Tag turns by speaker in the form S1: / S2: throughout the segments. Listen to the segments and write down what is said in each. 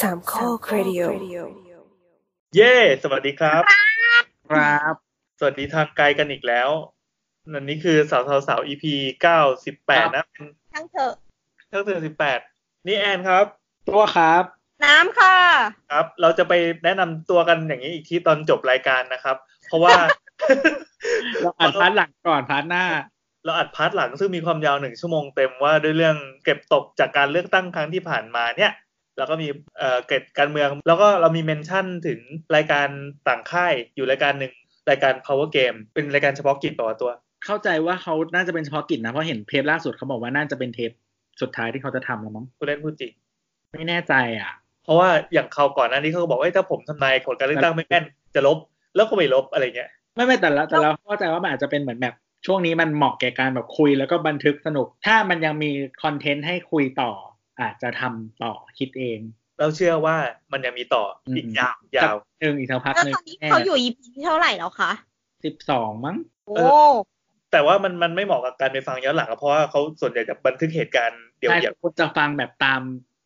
S1: สามข้อครดิโอ
S2: เย้ สวัสดีครับ
S3: ครับ
S2: สวัสดีทางไกลกันอีกแล้วอันนี้คือสาวสาวสาว EP เก้าสิบแปดนะเป็น
S4: ทั้งเถอะ
S2: เท่าเธอสิบแปดนี่แอนครับ
S3: ตัวครับ
S4: น้ำค่ะ
S2: ครับ เราจะไปแนะนำตัวกันอย่างนี้อีกที่ตอนจบรายการนะครับ เพ ราะว่า
S3: เราอ่านพาร์ทหลังก่อนพาร์ทหน้า
S2: เราอัดพาร์ทหลังซึ่งมีความยาวหนึ่งชั่วโมงเต็มว่าด้วยเรื่องเก็บตกจากการเลือกตั้งครั้งที่ผ่านมาเนี่ย แล้วก็มีเอ่อเกร็ดการเมือง แล้วก็เรามีเมนชั่นถึงรายการต่างค่ายอยู่รายการหนึ่งรายการ power game เป็นรายการเฉพาะกิจเปล่าวะตัว
S3: เข้าใจว่าเขาน่าจะเป็นเฉพาะกิจนะ เพราะเห็นเทปล่าสุดเขาบอกว่าน่าจะเป็นเทปสุดท้ายที่เขาจะทำแล้วมั้ง
S2: ผู้เล่นผู้จริง
S3: ไม่แน่ใจอ่ะ
S2: เพราะว่าอย่างเขาวก่อนหน้านี้เขาก็บอกว่าเอ้ยถ้าผมทำนายผลการเลือกตั้งไม่แม่นจะลบ แล้วก็ไม่ลบอะไรเงี้ย
S3: ไม่ไม่แต่ละแต่เราเข้าใจว่ามันอาจจะเป็นเหมือนแบบช่วงนี้มันเหมาะแก่การแบบคุยแล้วก็บันทึกสนุก ถ้ามันยังมีคอนเทนต์ให้คุยต่อ อาจจะทำต่อคิดเอง
S2: เราเชื่อว่ามันยังมีต่ออีกยาว
S3: สั
S2: ยาก ว
S3: หนึ่งอีกสักพัก
S4: แล้ว
S3: หนึ่ง
S4: ตอนนี้เขาอยู่ EP ที่เท่าไหร่แล้วคะ
S3: สิบสองมั้ง
S4: โอ้
S2: เอ แต่ว่ามันมันไม่เหมาะกับการไปฟังย้อนหลังอะเพราะว่าเขาส่วนใหญ่จะบันทึกเหตุการณ์เดี่ยว
S3: ใช่
S2: เดี่ยว
S3: คุณจะฟังแบบตาม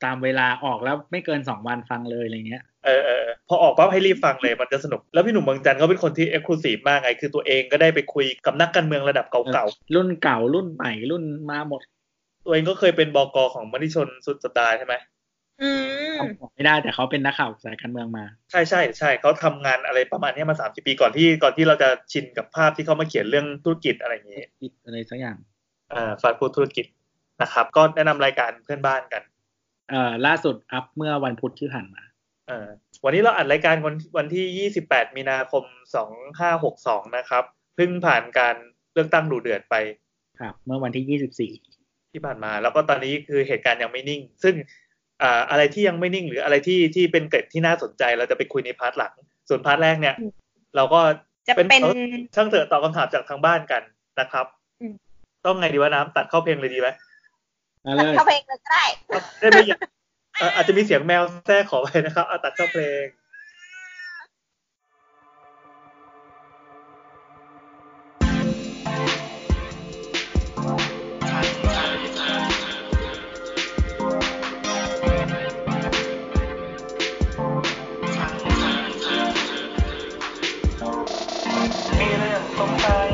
S3: ตามเวลาออกแล้วไม่เกินสองวันฟังเลยอะไรเงี้ย
S2: เออเออเออพอออกปั๊บให้รีบฟังเลยมันจะสนุก แล้วพี่หนุ่มเมืองจันทร์เขาเป็นคนที่เอ็กซ์คลูซีฟมากไง คือตัวเองก็ได้ไปคุยกับนักการเมืองระดับเก่า
S3: รุ่นเก่ารุ่นใหม่รุ่นมาหมด
S2: ๆตัวเองก็เคยเป็นบกของมติชนสุดสัปดาห์ใช่ไหม
S4: อืม
S3: ผมไม่ได้แต่เขาเป็นนักข่าวสายการเมืองมา
S2: ใช่ใช่ใช่เขาทำงานอะไรประมาณเนี้ยมาสามสิบปีก่อนที่ก่อนที่เราจะชินกับภาพที่เขามาเขียนเรื่องธุรกิจอะไรอย่างนี้
S3: อะไรสักอย่าง
S2: อ่าฟาสต์ฟู้ดธุรกิจนะครับ ก็แนะนำรายการเพื่อนบ้านกัน
S3: เอ่อล่าสุดอัพเมื่อวันพุธที่ผ่านมา
S2: เอ่อวันนี้เราอัดรายการวันวันที่ยี่สิบแปดมีนาคมสองห้าหกสองนะครับเพิ่งผ่านการเลือกตั้งดูเดือดไป
S3: ครับ เมื่อวันที่ยี่สิบสี่
S2: ที่ผ่านมา แล้วก็ตอนนี้คือเหตุการณ์ยังไม่นิ่ง ซึ่งอ่าอะไรที่ยังไม่นิ่ง หรืออะไรที่ที่เป็นเกร็ดที่น่าสนใจเราจะไปคุยในพาร์ทหลัง ส่วนพาร์ทแรกเนี่ย เราก็
S4: จะ
S2: เป็น
S4: เป็น
S2: เออ ช่างเถอะตอบคำถามจากทางบ้านกันนะครับ
S4: อืม
S2: ต้องไงดีวะน้ำตัดเข้าเพลงเลยดีไหม
S3: มา
S4: ตั
S3: เล
S4: ด
S3: ย
S4: เข้าไปเองเลยก็ได้
S2: ได้ไหมอยากเอ่ออาจจะมีเสียงแมวแทรกขอไปนะครับเอาตัดเข้าเพลง
S5: มีเรื่องสงสัย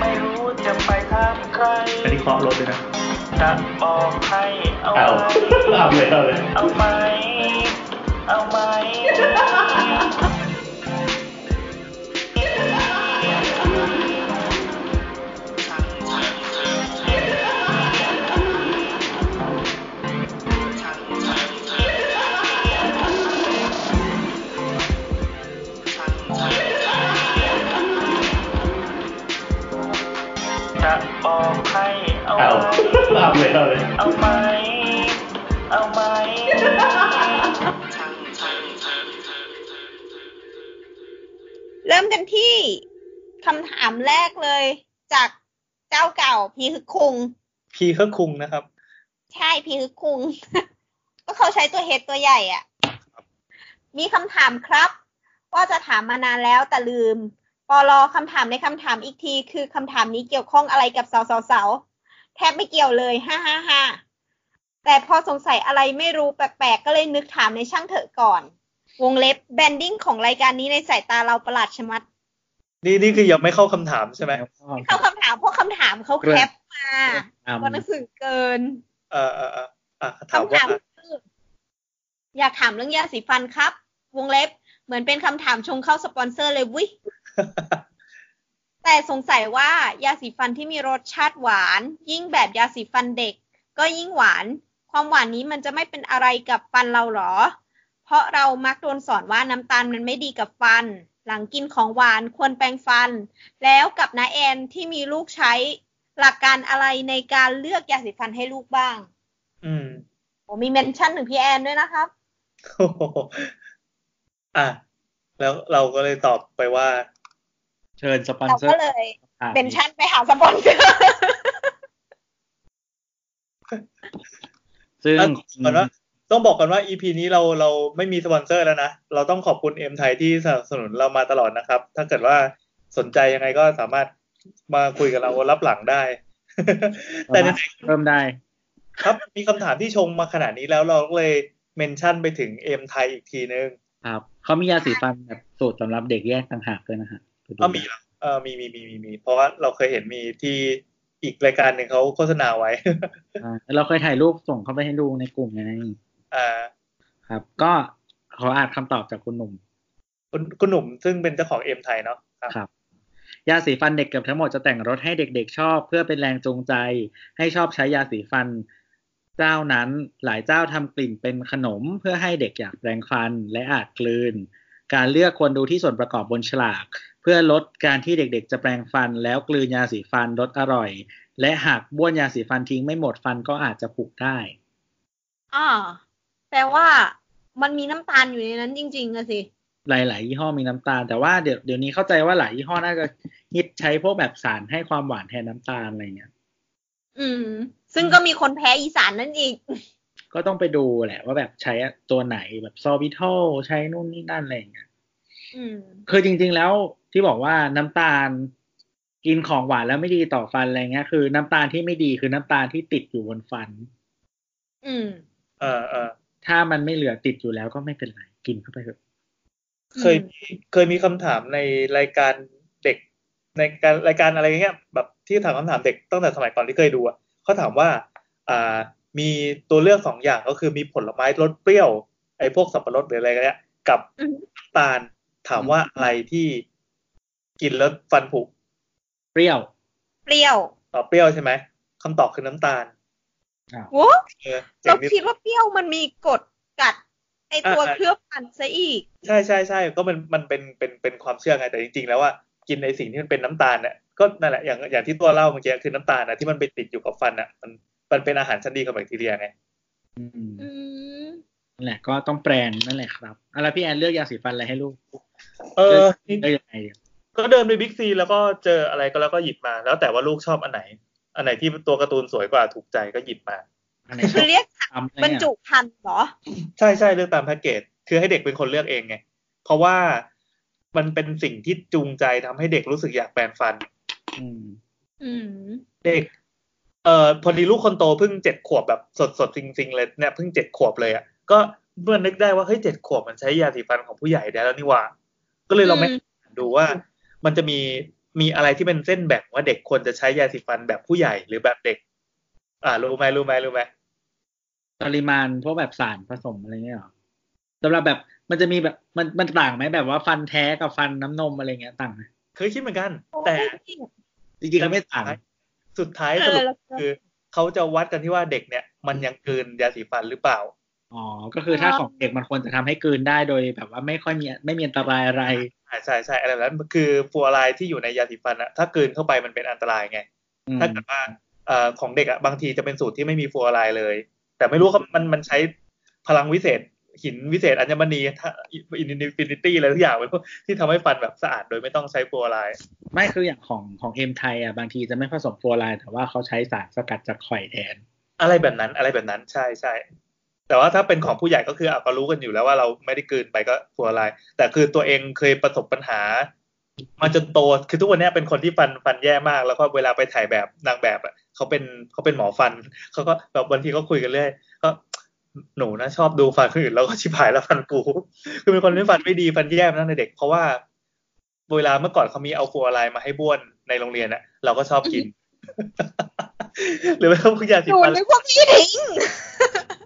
S5: ไม่รู้จะไปถามใคร
S2: อันนี้เคาะรถเลยนะ
S5: จะบอกให้เอา
S2: เอา
S5: ไหม
S2: เอาเลยเอาเลย
S5: เอาไหมเอาไหมจะบอกให้เอาไหม
S2: เอาเลยเอาเลย
S5: เอาไหม เอาไหม
S4: เริ่มกันที่คำถามแรกเลย จากเจ้าเก่าพีคือคุง
S2: พีเครื่องคุงนะครับ
S4: ใช่พีคือคุง ก็เขาใช้ตัวเฮดตัวใหญ่อะมีคำถามครับ ว่าจะถามมานานแล้วแต่ลืมปอลอคำถามในคำถามอีกที คือคำถามนี้เกี่ยวข้องอะไรกับสาวสาวสาวแทบไม่เกี่ยวเลย ฮ่าฮ่าฮ่าแต่พอสงสัยอะไรไม่รู้แปลกๆ ก็เลยนึกถามในช่างเถอะก่อน วงเล็บแบนดิ้งของรายการนี้ในสายตาเราประหลาดชะมัด
S2: นี่นี่คือยังไม่เข้าคำถามใช่ไหม
S3: แล้วก็
S4: เข้าคำถามพวกคำถามเขาแคปมา
S3: ตาม
S4: ตัวหนังสือเกิน
S2: เอ่อเอ่อเอ่ออ่ะถาม
S4: คำ
S2: ว่า
S4: ถามคืออยากถามเรื่องยาสีฟันครับ วงเล็บเหมือนเป็นคำถามชงเข้าสปอนเซอร์เลยวุ้ยแต่สงสัยว่ายาสีฟันที่มีรสชาติหวาน ยิ่งแบบยาสีฟันเด็ก ก็ยิ่งหวาน ความหวานนี้มันจะไม่เป็นอะไรกับฟันเราหรอ เพราะเรามักโดนสอนว่าน้ำตาลมันไม่ดีกับฟัน หลังกินของหวานควรแปรงฟัน แล้วกับน้าแอนที่มีลูกใช้หลักการอะไรในการเลือกยาสีฟันให้ลูกบ้าง
S2: อืม
S4: ผมมีเมนชั่นถึงพี่แอนด้วยนะครับ
S2: โอ้โหอ่ะแล้วเราก็เลยตอบไปว่า
S3: เชิญสปอน
S4: เรา
S3: เซอ
S4: ก็
S3: ร์
S4: เลย
S3: ต่างๆ
S4: เมนชั่นไปหาสปอนเซอร์
S3: ซึ่ง
S2: อ่ะก่อนว่า ต้องบอกกันว่า EP นี้เราเราไม่มีสปอนเซอร์แล้วนะ เราต้องขอบคุณเอ็มไทยที่สนับสนุนเรามาตลอดนะครับ ถ้าเกิดว่าสนใจยังไงก็สามารถมาคุยกับเรารับหลังได้ แต่
S3: แต่
S2: ใน
S3: เริ่มได้
S2: ครับมีคำถามที่ชงมาขนาดนี้แล้วเราก็เลยเมนชั่นไปถึงเอ็มไทยอีกทีนึง
S3: ครับเขามียาสีฟันแบบสูตรสำหรับเด็กแยกต่างหากด้วยนะฮะไปดู
S2: ก็มีเหรอเออมีมีมีมีมีเพราะว่าเราเคยเห็นมีที่อีกรายการหนึ่งเขาโฆษณาไว้
S3: อ่าเราเคยถ่ายรูปส่งเข้าไปให้ดูในกลุ่มไง
S2: อ่า
S3: ครับ ก็ขออ่านคำตอบจากคุณหนุ่ม
S2: คุณคุณหนุ่มซึ่งเป็นเจ้าของเอ็มไทยเนาะครับ
S3: ครับ ยาสีฟันเด็กเกับทั้งหมดจะแต่งรถให้เด็กๆชอบ เพื่อเป็นแรงจูงใจ ให้ชอบใช้ยาสีฟัน เจ้านั้นหลายเจ้าทำกลิ่นเป็นขนม เพื่อให้เด็กอยากแปรงฟันและอาจกลืน การเลือกควรดูที่ส่วนประกอบบนฉลาก เพื่อลดการที่เด็กๆ จะแปรงฟันแล้วกลืนยาสีฟันรสอร่อย และหากบ้วนยาสีฟันทิ้งไม่หมดฟันก็อาจจะผุได้
S4: อ่าแปลว่ามันมีน้ำตาลอยู่ในนั้นจริงๆอะสิ
S3: หลายๆยี่ห้อมีน้ำตาล แต่ว่าเดี๋ยวเดี๋ยวนี้เข้าใจว่าหลายยี่ห้อน่าจะฮิตใช้พวกแบบสารให้ความหวานแทนน้ำตาลอะไรเงี้ย
S4: อืม ซึ่งก็มีคนแพ้อีสานนั่นอีก
S3: ก็ต้องไปดูแหละว่าแบบใช้ตัวไหนแบบซอบิทอลใช้นู่นนี่นั่นอะไรอย่างเงี้ย
S4: อืม
S3: คือจริง ๆ แล้วที่บอกว่าน้ำตาลกินของหวานแล้วไม่ดีต่อฟันอะไรเงี้ยคือน้ำตาลที่ไม่ดีคือน้ำตาลที่ติดอยู่บนฟัน
S4: อืม
S2: เออเออ
S3: ถ้ามันไม่เหลือติดอยู่แล้วก็ไม่เป็นไรกินเข้าไปเถอะ
S2: เคยมีเคยมีคำถามในรายการเด็ก ในการรายการอะไรเงี้ยแบบที่ถามคำถามเด็กตั้งแต่สมัยก่อนที่เคยดูอะเขาถามว่า อ่า มีตัวเลือกสองอย่างก็คือมีผลไม้รสเปรี้ยวไอ้พวกสับปะรดหรืออะไรก็เนี้ยกับ
S4: อืม
S2: น้ำตาลถามว่าอะไรที่กินแล้วฟันผุ
S3: เปรี้ยว
S4: เปรี้ยว
S2: ตอบเปรี้ยวใช่ไหมคำตอบคือน้ำตาล
S4: โว้
S2: เออเจ๋
S4: เรา
S2: งนิด
S4: คิดว่าเปรี้ยวมันมีกรดกัด ไอตัว
S2: อ่า
S4: เคลือบฟันซะอีก
S2: ใช่ใช่ใช่ก็มันมันเป็นเป็นเป็นความเชื่อไงแต่จริงๆ แล้วว่ากินในสิ่งที่มันเป็นน้ำตาลเนี่ยก็นั่นแหละอย่างอย่างที่ตัวเล่าเมื่อกี้คือน้ำตาลนะที่มันไปติดอยู่กับฟันอ่ะมันมันเป็นอาหารชั้นดีของแบคทีเรียไง
S3: อืม
S4: อื ม
S3: นั่นแหละก็ต้องแปรงนั่นแหละครับเอะไรพี่แอนเลือกยาสีฟันอะไรให้ลูก
S2: เออนี่
S3: เลือกยังไง
S2: ก็เดินไปบิ๊กซีแล้วก็เจออะไรก็แล้วก็หยิบมา แล้วแต่ว่าลูกชอบอันไหน อันไหนที่ตัวการ์ตูนสวยกว่าถูกใจก็หยิบมา
S3: อันไหนช
S4: คือ
S3: อบ
S4: เรียก
S3: ทำอะไร
S4: บรร
S3: เนี่ย
S4: จุพันธุ์เหรอ
S2: ใช่ใช่เลือกตามแพ็กเกจคือให้เด็กเป็นคนเลือกเองไงเพราะว่ามันเป็นสิ่งที่จูงใจทำให้เด็กรู้สึกอยากแปรงฟัน
S3: อืม
S4: อืม
S2: เด็ก เอ่อ พอดีลูกคนโตเพิ่งเจ็ดขวบแบบสดสดๆจริง ๆ เลยเนี่ยเพิ่งเจ็ดขวบเลยอะ่ะ ก็เมื่อนึกได้ว่าเฮ้ยเจ็ดขวบมันใช้ยาสีฟันของผู้ใหญ่ได้แล้วนี่หว่า ก็เลยลองไป
S4: อืม
S2: ดูว่า มันจะมีมีอะไรที่เป็นเส้นแบ่งว่าเด็กควรจะใช้ยาสีฟันแบบผู้ใหญ่หรือแบบเด็ก อ่ารู้ไหมรู้ไหมรู้ไหม
S3: ปริมาณพวกแบบสารผสมอะไรเงี้ยเหรอสำหรับแบบมันจะมีแบบมันมันต่างไหมแบบว่าฟันแท้กับฟันน้ำนมอะไรเงี้ยต่างไหม
S2: เคยคิดเหมือนกัน แต่
S3: จริงๆแล้วไม่ต่าง
S2: สุดท้าย
S4: เออ
S2: สรุป
S4: แล้วก็
S2: คือเขาจะวัดกันที่ว่าเด็กเนี่ย มันยังกลืนยาสีฟันหรือเปล่า
S3: อ๋อ ก็คือถ้า
S4: อ๋อ
S3: ของเด็กมันควรจะทำให้กลืนได้โดย แบบว่าไม่ค่อยมีไม่มีอันตรายอะไร
S2: อ่าใช่ใช่อะไรแบบนั้นคือฟลูออไรด์ที่อยู่ในยาสีฟันอะถ้ากลืนเข้าไปมันเป็นอันตรายไง
S3: อืม
S2: ถ้าเกิดว่าเอ่อของเด็กอะบางทีจะเป็นสูตรที่ไม่มีฟลูออไรด์เลย แต่ไม่รู้เขามันมันใช้พลังวิเศษ หินวิเศษอัญมณีถ้าอินฟินิตี้อะไรทุกอย่างไปพวกที่ทำให้ฟันแบบสะอาดโดยไม่ต้องใช้ฟลูออไรด์
S3: ไม่คืออย่างของของเอ็มไทยอ่ะบางทีจะไม่ผสมฟลูออไรด์แต่ว่าเขาใช้สารสกัดจากข่อยแทน
S2: อะไรแบบนั้นอะไรแบบนั้นใช่ใช่แต่ว่าถ้าเป็นของผู้ใหญ่ก็คืออะก็รู้กันอยู่แล้วว่าเราไม่ได้กลืนไปก็ฟลูออไรด์แต่คือตัวเองเคยประสบปัญหา มาจนโตคือทุกวันเนี้ยเป็นคนที่ฟันฟันแย่มาก แล้วก็เวลาไปถ่ายแบบนางแบบอะเขาเป็นเขาเป็นหมอฟัน เขาก็แบบบางทีก็คุยกันเรื่อยก็หนูนะชอบดูฟันคนอื่นแล้วก็ชิบหายแล้วฟันกู คือเป็นคนที่ฟันไม่ดีฟันแย่มาตั้งแต่เด็ก เพราะว่าเวลาเมื่อก่อนเขามีเอาฟลูออะไรด์มาให้บ้วนในโรงเรียนอะเราก็ชอบกิน หรือไม่ก็พวกยาสี
S4: ดู
S2: ฟั
S4: ด
S2: น
S4: ในพวกนี้ทิ้ง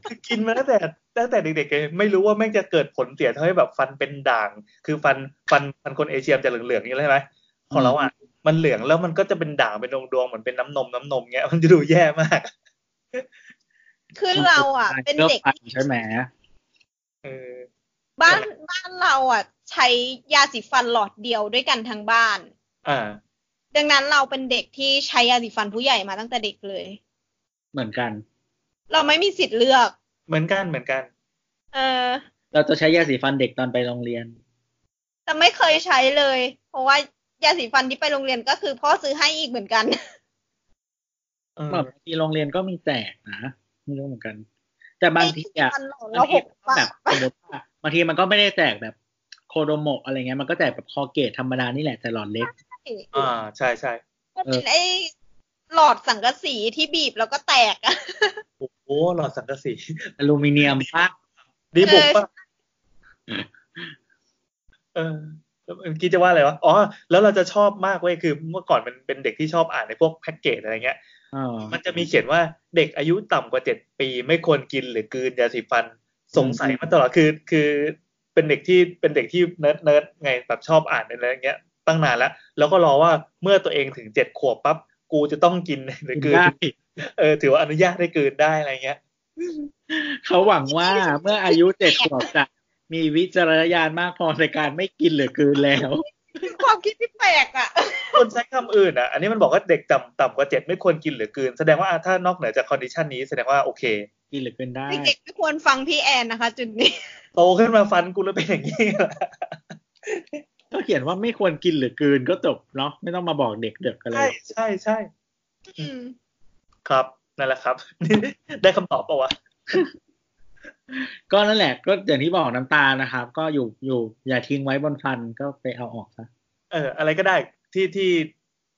S2: คือกินมาตั้งแต่ตั้งแต่เด็กๆเลยไม่รู้ว่าแม่งจะเกิดผลเสียทำให้แบบฟันเป็นด่าง คือฟันฟันฟันคนเอเชียมันจะเหลืองๆอย่างนี้ใช่ไหมของเราอ่ะมันเหลืองแล้วมันก็จะเป็นด่างเป็นดวงๆเหมือนเป็นน้ำนมน้ำนมเงี้ยมันจะดูแย่มาก
S4: คือเราอ่ะ เป็นเด็ก
S3: ลือฟัน
S4: ที่
S3: ใช่ไหม
S2: เออ
S4: บ้านบ้านเราอ่ะ ใช้ยาสีฟันหลอดเดียวด้วยกันทั้งบ้าน
S2: อ่า
S4: ดังนั้นเราเป็นเด็กที่ใช้ยาสีฟันผู้ใหญ่มาตั้งแต่เด็กเลย
S3: เหมือนกัน
S4: เราไม่มีสิทธิ์เลือก
S2: เหมือนกันเหมือนกัน
S4: เออ
S3: เราจะใช้ยาสีฟันเด็กตอนไปโรงเรียน
S4: แต่ไม่เคยใช้เลย เพราะว่ายาสีฟันที่ไปโรงเรียนก็คือพ่อซื้อให้อีกเหมือนกัน
S2: เออ
S3: แบบทีโรงเรียนก็มีแจกนะไม่รู้เหมือนกัน แต่บางทีอ่ะ
S4: มันหล่นแล้วหกบา
S3: แบ
S4: ท
S3: บสมมติว่าบางทีมันก็ไม่ได้แจกแบบโคโดโมะอะไรเงี้ยมันก็แจกแบบคอเกตธรรมดานี่แหละแต่หลอดเล็ก
S2: อ่าใช่ใช่
S4: ก็เป็นไอ้ หลอดสังกะสีที่บีบแล้วก็แตกอะ
S2: โอ้โหหลอดสังกะสี
S3: อลูมิเนียมปะ
S2: ดีบุก
S4: เออ
S2: ป่ะ เออแล้วเมื่อกี้จะว่าอะไรวะ อ๋อ แล้วเราจะชอบมากเว้ย คือเมื่อก่อนมันเป็นเด็กที่ชอบอ่านในพวกแพ็กเกจอะไรเงี้ย
S3: อ๋อ
S2: มันจะมีเขียนว่าเด็กอายุต่ำกว่าเจ็ดปี ไม่ควรกินหรือกลืนยาสีฟัน สงสัยมาตลอด คือ คือเป็นเด็กที่ เป็นเด็กที่เนิร์ดเนิร์ดไง แบบชอบอ่านอะไรอย่างเงี้ย ตั้งนานแล้ว แล้วก็รอว่าเมื่อตัวเองถึงเจ็ดขวบปั๊บ กูจะต้องกินหรือกลืน
S3: ได้
S2: เออ ถือว่าอนุญาตให้กลืนได้อะไรเงี้ย
S3: เขาหวังว่าเมื่ออายุเจ็ดขวบจะมีวิจารณญาณมากพอในการไม่กินหรือกลืนแล้ว
S4: ความคิดที่แปลกอะ
S2: คนใช้คำอื่นอ่ะ อันนี้มันบอกว่าเด็กต่ำต่ำกว่าเจ็ดไม่ควรกินหรือกลืน แสดงว่าอ่ะถ้านอกเหนือจากคอนดิชันนี้แสดงว่าโอเค
S3: กินหรือกลืนได้
S4: เด็กๆไม่ควรฟังพี่แอนนะคะ จุดนี้
S2: โตขึ้นมาฟันกูแล้วเป็นอย่าง นี้เหรอ
S3: ก็เขียนว่าไม่ควรกินหรือกลืนก็จบเนาะไม่ต้องมาบอกเด็กเด็กกันเล
S2: ใช่
S3: ย
S2: ใช่ใช่
S4: อืม
S2: ครับนั่นแหละครับ นี่ได้คำตอบปะวะ
S3: ก็นั่นแหละก็อย่างที่บอกน้ำตาลนะครับ ก็อยู่อยู่อย่าทิ้งไว้บนฟันก็ไปเอาออกซะ
S2: เออ อะไรก็ได้ที่ที่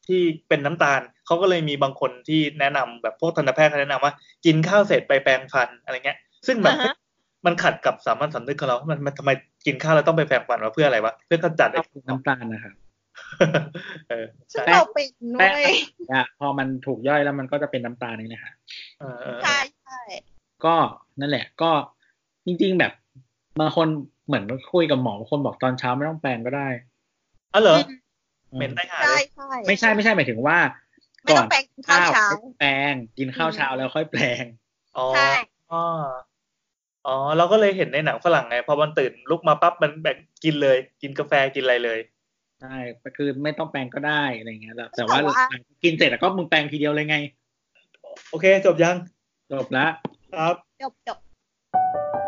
S2: ที่เป็นน้ำตาลเขาก็เลยมีบางคนที่แนะนำแบบพวกทันตแพทย์เขาแนะนำว่า กินข้าวเสร็จไปแปรงฟันอะไรเงี้ย ซึ่งแบบ
S4: อ่าฮะ
S2: มันขัดกับสามัญสำนึกของเรามันมันทำไมกินข้าวแล้วต้องไปแปรงฟันวะเพื่ออะไรวะเพื่อกำจัดไอ้
S3: น้ำตาลนะครับ
S2: เออ
S4: ซึ่ง
S2: ใช่
S4: เราเป็นด้วย
S3: อ่ะพอมันถูกย่อยแล้วมันก็จะเป็นน้ำตาลนี่แหละฮะ
S2: เออเออ
S4: ใช่ใช่
S3: ก็นั่นแหละ ก็จริงๆแบบบางคนเหมือนคุยกับหมอบางคนบอกตอนเช้าไม่ต้องแปรงก็ได้
S2: อ๋อเหรอ
S3: อืม
S2: เหม็นได้หา
S4: ใช่
S2: เลย
S4: ใช่
S3: ไม่ใช่ไม่ใช่หมายถึงว่า
S4: ไม่ต้องแปรงกินข้าวเช้า
S3: ไม่แปรงกินข้าวเช้าแล้วค่อยแปรง
S2: อ๋อ
S4: ใช่
S2: อ๋ออ๋อเราก็เลยเห็นในหนังฝรั่งไงพอมันตื่นลุกมาปั๊บมันแบบกินเลย กินกาแฟกินอะไรเลย
S3: ใช่คือไม่ต้องแปรงก็ได้อะไรอย่างเงี้ยแต่แต่ว่า
S4: แต่ว่า
S3: กินเสร็จแล้วก็มึงแปรงทีเดียวเลยไง
S2: โอเค จบยัง
S3: จบละ
S2: ครับ
S4: จบจบ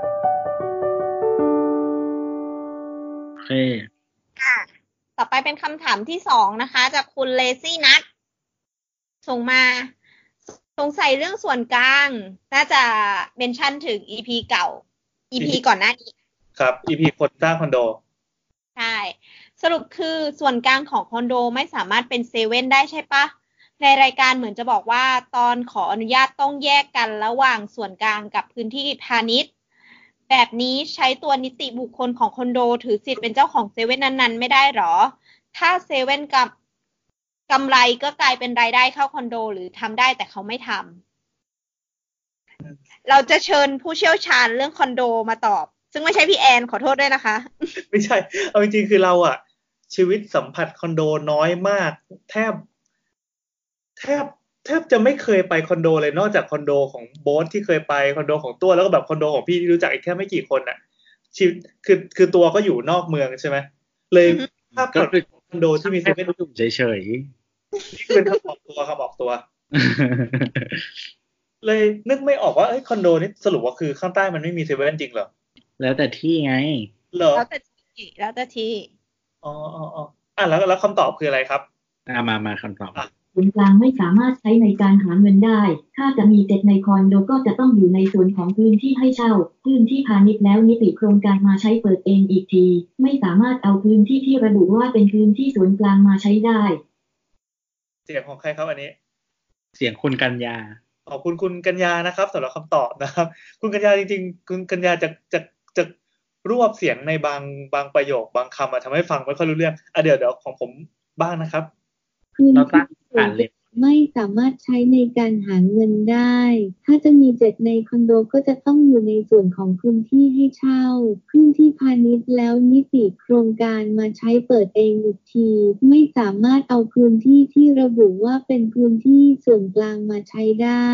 S3: โอเค
S4: อ่ะต่อไปเป็นคำถามที่สองนะคะ จากคุณเลซี่นัทส่งมา สงสัยเรื่องส่วนกลาง น่าจะเมนชั่นถึง EP เก่า EP ก่อนหน้านี้
S2: ครับ EP คนสร้างคอนโด
S4: ใช่ สรุปคือส่วนกลางของคอนโดไม่สามารถเป็นเซเว่นได้ใช่ปะ ในรายการเหมือนจะบอกว่าตอนขออนุญาตต้องแยกกันระหว่างส่วนกลางกับพื้นที่พาณิชย์ แบบนี้ใช้ตัวนิติบุคคลของคอนโด ถือสิทธิ์เป็นเจ้าของเซเว่นนั้นๆ ไม่ได้หรอ ถ้าเซเว่นกับกำไรก็กลายเป็นรายได้เข้าคอนโด หรือทำได้แต่เขาไม่ทำ เราจะเชิญผู้เชี่ยวชาญเรื่องคอนโดมาตอบ ซึ่งไม่ใช่พี่แอนขอโทษด้วยนะคะ
S2: ไม่ใช่ เอาจริงๆคือเราอะชีวิตสัมผัสคอนโดน้อยมาก แทบ แทบ แทบจะไม่เคยไปคอนโดเลยนอกจากคอนโดของโบ๊ทที่เคยไปคอนโดของตัวแล้วก็แบบคอนโดของพี่ที่รู้จักอีกแค่ไม่กี่คนอะชีวิตคือคือตัวก็อยู่นอกเมืองใช่ไหมเลย
S4: อือฮึ
S2: ภาพ
S3: ก็
S2: ผ่อน
S3: คือ
S2: คอนโดที่มีเซ
S3: แค่ไม่
S2: เว่น
S3: รู้อยู่เฉย
S2: นี่คือเป็นคำบอกตัวคำบอกตัว
S3: ๆ
S2: เลยนึกไม่ออกว่าเอ้ยคอนโดนี่สรุปว่าคือข้างใต้มันไม่มีเซเว่นจริงเหรอ
S3: แล้วแต่ที่ไง
S2: เหรอ
S4: แล้วแต่ที่แล้วแต่ที่
S2: อ๋ออ๋ออ๋ออ่ะแล้วแล้วคำตอบคืออะไรครับ
S3: อ่ะมามาคำตอบ
S2: อ่ะ
S6: ส่วนกลางไม่สามารถใช้ในการหาเงินได้ ถ้าจะมีเต็ดในคอนโดก็จะต้องอยู่ในส่วนของพื้นที่ให้เช่า พื้นที่พาณิชย์แล้วนิติโครงการมาใช้เปิดเองอีกที ไม่สามารถเอาพื้นที่ที่ระบุว่าเป็นพื้นที่ส่วนกลางมาใช้ได้
S2: เสียงของใครครับอันนี้
S3: เสียงคุณกัญญา
S2: ขอบคุณคุณกัญญานะครับสำหรับคำตอบนะครับ คุณกัญญาจริงๆ คุณกัญญาจะจะจะรวบเสียงในบางบางประโยคบางคำอะทำให้ฟังไม่ค่อยรู้เรื่องอ่ะเดี๋ยวเดี๋ยวของผมบ้างนะครับ
S7: พื้น
S3: เราตั้
S7: ที่
S3: งอ่านเล็บ
S7: ไม่สามารถใช้ในการหาเงินได้ ถ้าจะมีเจ็ดในคอนโดก็จะต้องอยู่ในส่วนของพื้นที่ให้เช่า พื้นที่พาณิชย์แล้วนิติโครงการมาใช้เปิดเองอีกที ไม่สามารถเอาพื้นที่ที่ระบุว่าเป็นพื้นที่ส่วนกลางมาใช้ได้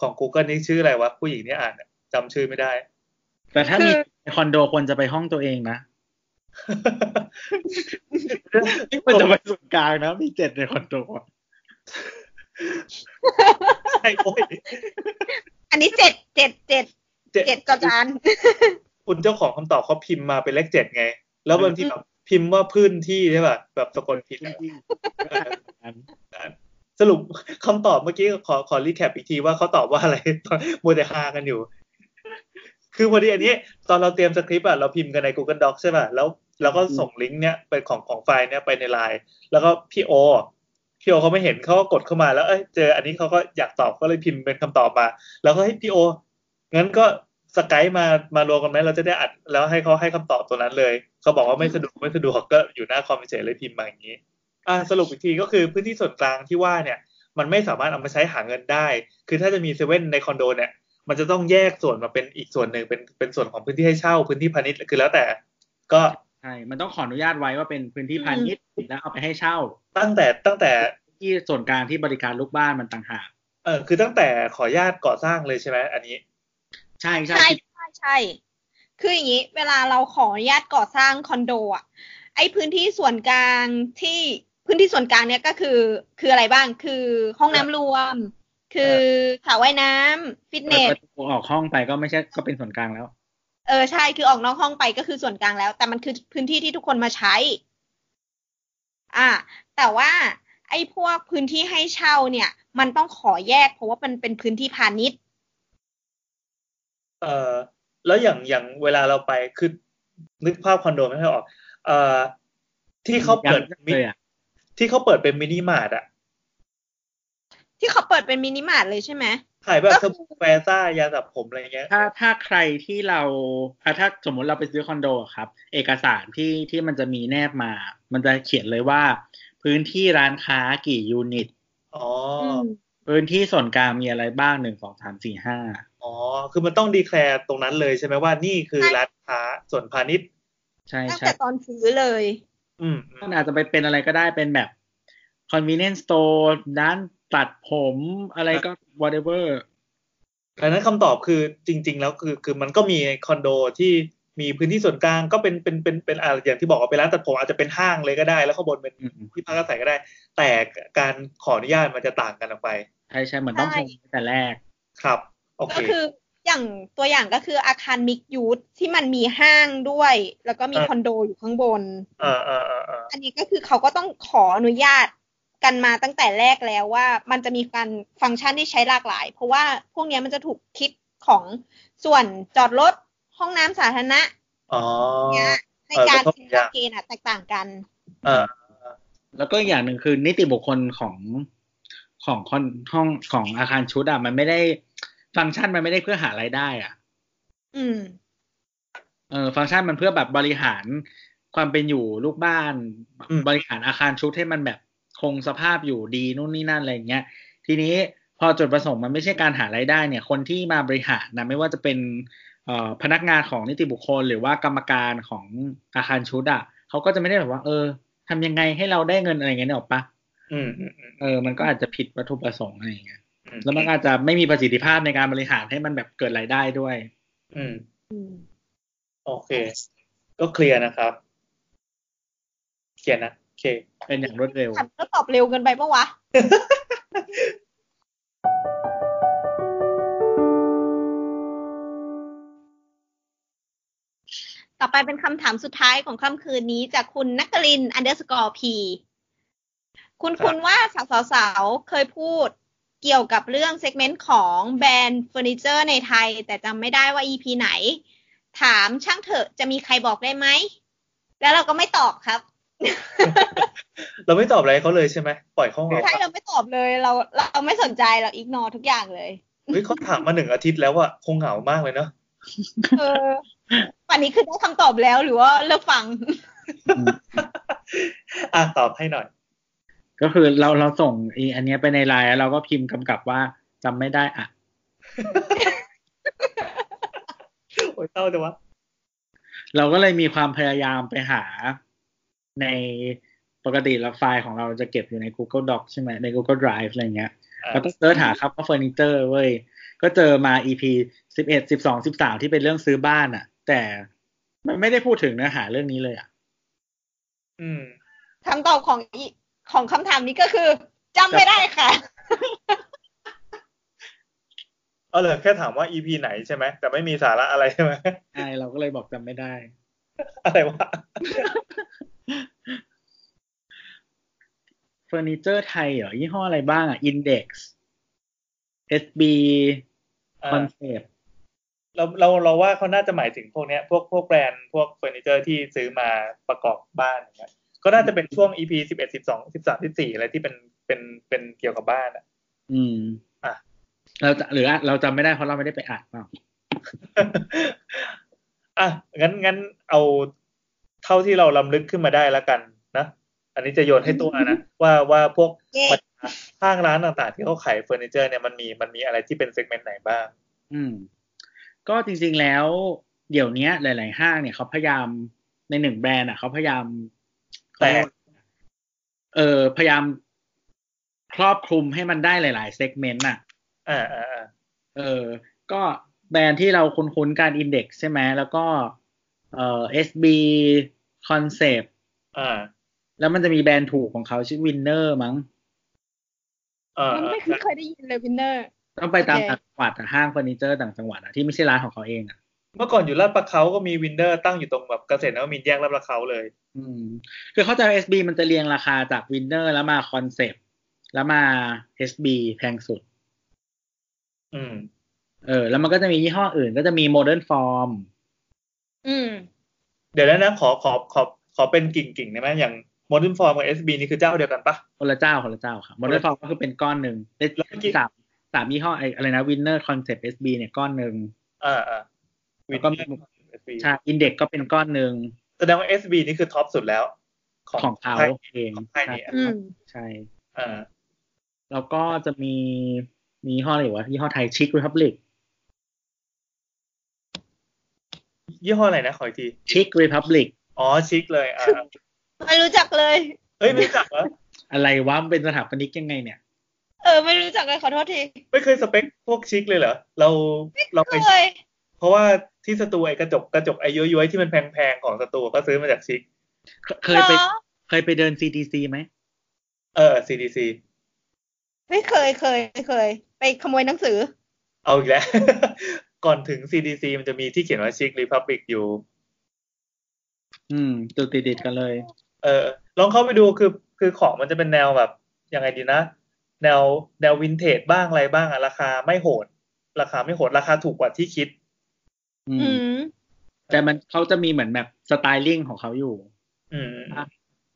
S2: ของ Google นี่ชื่ออะไรวะผู้หญิงนี่อ่านอะจำชื่อไม่ได้
S3: แต่ถ้า
S4: คือ
S3: มีคอนโดควรจะไปห้องตัวเองนะนี่มันจะไปส่วนกลางนะ มีเจ็ดในคอนโดอะ
S2: ใช่โอ้ย
S4: อันนี้เจ็ดเจ็ดเจ็ด
S2: เจ็ด
S4: เจ็ดจอจาน
S2: คุณเจ้าของคำตอบเขาพิมพ์มาเป็นเลขเจ็ดไง แล้วบางทีแบบพิมพ์ว่าพื้นที่ใช่ป่ะแบบสะกดผิดอะเออสรุป คำตอบเมื่อกี้ขอขอรีแคปอีกทีว่าเขาตอบว่าอะไร โมเดฮากันอยู่ คือพอดีอันนี้ ตอนเราเตรียมสคริปต์อะเราพิมพ์กันใน Google Docs ใช่ป่ะแล้วเราก็ส่งลิงก์เนี้ยเป็นของของไฟล์เนี้ยไปในไลน์แล้วก็พี่โอ พี่โอเขาไม่เห็นเขาก็กดเข้ามาแล้วเอ้ยเจออันนี้เขาก็อยากตอบก็เลยพิมพ์เป็นคำตอบมา แล้วก็ให้ยพี่โองั้นก็สกายมามารวมกันไหมเราจะได้อัดแล้วให้เขาให้คำตอบตัวนั้นเลยเขาบอกว่าไม่สะดวกไม่สะดวกก็อยู่หน้าคอมเฉยเลยพิมพ์มาอย่างนี้ อ่าสรุปอีกทีก็คือพื้นที่ส่วนกลางที่ว่าเนี่ย มันไม่สามารถเอามาใช้หาเงินได้ คือถ้าจะมีเซเว่นในคอนโดเนี่ย มันจะต้องแยกส่วนมาเป็นอีกส่วนหนึ่งเป็นเป็นส่วนของพื้นที่ให้เช่าพื้นที่พาณิชย์คือแล้วแต่ ก็
S3: ใช่มันต้องขออนุญาตไว้ว่าเป็นพื้นที่พาณิชย์แล้วเอาไปให้เช่า
S2: ตั้งแต่ตั้งแต่
S3: ที่ส่วนกลางที่บริการลูกบ้านมันต่างหาก
S2: เออคือตั้งแต่ขออนุญาตก่อสร้างเลยใช่ไหมอันนี้
S3: ใช่ใช่
S4: ใช่ใช่ใช่ คืออย่างนี้ เวลาเราขออนุญาตก่อสร้างคอนโดอ่ะ ไอ้พื้นที่ส่วนกลางที่พื้นที่ส่วนกลางเนี่ยก็คือ คืออะไรบ้าง คือห้องน้ำรวม คือสระว่ายน้ำฟิตเน
S3: เปิด
S4: ส
S3: ประตูออกห้องไปก็ไม่ใช่ก็เป็นส่วนกลางแล้ว
S4: เออใช่คือออกนอกห้องไปก็คือส่วนกลางแล้ว แต่มันคือพื้นที่ที่ทุกคนมาใช้ อ่า แต่ว่า ไอ้พวกพื้นที่ให้เช่าเนี่ย มันต้องขอแยกเพราะว่ามันเป็นพื้นที่พาณิชย์
S2: เออแล้วอย่างอย่างเวลาเราไปคือนึกภาพคอนโดไม่ค่อยออก เอ่อที่เขาเปิดมิ
S3: เลยอ่ะ
S2: ที่เขาเปิดเป็นมินิมาร์ทอะ
S4: ที่เขาเปิดเป็นมินิมาร์ทเลยใช่ไหม
S2: ขายแบบ
S4: ก็
S2: ส
S4: คือ
S2: บู่แฟซ่ายาสระผมอะไรเงี้ย
S3: ถ้าถ้าใครที่เราอ่ะถ้าสมมติเราไปซื้อคอนโดอะครับ เอกสารที่ที่มันจะมีแนบมา มันจะเขียนเลยว่า พื้นที่ร้านค้ากี่ยูนิต
S2: อ๋ออ
S4: ม
S3: พื้นที่ส่วนกลางมีอะไรบ้างหนึ่งสองสามสี่ห้า
S2: อ๋อ คือมันต้องดีแคลร์ตรงนั้นเลยใช่ไหมว่านี่คือ
S4: ใช่
S2: ร้านค้าส่วนพาณิชย์
S3: ใช่
S4: ตั้ง
S3: ใช่
S4: แต่ตอนซื้อเลย
S2: อืมอื
S3: มั
S2: ม
S3: นอาจจะไปเป็นอะไรก็ได้เป็นแบบ convenience store ร้านตัดผมอะไรก็ whatever
S2: ดังนั้นคำตอบคือจริง ๆ แล้วคือคือมันก็มีคอนโดที่มีพื้นที่ส่วนกลางก็เป็นเป็นเป็นเป็นอ่ะอย่างที่บอกว่าเป็นร้านตัดผมอาจจะเป็นห้างเลยก็ได้ แล้วข้างบนเป็น
S3: อืม
S2: ที่พักอาศัยก็ได้ แต่การขออนุญาตมันจะต่างกันออกไป
S3: ใช่ใช่เหมือนต้อง
S4: ใช่
S3: ทำตั้งแต่แรก
S2: ครับ โอเค
S4: ก็คืออย่างตัวอย่างก็คืออาคารมิกยูทที่มันมีห้างด้วย แล้วก็มี
S2: เออ
S4: คอนโดอยู่ข้างบน
S2: เออเออเออเออ
S4: อันนี้ก็คือเขาก็ต้องขออนุญาตกันมาตั้งแต่แรกแล้วว่า มันจะมีการฟังก์ชันที่ใช้หลากหลาย เพราะว่าพวกเนี้ยมันจะถูกคิดของส่วนจอดรถห้องน้ำสาธารณะ
S2: อ๋อ
S4: เนี้ยใน
S2: เออ
S4: การ
S2: ก็ต้อง
S4: ใช้ห
S2: อย่า
S4: ลั
S2: ง
S4: กเกณฑ์อะแตกต่างกัน
S2: เออ
S3: แล้วก็อีกอย่างหนึ่งคือนิติบุคคลของของคอนห้องของอาคารชุดอ่ะมันไม่ได้ฟังก์ชันมันไม่ได้เพื่อหารายได้อ่ะ
S4: อืม
S3: เออฟังก์ชันมันเพื่อแบบบริหารความเป็นอยู่ลูกบ้าน บริหารอาคารชุดให้มันแบบคงสภาพอยู่ดีนู่นนี่นั่นอะไรอย่างเงี้ย ทีนี้พอจุดประสงค์มันไม่ใช่การหารายได้เนี่ย คนที่มาบริหารนะไม่ว่าจะเป็นเอ่อพนักงานของนิติบุคคล หรือว่ากรรมการของอาคารชุดอ่ะเขาก็จะไม่ได้แบบว่า เออทำยังไงให้เราได้เงินอะไรอย่างเงี้ยนึกออกปะ
S2: อืมอืมอืม
S3: เออ มันก็อาจจะผิดวัตถุประสงค์อะไรอย่างเงี้ย
S2: อืม
S3: แล้วมันอาจจะไม่มีประสิทธิภาพในการบริหารให้มันแบบเกิดรายได้ด้วย
S2: อืม
S4: อืม
S2: โอเค ก็เคลียร์นะครับ เคลียร์นะ โอเค
S3: เป็นอย่างรวดเร็ว
S4: ถามก็ตอบเร็วเกินไปปะวะ ต่อไปเป็นคำถามสุดท้ายของค่ำคืนนี้จากคุณนักลินอันเดอร์สกอร์พี คุณ
S2: ครับ
S4: คุณว่าสาวๆเคยพูดเกี่ยวกับเรื่องเซกเมนต์ของแบรนด์เฟอร์นิเจอร์ในไทย แต่จำไม่ได้ว่า EP ไหน ถามช่างเถอะจะมีใครบอกได้ไหม แล้วเราก็ไม่ตอบครับ
S2: เราไม่ตอบอะไรเขาเลยใช่ไหมปล่อยเขาเหงา
S4: ใช่เราไม่ตอบเลยเราเราไม่สนใจเราอิกนอทุกอย่างเลย
S2: เฮ้ยเขาถามมาหนึ่งอาทิตย์แล้วอะคงเหงามากเลยเนาะ
S4: เออป่านนี้คือได้คำตอบแล้วหรือว่าเลิกฟัง
S2: อ่ะตอบให้หน่อย
S3: ก็คือเราเราส่งอีอันเนี้ยไปในไลน์แล้วเราก็พิมพ์กำกับว่าจำไม่ได้อ่ะ
S2: โอ้ยเศร้าจังวะ
S3: เราก็เลยมีความพยายามไปหาในปกติเราไฟล์ของเราจะเก็บอยู่ใน Google Docs ใช่ไหมใน Google Drive อะไรเงี้ย
S2: อ่ะ
S3: เราต้องเสิร์ชหาครับว่าเฟอร์นิเจอร์เว้ย ก็เจอมา EP สิบเอ็ดสิบสองสิบสามที่เป็นเรื่องซื้อบ้านอ่ะ แต่มันไม่ได้พูดถึงเนื้อหาเรื่องนี้เลยอ่ะ
S2: อืม
S4: คำตอบของอีของคำถามนี้ก็คือจำไม่ได้ ค่ะ
S2: เอาเลยแค่ถามว่า EP ไหนใช่ไหมแต่ไม่มีสาระอะไรใช่ไหม
S3: ใช่ เราก็เลยบอกจำไม่ได้
S2: อะไรวะ
S3: เฟอร์นิเจอร์ไทยเหรอ ยี่ห้ออะไรบ้างอ่ะ Index SB
S2: อ่า
S3: Concept
S2: เราเราเราว่าเขาน่าจะหมายถึงพวกเนี้ยพวกพวกแบรนด์พวกเฟอร์นิเจอร์ที่ซื้อมาประกอบบ้านอย่างเงี้ยก็น่าจะเป็นช่วง EP สิบเอ็ดสิบสองสิบสามสิบสี่อะไรที่เป็น เป็นเป็นเกี่ยวกับบ้านอะ
S3: อืม
S2: อ่ะ
S3: เราจะหรืออ่ะเราจำไม่ได้เพราะเราไม่ได้ไปอ่านเปล่า
S2: อ่ะงั้นงั้นเอาเท่าที่เราลำลึกขึ้นมาได้แล้วกันนะอันนี้จะโยนให้ตัวนะว่าว่าพวก
S4: เย่
S2: บรรดาห้างร้านต่างๆ ที่เขาขายเฟอร์นิเจอร์เนี่ยมันมีมันมีอะไรที่เป็นเซกเมนต์ไหนบ้าง
S3: อืม ก็จริงๆแล้ว เดี๋ยวเนี้ย หลาย ๆ ห้างเนี่ยเขาพยายามในหนึ่งแบรนด์อ่ะเขาพยายาม
S2: แต่
S3: เออพยายามครอบคลุมให้มันได้หลาย ๆ เซกเมนต์อ่ะ
S2: อ่าอ่าอ่า
S3: เออ ก็แบรนด์ที่เราคุ้นๆการอินเด็กซ์ใช่ไหม แล้วก็ เอ่อ SB Concept
S2: อ่า
S3: แล้วมันจะมีแบรนด์ถูกของเขาชื่อ Winner มั้ง
S2: อ่า
S8: มันไม่
S2: อ่า
S8: เคยได้ยินเลยวินเนอร์
S3: ต้องไปตาม
S8: โอเค
S3: ต่างจังหวัดอะห้างเฟอร์นิเจอร์ต่างจังหวัดอะที่ไม่ใช่ร้านของเขาเองอะ
S2: เมื่อก่อนอยู่ลาดประเขาก็มีวินเดอร์ตั้งอยู่ตรงแบบเกษตรนวมินทร์แยกลาดประเขาเลย
S3: อืม คือเข้าใจว่า SB มันจะเรียงราคาจาก Winner แล้วมา Concept แล้วมา SB แพงสุด
S2: อืม
S3: เออ แล้วมันก็จะมียี่ห้ออื่น ก็จะมี Modern Form
S4: อืม
S2: เดี๋ยวแล้วนะขอขอขอขอเป็นกิ่งกิ่งๆได้ไหมอย่างโมเดิร์นฟอร์มกับเอสบีนี่คือเจ้าเดียวกันปะ
S3: คนละเจ้าคนละเจ้าค่ะ Modern Form ก็คือเป็นก้อนหนึ่งได้
S2: แล้วเมื่อกี้
S3: สามสามยี่ห้อไอ้อะไรนะ Winner Concept SB เนี่ยก้อนหนึ่ง
S2: อ่าอ่าวิน
S3: แล้วก็มี
S2: เนอร์เอสบี
S3: ใช่อินเด็กก็เป็นก้อนหนึ่ง
S2: แสดงว่าเอสบีนี่คือท็อปสุดแล้ว
S3: ของเขาเอง
S2: ของไท
S3: ใช่
S2: ยเนี่ย
S4: อืม
S3: ใช่
S2: อ่า
S3: แล้วก็จะมีมียี่ห้ออะไรวะยี่ห้อไทยชิครีพับลิก
S2: ยี่ห้ออะไรนะขออีกที
S3: ชิครีพับลิก
S2: อ๋อชิคเลยอ่า
S4: ไม่รู้จักเลย
S2: เฮ้ยไม่รู้จักเหรอ
S3: อะไรวะมันเป็นสถาปนิกยังไงเนี่ย
S4: เออ ไม่รู้จักเลยขอโทษที
S2: ไม่เคยสเปคพวกชิคเลยเหรอเราเราไป
S4: เคย
S2: เพราะว่าที่สตูไอกระจกกระจกไอ้ย้อยๆที่มันแพงๆของสตูก็ซื้อมาจากชิค
S3: เคเค
S4: เห
S3: ย
S4: ร
S3: ไป
S4: อ
S3: เคยไปเดิน CTC ไหม
S2: เออ CDC
S4: ไม่เคยเคยเคย ไปขโมยหนังสือ
S2: เอาอีกแล้ว ก่อนถึง CDC มันจะมีที่เขียนว่าชิครีพับลิกอยู่
S3: อืมจุดติดติดๆกันเลย
S2: เออลองเข้าไปดูคือคือของมันจะเป็นแนวแบบยังไงดีนะ แนวแนววินเทจบ้างอะไรบ้างอะราคาไม่โหด ราคาไม่โหดราคาถูกกว่าที่คิด
S3: อื
S4: อืม
S3: มแต่มันเขาจะมีเหมือนแบบสไตลิ่งของเขาอยู่
S2: อืม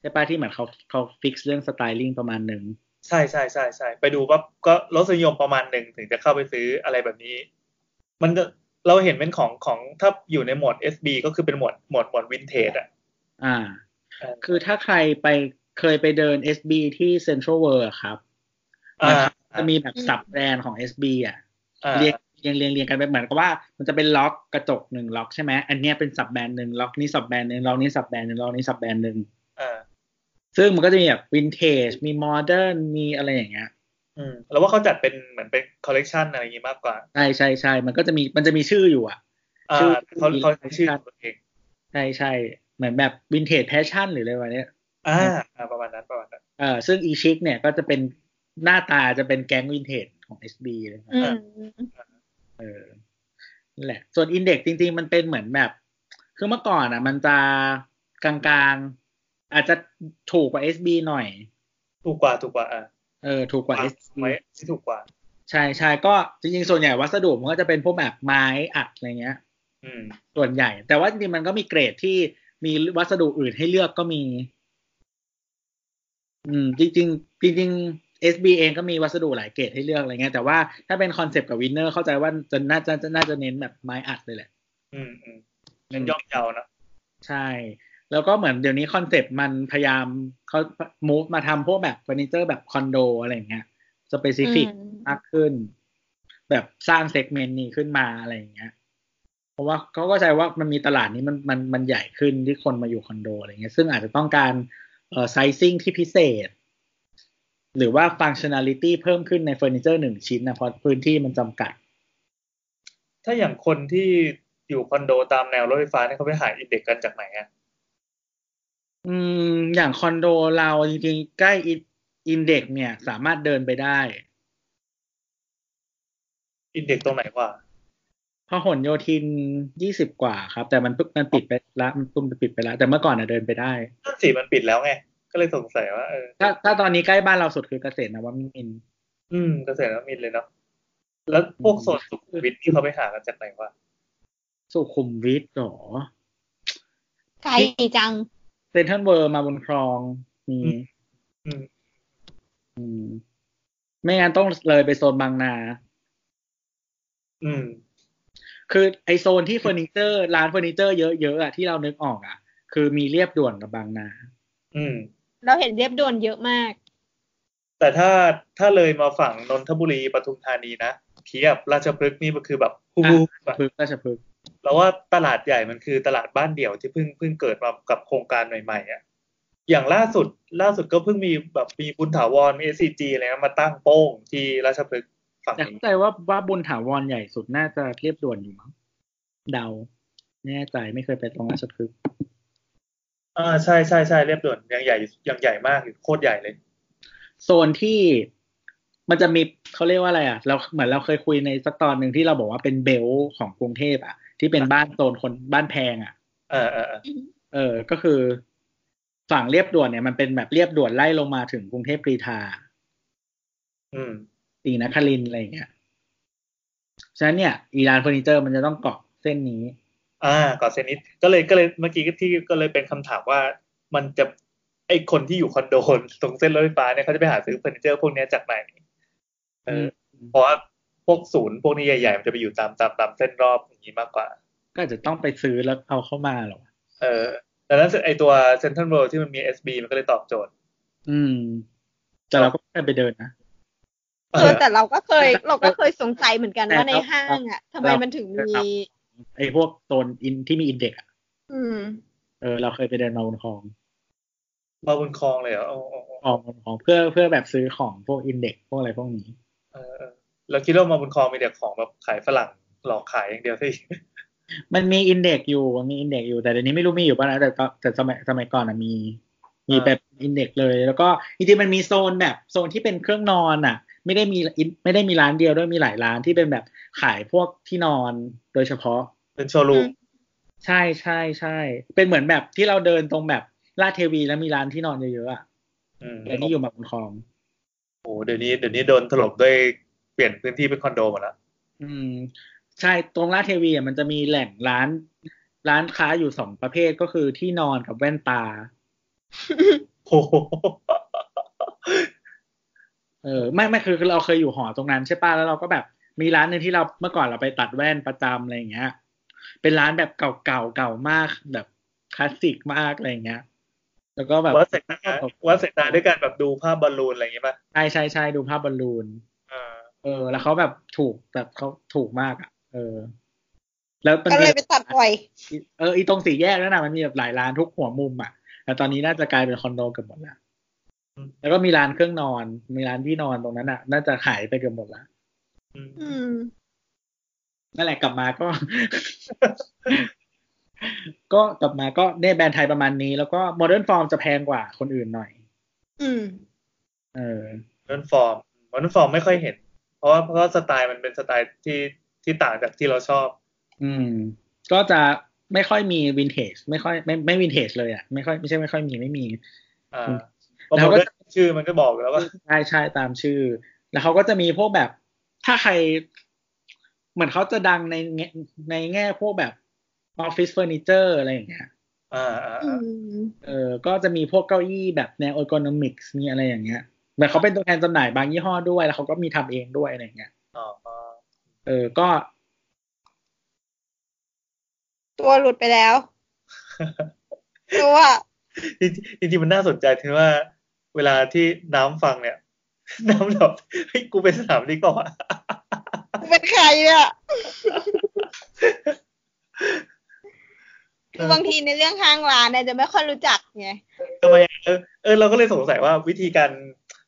S3: ใช่ปะที่เหมือนเขาเขาฟิกเรื่องสไตลิ่งประมาณหนึ่ง
S2: ใช่ใช่ใช่ใช่ไปดูปั๊บก็รสนิยมประมาณหนึ่งถึงจะเข้าไปซื้ออะไรแบบนี้ มันจะเราเห็นเป็นของของถ้าอยู่ในหมวด SB ก็คือเป็นหมวดหมวดหมวดวินเทจอะ
S3: อ่า
S2: เออ
S3: คือถ้าใครไปเคยไปเดิน SB ที่ Central World อะครับ
S2: อ่า
S3: จะมีแบบ
S4: อืม
S3: สับแบรนด์ของ SB อ่ะ
S2: อ่า
S3: เรียงเรียงเรียงเรียงกันไปเหมือนกับว่ามันจะเป็นล็อกกระจกหนึ่งล็อกใช่ไหมอันเนี้ยเป็นสับแบรนด์หนึ่งล็อกนี้สับแบรนด์หนึ่งล็อกนี้สับแบรนด์หนึ่งล็อกนี้สับแบรนด์หนึ่ง
S2: อ่า
S3: ซึ่งมันก็จะมีแบบวินเทจมีโมเดิร์นมีอะไรอย่างเงี้ย
S2: อืมเราว่าเขาจัดเป็นเหมือนเป็นคอลเลกชันอะไรอย่างงี้มากกว่า
S3: ใช่ใช่ใช่มันก็จะมีมันจะมีชื่ออยู่อ่ะ
S2: อ่า
S3: ชื่อ
S2: เขาเขาใช้ชื่อของตัวเอง
S3: ใช่ใช่เหมือนแบบวินเทจแพชชั่นหรืออะไรแบบเนี้ย
S2: อ่าอ่าประมาณนั้นประมาณนั้น
S3: เออซึ่งอีชิกเนี่ยก็จะเป็นหน้าตาจะเป็นแก๊งวินเทจของ SB เลยครับ
S4: อืม
S3: เออนั่นแหละ ส่วนอินเด็กจริง ๆ มันเป็นเหมือนแบบ คือเมื่อก่อนอ่ะ มันจะกลางๆ อาจจะถูกกว่า SB หน่อย
S2: ถูกกว่าถูกกว่าอ่ะ
S3: เออถูกกว่า S
S2: ไว้ที่ถูกกว่า
S3: ใช่ใช่ก็จริงๆ ส่วนใหญ่วัสดุมันก็จะเป็นพวกแบบไม้อัดอะไรเงี้ย
S2: อืม
S3: ส่วนใหญ่ แต่ว่าจริงๆมันก็มีเกรดที่มีวัสดุอื่นให้เลือกก็มี อืม จริง ๆ จริง ๆ SB เองก็มีวัสดุหลายเกรดให้เลือกอะไรเงี้ยแต่ว่าถ้าเป็นคอนเซปต์กับวินเนอร์เข้าใจว่าจะน่าจะน่าจะเน้นแบบไม้อัดเลยแหละ
S2: อืมอืมมันย่อมเยาวนะ
S3: ใช่ แล้วก็เหมือนเดี๋ยวนี้คอนเซปต์มันพยายามเขา move มาทำพวกแบบเฟอร์นิเจอร์แบบคอนโดอะไรอย่างเงี้ยสเปซิฟิก
S4: อืม
S3: มากขึ้น แบบสร้างเซกเมนต์นี้ขึ้นมาอะไรอย่างเงี้ย เพราะว่าเขาก็ใจว่ามันมีตลาดนี้มันมันมันใหญ่ขึ้นที่คนมาอยู่คอนโดอะไรเงี้ย ซึ่งอาจจะต้องการเอ่อไซซิ่งที่พิเศษ หรือว่าฟังชั i น a ลิตี้เพิ่มขึ้นในเฟอร์นิเจอร์หนึ่งชิ้นนะเพราะพื้นที่มันจำกัด
S2: ถ้าอย่างคนที่อยู่คอนโดตามแนวรถไฟฟ้าเนี่ยเขาไปหาอินเด็กซ์กันจากไหนอ่ะ
S3: อืมอย่างคอนโดเราจริงๆ ใกล้อินเด็กเนี่ย สามารถเดินไปได้
S2: อินเด็กซ์ตรงไหนกว่า
S3: พหลโยธินยี่สิบกว่าครับ แต่มันเพิ่งมันปิดไปละมันปุ่มปิดไปละแต่เมื่อก่อนน่ะเดินไปได้
S2: นั่นสีมันปิดแล้วไง ก็เลยสงสัยว่าเออ
S3: ถ้าถ้าตอนนี้ใกล้บ้านเราสุดคือเกษตรนวมินทร์
S2: อืมเกษตรนวมินทร์เลยเนาะแล้วพวกโซนสุขุมวิทที่เขาไปหากันจากไหนวะ
S3: สุขุมวิทหรอ
S4: ไกลจัง
S3: เซนทรัลเวิร์มาบนคลองมี
S2: อืม
S3: อืม ไม่งั้นต้องเลยไปโซนบางนา
S2: อืม
S3: คือไอโซนที่เฟอร์นิเจอร์ร้านเฟอร์นิเจอร์เยอะๆอะที่เรานึกออกอะคือมีเรียบด่วนกับบางนา
S2: อืม
S4: เราเห็นเรียบด่วนเยอะมาก
S2: แต่ถ้าถ้าเลยมาฝั่งนนทบุรีปทุมธานีนะเทียบราชพฤกษ์นี่มันคือแบบฮู้ฮู้แบบ
S3: พึกษ์ราชพฤกษ์
S2: เราว่าตลาดใหญ่มันคือตลาดบ้านเดี่ยวที่เพิ่งเพิ่งเกิดมากับโครงการใหม่ๆอ่ะอย่างล่าสุดล่าสุดก็เพิ่งมีแบบมีบุญถาวร SCG อะไรนะมาตั้งโป้งที่ราชพฤกษ์ฝั่ง
S3: แต่
S2: นี้
S3: เข้าใจว่าว่าบุญถาวรใหญ่สุดน่าจะเรียบด่วนอยู่มั้งเดาไม่แน่ใจไม่เคยไปตรงราชพฤกษ์
S2: อ่าใช่ใช่ใช่เรียบด่วนยังใหญ่ยังใหญ่มากอยู่โคตรใหญ่เลย
S3: โซนที่มันจะมีเขาเรียกว่าอะไรอะเราเหมือนเราเคยคุยในสักตอนหนึ่งที่เราบอกว่าเป็นเบลต์ของกรุงเทพอะที่เป็นบ้านโซนคนบ้านแพงอะ
S2: เออเออเออ
S3: เออ ก็คือฝั่งเรียบด่วนเนี่ยมันเป็นแบบเรียบด่วนไล่ลงมาถึงกรุงเทพกรีฑา
S2: อืม
S3: ตีนครินทร์อะไรอย่างเงี้ย ฉะนั้นเนี่ย อีรานเฟอร์นิเจอร์มันจะต้องเกาะเส้นนี้
S2: อ่าก่อนเซนิดก็เลยก็เลยเมื่อกี้ที่ก็เลยเป็นคำถามว่ามันจะไอคนที่อยู่คอนโด ตรงเส้นรถไฟฟ้าเนี่ยเขาจะไปหาซื้อเฟอร์นิเจอร์พวกเนี้ยจากไหนเอออ
S3: ม
S2: เพราะว่าพวกศูนย์พวกนี้ใหญ่ๆมันจะไปอยู่ตามตามตามเส้นรอบอย่างนี้มากกว่า
S3: ก็อาจจะต้องไปซื้อแล้วเอาเข้ามาเหรอ
S2: เออดังนั้นไอตัวเซ็นทรัลเวิลด์ที่มันมี SB มันก็เลยตอบโจทย์
S3: อืม แต่เราก็ไม่เคยไปเดินนะ
S2: เอ
S4: เออ
S2: อ
S4: แต่เราก็เคยเราก็เคยสงสัยเหมือนกัน
S3: แต่
S4: ว่าใน
S3: เรา
S4: ห้างอ่ะทำไมมันถึง
S3: เรา
S4: มี
S3: เคย ไอ้พวกโซนอินที่มีอินเด็กซ์อะ
S4: อืม
S3: เออเราเคยไปเดินมาบนคลอง
S2: มาบนคลองเลยเหรออ๋ออ๋ออ๋อ
S3: คลองบนคลองเพื่อเพื่อแบบซื้อของพวกอินเด็กซ์พวกอะไรพวกนี้
S2: เออเออเราคิดว่ามาบนคลองมีแต่ของแบบขายฝรั่งหลอกขายอย่างเดียวที่
S3: มันมีอินเด็กซ์อยู่มันมีอินเด็กซ์อยู่แต่เดี๋ยวนี้ไม่รู้มีอยู่ป่ะนะแต่ก็แต่สมัยสมัยก่อนอะมี มี
S2: อ่า
S3: แบบอินเด็กซ์เลย แล้วก็จริงๆมันมีโซนแบบโซนที่เป็นเครื่องนอนอะไม่ได้มีไม่ได้มีร้านเดียวด้วยมีหลายร้านที่เป็นแบบขายพวกที่นอนโดยเฉพาะ
S2: เป็นโชว์รูม
S3: ใช่ใช่ใช่เป็นเหมือนแบบที่เราเดินตรงแบบลาดเทวีแล้วมีร้านที่นอนเยอะๆอะ
S2: อืม
S3: เดี๋ยวนี้อยู่มาบนคลอง
S2: โอ้เดี๋ยวนี้เดี๋ยวนี้โดนถล่มด้วยเปลี่ยนพื้นที่เป็นคอนโดหมดแล้ว
S3: อืม ใช่ตรงลาดเทวีอะมันจะมีแหล่งร้าน ร้านค้าอยู่สองประเภทก็คือที่นอนกับแว่นตา
S2: โอ้โห
S3: เออไม่ไม่คือคือเราเคยอยู่หอตรงนั้นใช่ป่ะแล้วเราก็แบบมีร้านหนึ่งที่เราเมื่อก่อนเราไปตัดแว่นประจำอะไรอย่างเงี้ย เป็นร้านแบบเก่าเก่าเก่ามากแบบคลาสสิกมากอะไรอย่างเงี้ย แล้วก็แบบ
S2: วัดเสร็จนะวัดเสร็จนะด้วยการแบบดูภาพบอลลูนอะไรอย่างงี้ป่ะ
S3: ใช่ใช่ใช่ดูภาพบอลลูน
S2: อ่า
S3: เออ แล้วเขาแบบถูกแบบเขาถูกมากอ่ะ เออ แล้วมัน
S4: ก็
S3: มี
S4: เลยไปตัดบ่อย
S3: เอออีตรงสี่แยกนั่นน่ะมันมีแบบหลายร้านทุกหัวมุมอ่ะแต่ตอนนี้น่าจะกลายเป็นคอนโดเกือบหมดละแล้วก็มีร้านเครื่องนอน มีร้านที่นอนตรงนั้นอ่ะ น่าจะขายไปเกือบหมดละ
S2: อืม
S4: อืม
S3: นั่นแหละกลับมาก็ ก็กลับมาก็เนี่ยแบรนด์ไทยประมาณนี้ แล้วก็โมเดิร์นฟอร์มจะแพงกว่าคนอื่นหน่อย
S4: อืม
S3: เออ
S2: วันฟอร์มวันฟอร์มไม่ค่อยเห็น เพราะว่าเพราะว่าสไตล์มันเป็นสไตล์ที่ที่ต่างจากที่เราชอบ
S3: อืม ก็จะไม่ค่อยมีวินเทจไม่ค่อยไม่ไม่วินเทจเลยอ่ะไม่ค่อยไม่ใช่ไม่ค่อยมีไม่มี
S2: อ่า
S3: อืม
S2: เพราะ
S3: แล้วก็
S2: มันก็ชื่อมันก็บอกอยู่แล้วว่า
S3: ใช่ใช่ตามชื่อ แล้วเขาก็จะมีพวกแบบ ถ้าใคร เหมือนเขาจะดังในแง่ในแง่พวกแบบออฟฟิศเฟอร์นิเจอร์อะไรอย่างเงี้ย
S2: อ่าอ่า
S4: อื
S2: อ่าม
S3: เออก็จะมีพวกเก้าอี้แบบแนว e r g o n o m i c s มีอะไรอย่างเงี้ยแต่เขาเป็นตัวแทนจำหน่ายบางยี่ห้อด้วย แล้วเขาก็มีทำเองด้วยอะไรอย่างเงี้ย
S2: อ๋ออ๋อ
S3: เออ ก็
S4: ตัวหลุดไปแล้ว ตัว
S2: จริงจริงจริงมันน่าสนใจที่ว่า เวลาที่น้ำฟังเนี่ย น้ำแบบเฮ้ยกูเป็นสนามนี้ก่อน
S4: เป็นใครเนี่ย คือบางทีในเรื่องห้างร้านเนี่ยจะไม่ค่อยรู้จักไง
S2: ทำไมอ่ะเออเออเราก็เลยสงสัยว่าวิธีการ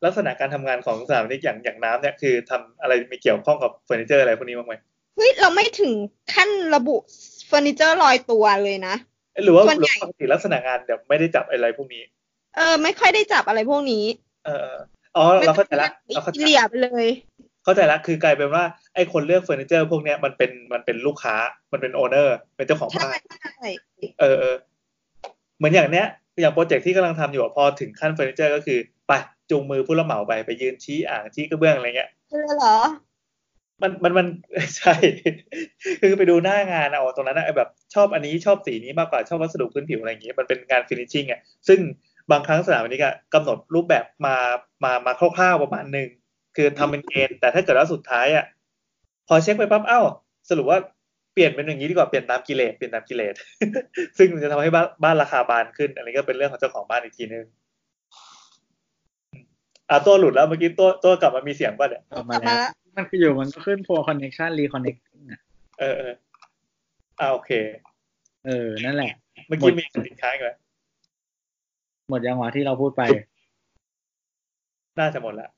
S2: ลักษณะการทำงานของสนามนี้อย่างอย่างน้ำเนี่ยคือทำอะไรมีเกี่ยวข้องกับเฟอร์นิเจอร์อะไรพวกนี้บ้างไหม
S4: เฮ้ย เราไม่ถึงขั้นระบุเฟอร์นิเจอร์ลอยตัวเลยนะ
S2: หรือว่าห
S4: ส่วน
S2: รือ
S4: ใหญ่
S2: ว่าปกติลักษณะงานแบบไม่ได้จับอะไรพวกนี้
S4: เออ ไม่ค่อยได้จับอะไรพวกนี้
S2: เออเอออ๋อเราเข้าใจละ
S4: ไม่
S2: เราเข้าใจ
S4: เหลี่ย
S2: ละ
S4: ไปเลย
S2: เข้าใจละคือกลายเป็นว่าไอ้คนเลือกเฟอร์นิเจอร์พวกเนี้ยมันเป็นมันเป็นลูกค้ามันเป็นโอเนอร์ เป็นเจ้าของ
S4: ใช่
S2: บ้าน
S4: ใช่
S2: เออเออเหมือนอย่างเนี้ยอย่างโปรเจกต์ที่กำลังทำอยู่อะพอถึงขั้นเฟอร์นิเจอร์ก็คือไปจูงมือผู้รับเหมาไปไปยืนชี้อ่างชี้กระเบื้องอะไรเงี้ย
S4: เออเหรอ
S2: มันมัน มัน ใช่ คือไปดูหน้างานเอาตรงนั้นนะแบบชอบอันนี้ชอบสีนี้มากกว่าชอบวัสดุพื้นผิวอะไรอย่างเงี้ยมันเป็นงานฟินิชชิ่งอ่ะซึ่ง บางครั้งสถาปนิกอะกำหนดรูปแบบมามามาคร่าวๆประมาณหนึ่งคือทำเป็นเกณฑ์แต่ถ้าเกิดว่าสุดท้ายอะพอเช็คไปปั๊บเอ้า สรุปว่าเปลี่ยนเป็นอย่างนี้ดีกว่าเปลี่ยนตามกิเลสเปลี่ยนตามกิเลส ซึ่งมันจะทำให้บ้านบ้านราคาบานขึ้น อันนี้ก็เป็นเรื่องของเจ้าของบ้านอีกทีนึงอ่ะตัวหลุดแล้วเมื่อกี้ตัวตัวกลับมามีเสียงป่ะเนี่ย
S3: ออกมาแล้วมันคืออยู่มันก็ขึ้นพัวคอนเนคชันรีคอนเนคอ่ะ
S2: เออเอออ่าโอเค
S3: เออ นั่นแหละ
S2: เมื่อกี้มีสินค้าอีกไหม
S3: หมดยังหวะที่เราพูดไป
S2: น่าจะหมดละ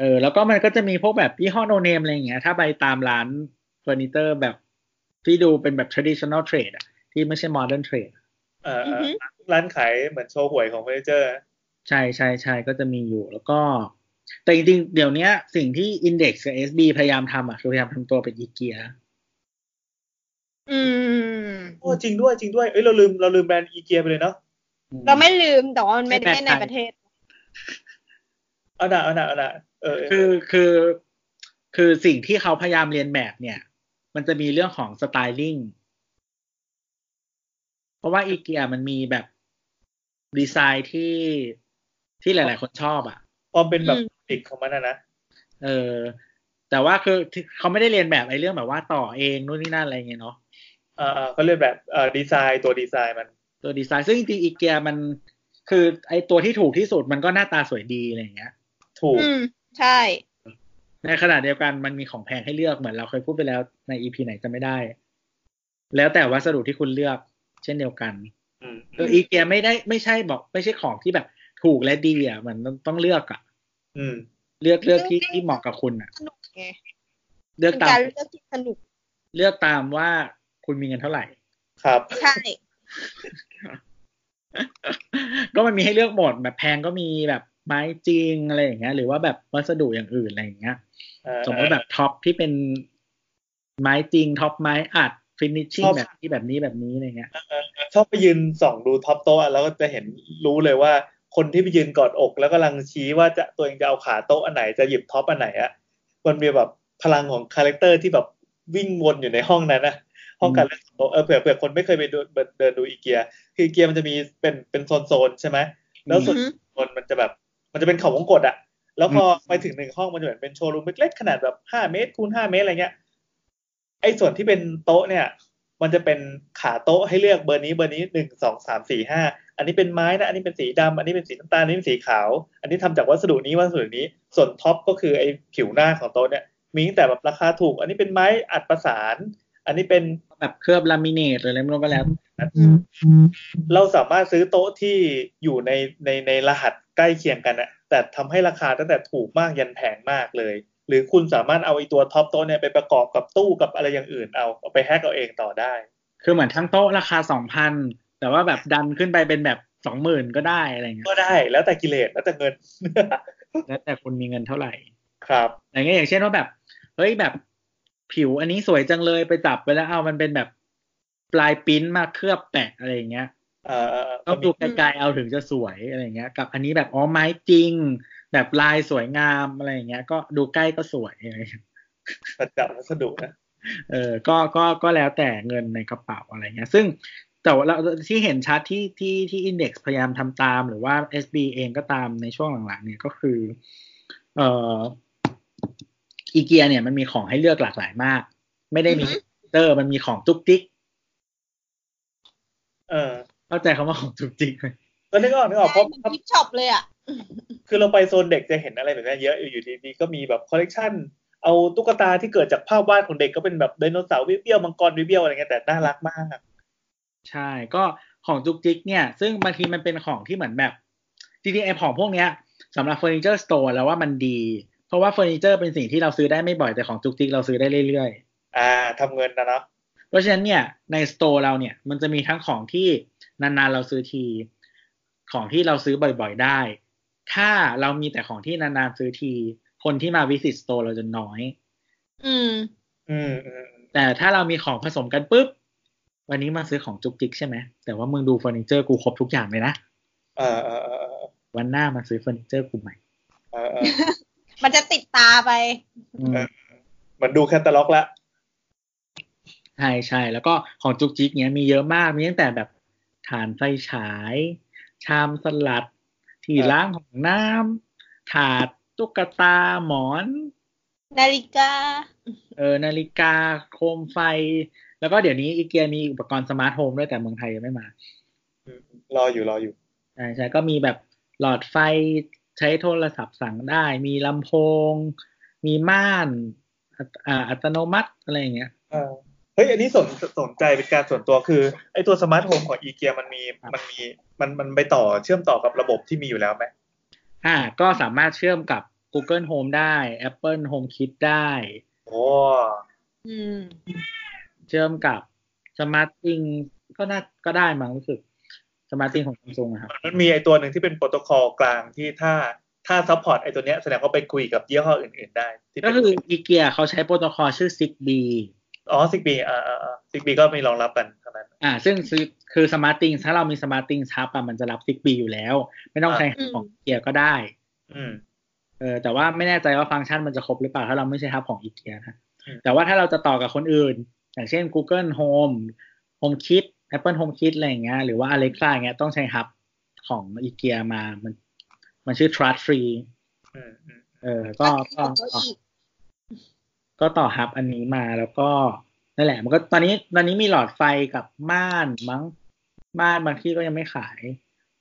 S3: เออ แล้วก็มันก็จะมีพวกแบบยี่ห้อโนเนมอะไรอย่างเงี้ย ถ้าไปตามร้านเฟอร์นิเจอร์แบบที่ดูเป็นแบบ traditional trade อะที่ไม่ใช่ modern trade
S2: เอ่ออ
S4: อฮึ
S2: ร้านขายเหมือนโชว์หวยของเฟอร์นิเจอร์
S3: ใช่ใช่ใช่ก็จะมีอยู่ แล้วก็ แต่จริงๆ เดี๋ยวเนี้ย สิ่งที่ Index กับ SB พยายามทำอ่ะ คือพยายามทำตัวเป็นอีเกีย
S4: อืม
S2: โอ้จริงด้วยจริงด้วย เอ้ยเราลืมเราลืมแบรนด์อีเกียไปเลยเนาะ
S4: เราไม่ลืมแต่ว่ามันไม่ได้ในประเทศ
S2: เอาหนะเอาหนะเอาหนะเออ
S3: คือคือคือสิ่งที่เขาพยายามเรียนแบบเนี่ย มันจะมีเรื่องของสไตลิ่งเพราะว่าอีเกียมันมีแบบดีไซน์ที่ที่หลาย ๆ คนชอบอ่ะ
S2: ความเป็นแบบ
S4: อืม
S2: ติกของมันนะนะ
S3: เออ แต่ว่าคือที่เขาไม่ได้เรียนแบบไอ้เรื่องแบบว่าต่อเองนู่นนี่นั่นอะไรเงี้ยเนาะ
S2: อ่าอ่าเขาเรียกแบบเอ่อดีไซน์ตัวดีไซน์มัน
S3: ตัวดีไซน์ซึ่งจริงๆอีเกียมันคือไอ้ตัวที่ถูกที่สุดมันก็หน้าตาสวยดีอะไรเงี้ย
S2: ถูก
S4: อืม ใช่
S3: ในขณะเดียวกันมันมีของแพงให้เลือกเหมือนเราเคยพูดไปแล้วในอีพีไหนจะไม่ได้ แล้วแต่วัสดุที่คุณเลือก เช่นเดียวกัน
S2: อืม
S3: คืออีเกียไม่ได้ไม่ใช่บอก ไม่ใช่ของที่แบบถูกและดีอ่ะมันต้องต้องเลือกอ่ะ
S2: อืม
S3: เลือกเลือกที่
S4: เลือก
S3: ที่เหมาะกับคุณอ่ะ
S4: สนุกไง
S3: เลือ
S4: เป็น
S3: กตาม
S4: การเลือกที่สนุก
S3: เลือกตามว่าคุณมีเงินเท่าไหร่
S2: ครับ
S4: ใช่
S3: ก็มันมีให้เลือกหมดแบบแพงก็มีแบบไม้จริงอะไรอย่างเงี้ย หรือว่าแบบวัสดุอย่างอื่นอะไรอย่างเงี้ย
S2: เอ่อ
S3: สมมติแบบท็อปที่เป็นไม้จริงท็อปไม้อัดฟินิชชิ่งแบบนี้แบบนี้แบบนี้อะไรเงี้ย
S2: ชอบไปยืนส่องดูท็อปโต๊ะแล้วก็จะเห็นรู้เลยว่า คนที่ไปยืนกอดอก แล้วกำลังชี้ว่าจะตัวเองจะเอาขาโต๊ะอันไหนจะหยิบท็อปอันไหนอะมันมีแบบพลังของคาแรคเตอร์ที่แบบวิ่งวนอยู่ในห้องนั้นนะห้องการเลือกโต๊ะเออเผื่อเผื่อคนไม่เคยไปเดินเดินดูอีเกียคืออีเกียมันจะมีเป็นเป็นโซนโซนๆใช่ไหมแล้วส่
S3: อืม
S2: วน คนมันจะแบบมันจะเป็นเขาวงกตอะแล้วพอไปถึงหนึ่งห้องมันจะเหมือนเป็นโชว์รูมเล็กๆขนาดแบบห้าเมตรคูณห้าเมตรอะไรเงี้ยไอ้ส่วนที่เป็นโต๊ะเนี่ย มันจะเป็นขาโต๊ะให้เลือกเบอร์นี้เบอร์นี้หนึ่งสองสามสี่ห้าอันนี้เป็นไม้นะอันนี้เป็นสีดำอันนี้เป็นสีน้ำตาลอันนี้เป็นสีขาว อันนี้ทำจากวัสดุนี้วัสดุนี้ ส่วนท็อปก็คือไอ้ผิวหน้าของโต๊ะเนี่ยมีตั้งแต่แบบราคาถูก อันนี้เป็นไม้อัดประสาน อันนี้เป็น
S3: แบบเคลือบลามิเนตหรืออะไรไม่รู้ก็แล้ว
S4: อืม
S2: เราสามารถซื้อโต๊ะที่อยู่ในในในรหัสใกล้เคียงกันอะแต่ทำให้ราคาตั้งแต่ถูกมากยันแพงมากเลย หรือคุณสามารถเอาไอตัวท็อปโต๊ะเนี่ยไปประกอบกับตู้กับอะไรอย่างอื่นเอาเอาไปแฮกเอาเองต่อได้
S3: คือเหมือนทั้งโต๊ะราคาสองพันแต่ว่าแบบดันขึ้นไปเป็นแบบสองหมื่นก็ได้อะไรเงี้ย
S2: ก็ได้แล้วแต่กิเลสแล้วแต่เงิน
S3: แล้วแต่คุณมีเงินเท่าไหร่
S2: ครับ
S3: อะไรเงี้ยอย่างเช่นว่าแบบเฮ้ยแบบผิวอันนี้สวยจังเลยไปจับไปแล้วเอามันเป็นแบบปลายปริ้นมาเคลือบแปะอะไรอย่างเงี้ย
S2: เอ่อ
S3: ต้องดูไกลๆเอาถึงจะสวยอะไรอย่างเงี้ย กับอันนี้แบบอ๋อไม้จริง แบบลายสวยงามอะไรอย่างเงี้ย ก็ดูใกล้ก็สวยอะไรอย่างเงี้ย
S2: สัจจะวัสดุนะ
S3: เออก็ก็ก็แล้วแต่เงินในกระเป๋าอะไรเงี้ย ซึ่งแต่ว่าเราที่เห็นชัดที่ที่ที่อินเด็กซ์พยายามทำตามหรือว่า SB เองก็ตามในช่วงหลังๆ เนี่ยก็คือ เอ่ออีเกีย เนี่ยมันมีของให้เลือกหลากหลายมาก ไม่ได้มีเตอร์มันมีของจุกจิก
S2: เออ
S3: เข้าใจคำว่าของจุกจิกไหม
S2: ก็นึกออกนึกออกเพ
S4: ใช่
S2: ราะ
S4: เหมือนกิฟช็อปเลยอ่ะ
S2: คือเราไปโซนเด็กจะเห็นอะไรแบบนี้เยอะอยู่ดีๆก็มีแบบคอลเลกชันเอาตุ๊กตาที่เกิดจากภาพวาดของเด็กก็เป็นแบบไดโนเสาร์วิเบี้ยวๆมังกรวิเบี้ยวๆอะไรเงี้ยแต่น่ารักมาก
S3: ใช่ก็ของจุกจิกเนี่ย ซึ่งบางทีมันเป็นของที่เหมือนแบบจริงๆไอ้ของพวกเนี้ยสำหรับเฟอร์นิเจอร์สโตร์แล้วว่ามันดี เพราะว่าเฟอร์นิเจอร์เป็นสิ่งที่เราซื้อได้ไม่บ่อยแต่ของจุกจิกเราซื้อได้เรื่อย
S2: อ่าทำเงินนะเนาะ
S3: ๆ เพราะฉะนั้นเนี่ยในสโตร์เราเนี่ยมันจะมีทั้งของที่นานๆเราซื้อที ของที่เราซื้อบ่อยๆได้ ถ้าเรามีแต่ของที่นานๆซื้อที คนที่มาวิสิตสโตร์เราจะน้อย
S4: อืม
S2: อืมอืม
S3: แต่ถ้าเรามีของผสมกันปุ๊บวันนี้มาซื้อของจุกจิกใช่ไหมแต่ว่ามึงดูเฟอร์นิเจอร์กูครบทุกอย่างเลยนะ
S2: เออเออเออ
S3: วันหน้ามาซื้อเฟอร์นิเจอร์กลุ่มใหม่
S2: เออเออ
S4: มันจะติดตาไป
S3: อืม
S2: เหมือนดูแคตตาล็อกละ
S3: ใช่ใช่แล้วก็ของจุกจิกเนี้ยมีเยอะมาก มีตั้งแต่แบบฐานไฟฉาย ชามสลัด ที่ล้างของน้ำถาดตุ๊กตาหมอน
S4: นาฬิกา
S3: เออนาฬิกาโคมไฟ แล้วก็เดี๋ยวนี้อีเกียมีอุปกรณ์สมาร์ทโฮมด้วยแต่เมืองไทยยังไม่มา
S2: รออยู่รออยู่
S3: ใช่ใช่ก็มีแบบหลอดไฟใช้โทรศัพท์สั่งได้ มีลำโพง มีม่านอัตอ่าอัตโนมัติอะไรอย่างเงี้ย
S2: เออเฮ้ย อันนี้สนสนใจเป็นการส่วนตัวคือ ไอตัวสมาร์ทโฮมของอีเกียมันมี
S3: ครับ
S2: มันมีมันมันไปต่อเชื่อมต่อกับระบบที่มีอยู่แล้วไหม
S3: อ่าก็สามารถเชื่อมกับ Google Home ได้ Apple HomeKit ได้
S2: โอ้
S4: อืม
S3: เชื่อมกับ SmartThings ก็น่าก็ได้มั้งรู้สึก SmartThings ของ Samsung อะครับ
S2: มันมีไอตัวหนึ่งที่เป็นโปรโตคอลกลางที่ถ้าถ้าซัพพอร์ตไอตัวเนี้ยแสดงว่าไปคุยกับยี่ห้ออื่น ๆ ได้ที่เป็
S3: ก็
S2: น
S3: คืออีเกียเขาใช้โปรโตคอลชื่อ Zigbee
S2: อ๋อซิกบีอ่าอ่าอ่าซิกบีก็มีรองรับกันเท่านั้น
S3: อ่า ซึ่งคือคือ SmartThings ถ้าเรามี SmartThings ทับอ่ะมันจะรับ Zigbee อยู่แล้ว ไม่ต้องใช้ของอีเกียก็ได้
S2: อืม
S3: เออแต่ว่าไม่แน่ใจว่าฟังก์ชันมันจะครบหรือเปล่า ถ้าเราไม่ใช่ทับของอีเกียนะ
S2: อืม
S3: แต่ว่าถ้าเราจะต่อกับคนอื่น อย่างเช่น Google Home HomeKit Apple HomeKit อะไรอย่างเงี้ยหรือว่า Alexa อย่างเงี้ยต้องใช้ฮับของอีเกียมามันมันชื่อ Trust Free
S2: อืมอืม
S3: เออก็ก็
S4: ก็
S3: ก็
S4: อีก
S3: ก็ต่อฮับอันนี้มาแล้วก็นั่นแหละ มันก็ตอนนี้ตอนนี้มีหลอดไฟกับม่านมั้งม่านบางที่ก็ยังไม่ขาย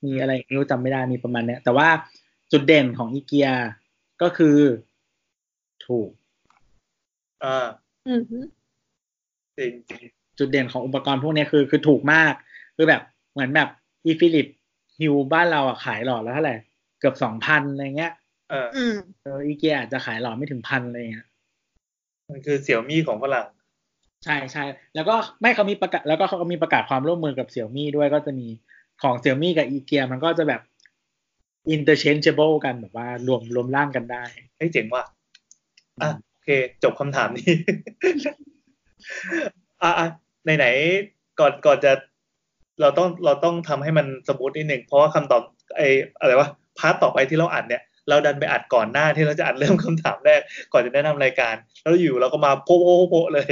S3: มีอะไรไม่รู้จำไม่ได้มีประมาณเนี้ย แต่ว่าจุดเด่นของอีเกียก็คือถูก
S2: อ่า
S4: อืม
S2: จริง
S3: จุดเด่นของอุปกรณ์พวกเนี้ยคือคือถูกมาก คือแบบเหมือนแบบอีฟิลิปฮิวบ้านเราอะขายหลอดแล้วเท่าไหร่เกือบสองพันอะไรเงี้ย
S2: เออ
S4: อืม
S3: เอออีเกียอาจจะขายหลอดไม่ถึงพันอะไรเงี้ย
S2: มันคือเสี่ยวมี่ของฝรั่ง
S3: ใช่ใช่แล้วก็ไม่เขามีประกาศแล้วก็เขาก็มีประกาศความร่วมมือกับเสี่ยมี่ด้วยก็จะมีของเสี่ยมี่กับอีเกียมันก็จะแบบ interchangeable กันแบบว่ารวมรวมร่างกันได้
S2: เฮ้ยเจ๋งว่ะ อ่ะโอเค จบคำถามนี้ อ่ะอ่ะไหนๆก่อนก่อนจะ เราต้องเราต้องทำให้มันสมูทนิดหนึ่งเพราะว่าคำตอบไออะไรวะพาร์ทต่อไปที่เราอัดเนี่ย เราดันไปอัดก่อนหน้าที่เราจะอัดเริ่มคำถามแรก ก่อนจะแนะนำรายการ แล้วอยู่เราก็มาโพะโพะโพะโพะเลย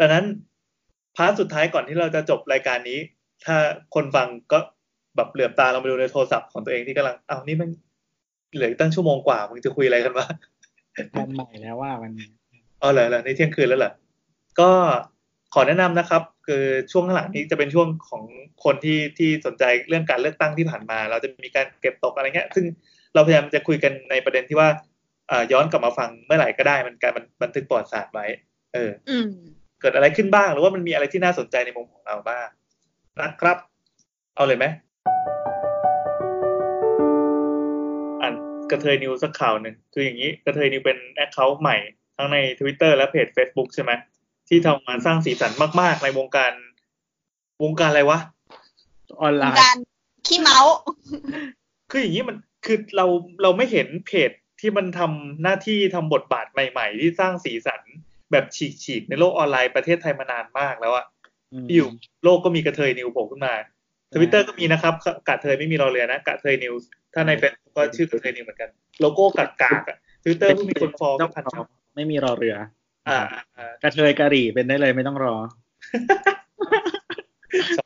S2: ดังนั้นพาร์ทสุดท้ายก่อนที่เราจะจบรายการนี้ ถ้าคนฟังก็แบบเหลือบตาเราไปดูในโทรศัพท์ของตัวเองที่กำลังอ้าวนี่มันเหลืออีกตั้งชั่วโมงกว่ามึงจะคุยอะไรกันวะ
S3: มันใหม่แล้วว่าวันนี้
S2: อ๋อเหรอเหรอในเที่ยงคืนแล้วเหรอ ก็ขอแนะนำนะครับ คือช่วงข้างหลังนี้จะเป็นช่วงของคนที่ที่สนใจเรื่องการเลือกตั้งที่ผ่านมา เราจะมีการเก็บตกอะไรเงี้ย ซึ่งเราพยายามจะคุยกันในประเด็นที่ว่าเอ่อย้อนกลับมาฟังเมื่อไหร่ก็ได้มันการบันทึกประวัติศาสตร์ไว้ เออ
S4: อืม
S2: เกิดอะไรขึ้นบ้าง หรือว่ามันมีอะไรที่น่าสนใจในมุมของเราบ้างนะครับ เอาเลยไหมอ่านกระเทยนิวสักข่าวหนึ่งคืออย่างนี้กระเทยนิวเป็นแอคเคาท์ใหม่ทั้งใน Twitter และเพจ Facebook ใช่ไหมที่ทำงานสร้างสีสันมากๆ ในวงการ วงการอะไรวะ
S3: ออนไลน์
S4: การขี้เมาส์
S2: คืออย่างนี้มันคือเราเราไม่เห็นเพจที่มันทำหน้าที่ทำบทบาทใหม่ ๆ ที่สร้างสีสันแบบฉีกๆในโลกออนไลน์ประเทศไทยมานานมากแล้วอะ ที่อยู่โลกก็มีกระเทยนิวโผล่ขึ้นมาทวิตเตอร์ก็มีนะครับกะกระเทยไม่มีเราเรือนะกระเทยนิวส์ถ้าในเฟซก็ชื่อกระเทยนิวเหมือนกัน โลโก้กากากทวิตเตอร์ก็มีคนฟอล
S3: เจ้า
S2: พัน
S3: ของไม่มีรอเรือ
S2: อ่าอ่าอ่าก
S3: ระเทยกะหรี่เป็นได้เลยไม่ต้อง รอ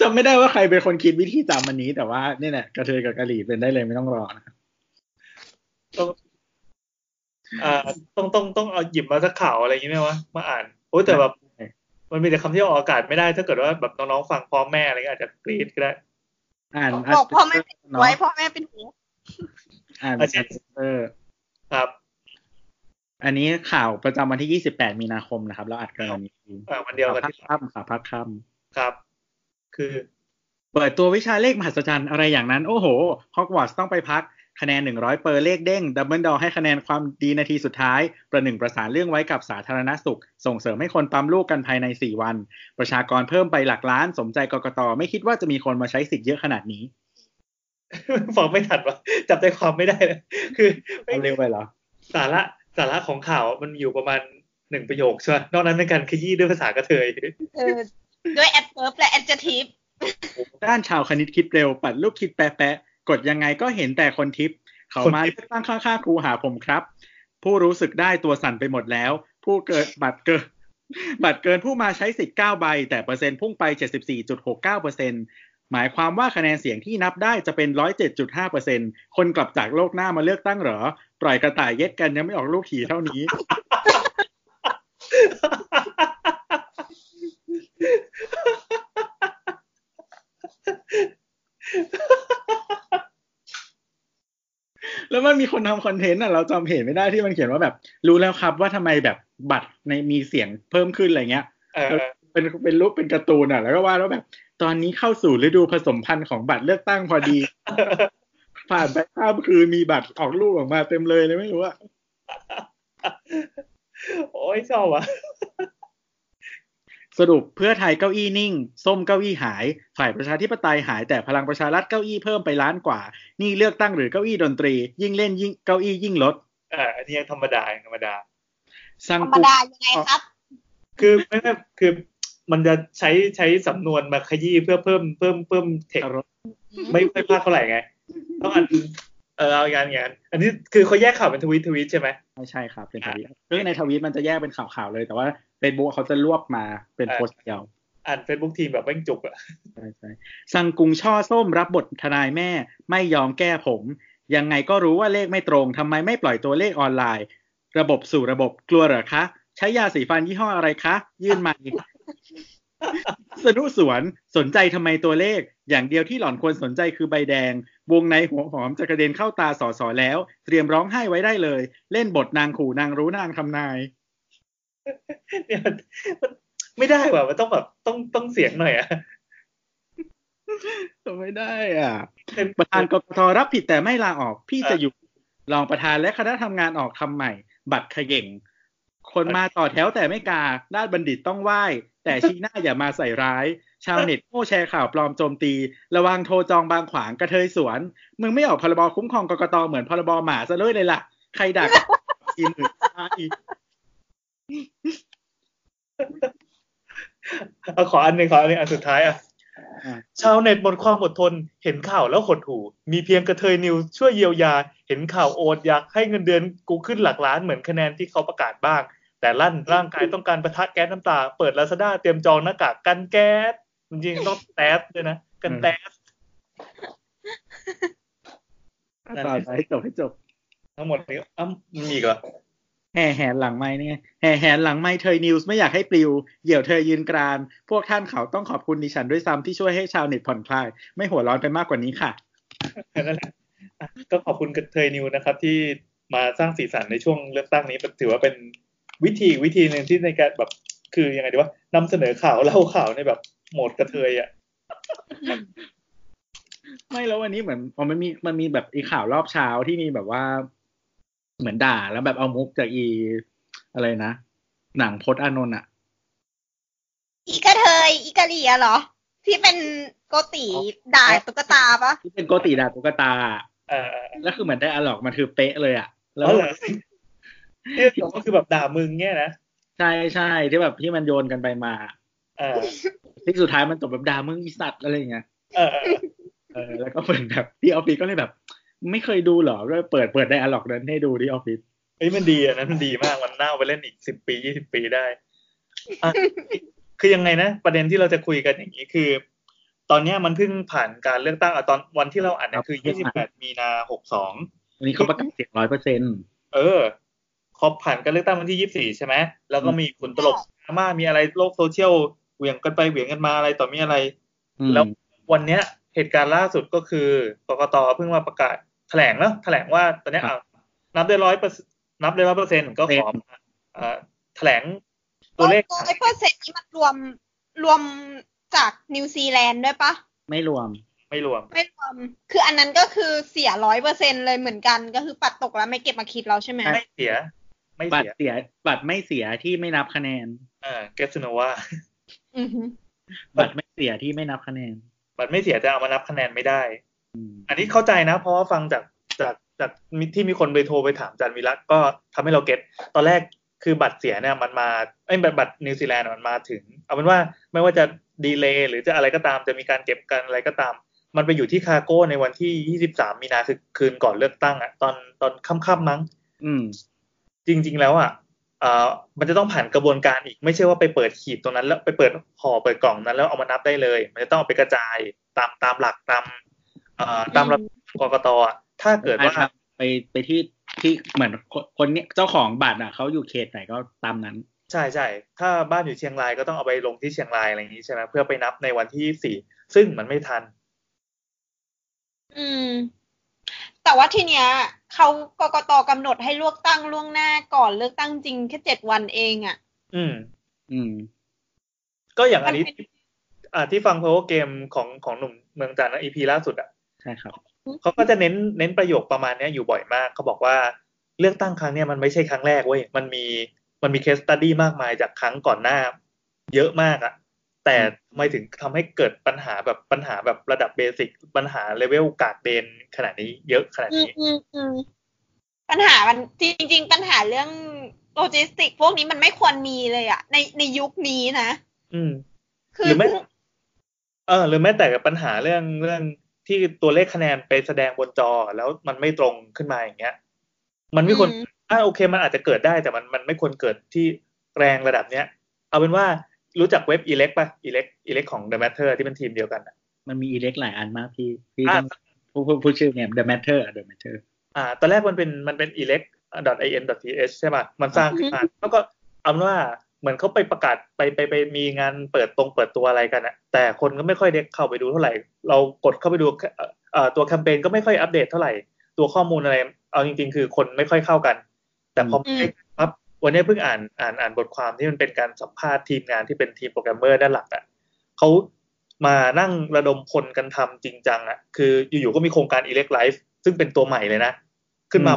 S3: จำไม่ได้ว่าใครเป็นคนคิดวิธีจำอันนี้แต่ว่านี่แหละกระเทยกับกะหรี่เป็นได้เลยไม่ต้องรอนะครับ
S2: ต้องอ่าต้องต้องต้องเอาหยิบมาสักข่าวอะไรอย่างนี้ไหมวะมาอ่านโอ้ยแต่แบบมันมีแต่คำที่เอาออกอากาศไม่ได้ ถ้าเกิดว่าแบบน้องๆฟังพ่อแม่อะไรก็อาจจะกรี๊ดก็ได้
S3: อ่าน
S4: บอกพ่อแม่ปิด
S3: เนาะ
S4: ไว้พ่อแม่เป็นหู
S3: อ่าน
S2: อาจารย์
S3: เออ
S2: ครับ
S3: อันนี้ข่าวประจำวันที่ 28 มีนาคมนะครับ เราอัดกันวันนี้
S2: อ่าวันเดียวกัน
S3: พัก
S2: ที่
S3: ค่ำค่ะพักค่
S2: ครับ คือ
S3: ำเปิดตัววิชาเลขมหัศจรรย์อะไรอย่างนั้น โอ้โหฮอกวอตส์ต้องไปพักคะแนน 100 เปอร์เลขเด้งดับเบิลดอให้คะแนนความดีนาทีสุดท้าย ประหนึ่งประสานเรื่องไว้กับสาธารณสุข ส่งเสริมให้คนปั๊มลูกกันภายใน 4 วัน ประชากรเพิ่มไปหลักล้าน สมใจกกตไม่คิดว่าจะมีคนมาใช้สิทธิ์เยอะขนาดนี้
S2: ฟังไม่ทันวะจับใจความไม่ได้เลยคือ
S3: เอาเร็วไปเหรอ
S2: สาระสาระของข่าวมันมีอยู่ประมาณหนึ่งประโยคใช่ไหมนอกนั้นเป็นการขยี้ด้วยภาษากระเทย
S4: เออด้วยแอดเฟิร์บและแอดเจทีฟ
S3: ด้านชาวคณิตคิดเร็ว ปัดลูกคิดแปะๆกดยังไงก็เห็นแต่คนทิป เขามา
S2: คนทิ
S3: เลื
S2: ป
S3: อกตั้งข้างๆครูหาผมครับ ผู้รู้สึกได้ตัวสั่นไปหมดแล้ว ผู้เกิด บัตรเกิน บัตรเกินผู้มาใช้สิทธิ์ 9 ใบ แต่เปอร์เซ็นต์พุ่งไป 74.69%เปอร์เซ็นต์ หมายความว่าคะแนนเสียงที่นับได้จะเป็นร้อยเจ็ดจุดห้าเปอร์เซ็นคนกลับจากโลกหน้ามาเลือกตั้งเหรอ ปล่อยกระต่ายเย็ดกันยังไม่ออกลูกถีเท่านี้ แล้วมันมีคนทำคอนเทนต์อ่ะเราจำเพจไม่ได้ที่มันเขียนว่าแบบ รู้แล้วครับว่าทำไมแบบบัตรในมีเสียงเพิ่มขึ้นอะไรเงี้ย
S2: เออ
S3: เป็นเป็นรูปเป็นการ์ตูนอ่ะ แล้วก็ว่าแล้วแบบ ตอนนี้เข้าสู่ฤดูผสมพันธุ์ของบัตรเลือกตั้งพอดี ผ่านไปข้ามคืนมีบัตรออกลูกออกมาเต็มเลยเลยไม่รู้ว่า
S2: โอ้ยชอบอ่ะ
S3: สรุปเพื่อไทยเก้าอี้นิ่ง ส้มเก้าอี้หาย ฝ่ายประชาธิปไตยหายแต่พลังประชารัฐเก้าอี้เพิ่มไปล้านกว่า นี่เลือกตั้งหรือเก้าอี้ดนตรี ยิ่งเล่นยิ่งเก้าอี้ยิ่งลด
S2: เอออันนี้ยังธรรมดายังธรรมดา
S3: สัง
S4: ธรรม
S3: กุ
S4: ดายังไงครับ
S2: คือไม่ไม่คือมันจะใช้ใช้สำนวนมาขยี้เพื่อเพิ่มเพิ่มเพิ่มเทค ไม่ค่อยพลาดเท่าไหร่ไงต้องอันเออเอางานงานอันนี้คือเขาแยกข่าวเป็นทวีตทวีตใช่ไหม
S3: ไม่ใช่ครับเป็นทวีตซึ่งในทวีตมันจะแยกเป็นข่าวๆเลยแต่ว่าเฟซบุ๊กเขาจะรวบมาเป็น
S2: เออ
S3: โพสต์เดียว
S2: อ่านเฟซบุ๊กทีมแบบแม่งจุกอะ
S3: ใช่ใช่สังกุงช่อส้มรับบททนายแม่ ไม่ยอมแก้ผม ยังไงก็รู้ว่าเลขไม่ตรงทำไมไม่ปล่อยตัวเลขออนไลน์ ระบบสู่ระบบกลัวเหรอคะ ใช้ยาสีฟันยี่ห้ออะไรคะ ยื่นมาอีก สนุสวนสนใจทำไมตัวเลข อย่างเดียวที่หล่อนควรสนใจคือใบแดง วงในหัวหอมจะกระเด็นเข้าตาสอสอแล้ว เตรียมร้องไห้ไว้ได้เลย เล่นบทนางขู่นางรู้นางทำนาย
S2: เนี่ยมันมันไม่ได้ว่ะมันต้องแบบต้องต้องเสียงหน่อยอะ
S3: ทำไม่ได้อ่ะ ประธานกกตรับผิดแต่ไม่ลาออก พี่จะอยู่รองประธานและคณะทำงานออกทำใหม่ บัตรเขย่ง คนมาต่อแถวแต่ไม่การาชบัณฑิตต้องไหว้ แต่ชี้หน้าอย่ามาใส่ร้าย ชาวเน็ตโม้แชร์ข่าวปลอมโจมตี ระวังโทรจองบางขวางกระเทยสวน มึงไม่ออกพรบคุ้มครองกกตเหมือนพรบหมาซะเลยเลยล่ะ ใคร ด่าก็อีหมื่นตาย
S2: เอาขออันหนึ่งขออันหนึ่งอันสุดท้ายอะ
S3: อ่ะ
S2: ชาวเน็ตหมดความอดทน เห็นข่าวแล้วหดหู่มีเพียงกระเทยนิวช่วยเยียวยา เห็นข่าวโอนอยากให้เงินเดือนกูขึ้นหลักล้านเหมือนคะแนนที่เขาประกาศบ้าง แต่ลั่นร่างกายต้องการประทะแก๊สน้ำตา เปิดลาซาด้าเตรียมจองหน้ากากกันแก๊สจริงๆต้องแตสด้วยนะกันแตส
S3: ต่อไปจบให้จบ
S2: ทั้งหมดนี้อ้าวมันมีอีกเหรอ
S3: แห่แหนหลังไม้นี่ไงแห่แหนหลังไม้เธอนิวส์ไม่อยากให้ปลิว เหี่ยวเธอยืนกราน พวกท่านเขาต้องขอบคุณดิฉันด้วยซ้ำที่ช่วยให้ชาวเน็ตผ่อนคลาย ไม่หัวร้อนไปมากกว่านี้ค่ะ
S2: นั่นแหละอ่ะก็ขอบคุณกระเทยนิวนะครับ ที่มาสร้างสีสันในช่วงเลือกตั้งนี้ถือว่าเป็นวิธีวิธีหนึ่งที่ในการแบบ คือยังไงดีว่านำเสนอข่าวเล่าข่าวในแบบโหมดกระเทยอ่ะ
S3: ไม่แล้ววันนี้เหมือนอ๋อมันมีมันมีแบบอีข่าวรอบเช้าที่มีแบบว่า เหมือนด่าแล้วแบบเอามุกจากอีอะไรนะ หนังพจน์อานนท์อะ
S4: อีกระเทยอีกะเหลียเหรอ ที่เป็นโกติด่าตุ๊กตาปะ
S3: ที่เป็นโกติดาตุกตา
S2: เออเออ
S3: แล้วคือเหมือนได้อะหลอกมันคือเป๊ะเลยอะ
S2: แล้
S3: แล้ว ว
S2: เหรอที่ยก็คือแบบด่ามึงเนี่ยนะ
S3: ใช่ใช่ที่แบบที่มันโยนกันไปมา
S2: เออ
S3: ที่สุดท้ายมันจบแบบด่ามึงอีสัตว์อะไรอย่างเงี้ย
S2: เออเออ
S3: เออแล้วก็เหมือนแบบที่ออฟฟิศก็เลยแบบ ไม่เคยดูเหรอก็เปิดเปิดไดอะล็อกนั้นให้ดูที่ออฟฟิศ
S2: เฮ้ยมันดีอ่ะนั้นมันดีมากมันน่าเอาไปเล่นอีกสิบปียี่สิบปีได้อ่ะคือยังไงนะ ประเด็นที่เราจะคุยกันอย่างนี้คือ ตอนเนี้ยมันเพิ่งผ่านการเลือกตั้งอ่ะตอนวันที่เราอัดเนี่ยคือยี่สิบแปดมีนาหกสอง
S3: อันนี้เขาประกาศเสียงร้อยเปอร์เซ็นต์
S2: เออพอผ่านการเลือกตั้งวันที่ 24 ใช่ไหม แล้วก็มีผลตลบดราม่า มีอะไรโลกโซเชียล เหวี่ยงกันไป เหวี่ยงกันมาอะไรต่อมีอะไร แล้ววันเนี้ยเหตุการณ์ล่าสุดก็คือกกตเพิ่งมาประกาศแถลงเนอะแถลงว่าตอนเนี้ยอ่ะนับได้ร้อยเปอร์นับได้ร้อยเปอร์เซ็นต์ก็ขอมาเอ่อแถลงตัวเลข
S4: ร้อยเปอร์เซ็นต์นี้มันรวมรวมจากนิวซีแลนด์ด้วยปะ
S3: ไม่รวม
S2: ไม่รวม
S4: ไม่รวม คืออันนั้นก็คือเสียร้อยเปอร์เซ็นเลยเหมือนกัน ก็คือปัดตกแล้วไม่เก็บมาคิดเราใช่ไหม
S2: ไม่เสีย ไม่
S3: บัต
S2: เสี
S3: ร
S2: ย
S3: เสียบัตรไม่เสียที่ไม่นับคะแนน
S2: เออเกสโนวา
S4: อือฮึ
S3: บัตรไม่เสียที่ไม่นับคะแนน
S2: บัตรไม่เสียแต่เอามานับคะแนนไม่ได้
S3: อืม
S2: อันนี้เข้าใจนะ เพราะว่าฟังจากจากจากมิที่มีคนไปโทรไปถามจันวิรัตก็ทำให้เราเก็ตตอนแรกคือบัตรเสียเนี่ยมันมาไอ้ยบัตรบัตรนิวซีแลนด์อะมันมาถึง เอาเป็นว่าไม่ว่าจะดีเลย์หรือจะอะไรก็ตามจะมีการเก็บกันอะไรก็ตาม มันไปอยู่ที่คาโก้ในวันที่ 23 มีนาคือคืนก่อนเลือกตั้งอะตอนตอนค่ำๆมั้ง
S3: อืม
S2: จริง ๆ แล้วอ่ะเอ่อมันจะต้องผ่านกระบวนการอีก ไม่ใช่ว่าไปเปิดขีดตรงนั้นแล้วไปเปิดห่อเปิดกล่องนั้นแล้วเอามานับได้เลย มันจะต้องเอาไปกระจาย ตามตามหลักตามเอ่อตามระเบียบกกตอ่ะถ้าเกิดว่า
S3: ไปครับไปไปที่ที่เหมือนคนคนเนี้ยเจ้าของบัตรอ่ะเขาอยู่เขตไหนก็ตามนั้น
S2: ใช่ใช่ ถ้าบ้านอยู่เชียงรายก็ต้องเอาไปลงที่เชียงรายอะไรอย่างนี้ใช่ไหมเพื่อไปนับในวันที่สี่ซึ่งมันไม่ทัน
S4: อืม แต่ว่าทีเนี้ยเขากกตกำหนดให้เลือกตั้งล่วงหน้าก่อนเลือกตั้งจริงแค่เจ็ดวันเองอะ่ะ
S2: อืม
S3: อืม
S2: ก็อย่างอันนี้
S4: มันเป็น
S2: อ่าที่ฟัง power game ของของหนุ่มเมืองจันทร์นะ EP ล่าสุดอ่ะ
S3: ใช่ครับ
S2: เขาก็จะเน้นเน้นประโยคประมาณเนี้ยอยู่บ่อยมากเขาบอกว่าเลือกตั้งครั้งเนี้ยมันไม่ใช่ครั้งแรกเว้ยมันมีมันมีเคสตัดดี้มากมายจากครั้งก่อนหน้า เยอะมากอะแต่ทำไมถึงทำให้เกิดปัญหาแบบปัญหาแบบระดับเบสิกปัญหาเลเวลกากเดนขนาดนี้เยอะขนาด
S4: อืม
S2: นี้
S4: อืมอืมปัญหามันจริง ๆ ปัญหาเรื่องโลจิสติก พวกนี้มันไม่ควรมีเลยอะ่ะ ในในยุคนี้นะ
S2: อืม
S4: คื
S2: ห
S4: อ
S2: รือไม่ เออหรือแม้แต่กับปัญหาเรื่องเรื่องที่ตัวเลขคะแนนไปแสดงบนจอแล้วมันไม่ตรงขึ้นมาอย่างเงี้ย มันไม่ควรอ่าโอเค มันอาจจะเกิดได้แต่มันมันไม่ควรเกิดที่แรงระดับเนี้ย เอาเป็นว่ารู้จักเว็บอีเล็กป่ะอีเล็กอีเล็กของ The Matter ที่เป็นทีมเดียวกันอะ
S3: มันมีอีเล็กหลายอันมากพี่พี่
S2: อ่ะ
S3: ต้องพูดพูดพูดชื่อเนี่ย The Matter อ่ะ The Matter
S2: อ่า ตอนแรกมันเป็นมันเป็น elect.in.th ใช่ป่ะ มันสร้างขึ้นมาแล้วก็เอาเป็นว่าเหมือนเขาไปประกาศไปไปไปมีงานเปิดตรงเปิดตัวอะไรกันอะแต่คนก็ไม่ค่อยได้เข้าไปดูเท่าไหร่ เรากดเข้าไปดูเอ่อเอ่อตัวแคมเปญก็ไม่ค่อยอัปเดตเท่าไหร่ ตัวข้อมูลอะไร เอาจริง ๆ คือคนไม่ค่อยเข้ากัน แต่พอ
S4: อืม
S2: ได้ปั๊บวันนี้เพิ่งอ่านอ่านอ่านบทความที่มันเป็นการสัมภาษณ์ทีมงานที่เป็นทีมโปรแกรมเมอร์ด้านหลักอะเขามานั่งระดมคนกันทำจริงจังอะคืออยู่ๆก็มีโครงการ elect life ซึ่งเป็นตัวใหม่เลยนะ ขึ้นมา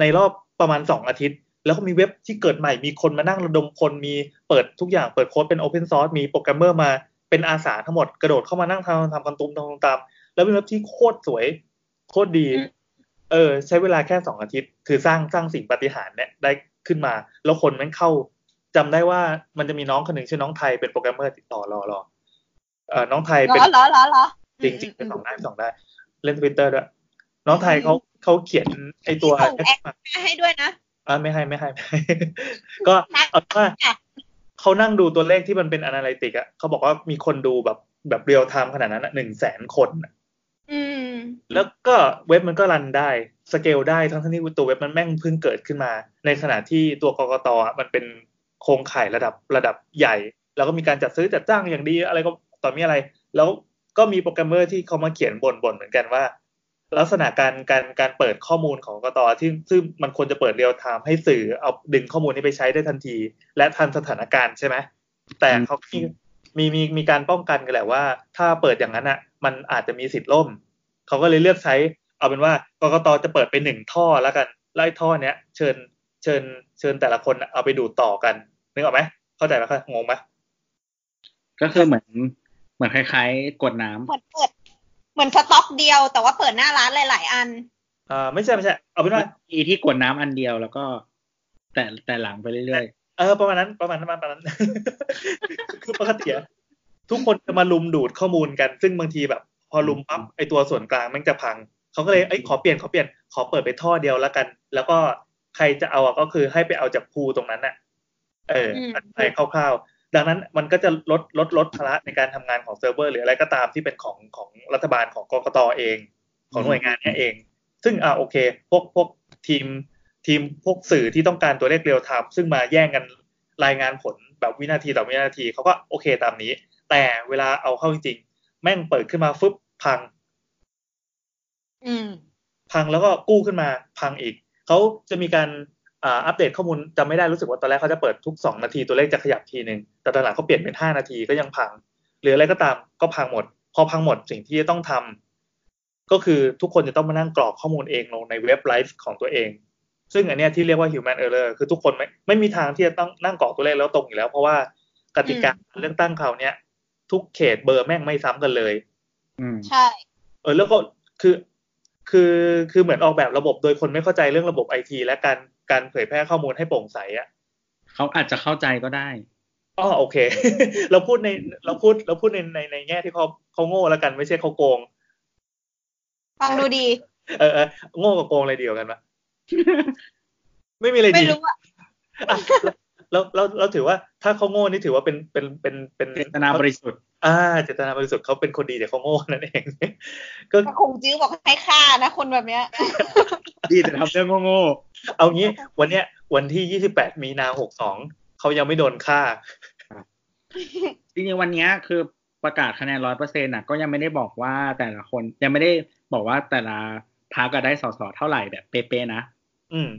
S2: ในรอบประมาณสองอาทิตย์ แล้วก็มีเว็บที่เกิดใหม่มีคนมานั่งระดมคนมีเปิดทุกอย่างเปิดโค้ดเป็น Open Source มีโปรแกรมเมอร์มาเป็นอาสาทั้งหมดกระโดดเข้ามานั่งทำทำกันตุมทำกันตาม แล้วเป็นเว็บที่โคตรสวย โคตรดี
S4: อืม
S2: เออ ใช้เวลาแค่สองอาทิตย์ คือสร้างสร้างสิ่งปาฏิหารย์เนี่ยได้ขึ้นมา แล้วคนแมันเข้าจำได้ว่ามันจะมีน้องคนหนึ่งชื่อน้องไทยเป็นโปรแกรมเมอร์ติดต่อรอรอเออน้องไทย
S4: เหร
S2: เป็น
S4: อเหรอเหรอเหรอ
S2: จริงจริงๆเป็นสองได้สองได้ เล่นทวิตเตอร์ด้วย น้องไทยเขาเขาเขียนไอตัว
S4: ส่งแอคให้ด้วยนะ
S2: อ่าไม่ให้ไม่ให้ไม่ให้ ก็เอาเป็นว่าเขานั่งดูตัวเลขที่มันเป็นอนาลิติกอะเขาบอกว่ามีคนดูแบบแบบเรียลไทม์ขนาดนั้นหนึ่งแสนคนอะ
S4: อืม
S2: แล้วก็เว็บมันก็รันได้ สเกลได้ทั้งๆที่ตัวเว็บมันแม่งเพิ่งเกิดขึ้นมา ในขณะที่ตัวกกตอะมันเป็นโครงข่ายระดับระดับใหญ่ แล้วก็มีการจัดซื้อจัดจ้างอย่างดีอะไรก็ต่อมีอะไร แล้วก็มีโปรแกรมเมอร์ที่เขามาเขียนบน่นๆเหมือนกันว่า ลักษณะการการการเปิดข้อมูลของกกตที่ซึ่งมันควรจะเปิดเรียลไทม์ให้สื่อเอาดึงข้อมูลนี้ไปใช้ได้ทันที และทันสถานการณ์ใช่ไหมแต่เขาก็มีมีมีมีการป้องกันกันแหละว่า ถ้าเปิดอย่างนั้นอ่ะ มันอาจจะมีสิทธิ์ล่ม เขาก็เลยเลือกใช้ เอาเป็นว่ากกตจะเปิดไปหนึ่งท่อแล้วกันไล่ท่อเนี้ยเชิญเชิญเชิญแต่ละคนเอาไปดูดต่อกันนึกออกไหมเข้าใจไหมครับงงไหม
S3: ก็คือเหมือนเหมือนคล้ายๆกดน้ำ
S4: เหมือนเปิด เหมือนสต็อกเดียว แต่ว่าเปิดหน้าร้านหลาย ๆ อัน
S2: อ่าไม่ใช่ไม่ใช่เอาเป็นว่า
S3: อีที่กดน้ำอันเดียวแล้วก็ แต่แต่หลังไปเรื่อย
S2: เออประมาณนั้นประมาณนั้นประมาณนั้น คือปกติอะทุกคนจะมาลุมดูดข้อมูลกัน ซึ่งบางทีแบบ พอลุมปั๊บไอตัวส่วนกลางแมันจะพังเขาก็เลยเอ้ยขอเปลี่ยนขอเปลี่ยนขอเปิดไปท่อเดียวแล้วกัน แล้วก็ใครจะเอาอะก็คือให้ไปเอาจากภูตรงนั้นน่ะ เออ
S4: อืม
S2: อันไปคร่าวๆ ดังนั้นมันก็จะลดลดลดภาระในการทำงานของเซิร์ฟเวอร์หรืออะไรก็ตามที่เป็นของของรัฐบาลของกกตเอง ของหน่วยงานเนี้ยเอง ซึ่งอ่าโอเค พวกพวกทีม ทีมพวกสื่อที่ต้องการตัวเลขเรียลไทม์ซึ่งมาแย่งกันรายงานผลแบบวินาทีต่อวินาทีเขาก็โอเคตามนี้ แต่เวลาเอาเข้าจริงๆแม่งเปิดขึ้นมาฟึบพัง
S4: อืม
S2: พังแล้วก็กู้ขึ้นมาพังอีก เขาจะมีการอ่าอัปเดตข้อมูลจำไม่ได้รู้สึกว่าตอนแรกเขาจะเปิดทุก 2 นาทีตัวเลขจะขยับทีหนึ่งแต่ตอนหลังเขาเปลี่ยนเป็น 5 นาทีก็ยังพัง หรืออะไรก็ตามก็พังหมด พอพังหมดสิ่งที่จะต้องทำก็คือทุกคนจะต้องมานั่งกรอกข้อมูลเองลงในเว็บไลฟ์ของตัวเอง ซึ่งอันเนี้ยที่เรียกว่า human error คือทุกคนไม่ไม่มีทางที่จะต้องนั่งกรอกตัวเลขแล้วตรงอยู่แล้ว เพราะว่ากติกาเลือกตั้งคราวเนี้ยทุกเขตเบอร์แม่งไม่ซ้ำกันเลย
S3: ๆ อืม
S4: ใช่
S2: เออแล้วก็คือคือคือเหมือนออกแบบระบบโดยคนไม่เข้าใจเรื่องระบบไอทีและการการเผยแพร่ข้อมูลให้โปร่งใสอ่ะ
S3: เขาอาจจะเข้าใจก็ได้
S2: อ๋อโอเค เราพูดในเราพูดเราพูดในในในแง่ที่เขาเขาโง่แล้วกันไม่ใช่เขาโกง
S4: ฟังดูดี
S2: เออเออ โง่กับโกงอะไรเดียวกันปะ ไม่มีอะไร
S4: ไม่
S2: ดี
S4: รู้อะ
S2: อ่ะ แล้วเราเราถือว่าถ้าเขาโง่นี่ถือว่าเป็นเป็นเป็นเป็น
S3: เจตนาบริสุทธิ์
S2: อ่าเจตนาบริสุทธิ์เขาเป็นคนดีแต่เขาโง่นั่นเอง ก็
S4: แต่คงจื้อบอกให้ฆ่านะคนแบบเนี้ย
S3: ดีแต่ทำเรื่องโง่
S2: เอางี้วันเนี้ยวันที่ 28 มีนา 62เขายังไม่โดนฆ่า
S3: ๆจริงๆวันเนี้ยคือประกาศคะแนนร้อยเปอร์เซ็นต์ะก็ยังไม่ได้บอกว่าแต่ละคนยังไม่ได้บอกว่าแต่ละพรรคอะได้สสเท่าไหร่แบบเป๊ะๆนะ
S2: อืม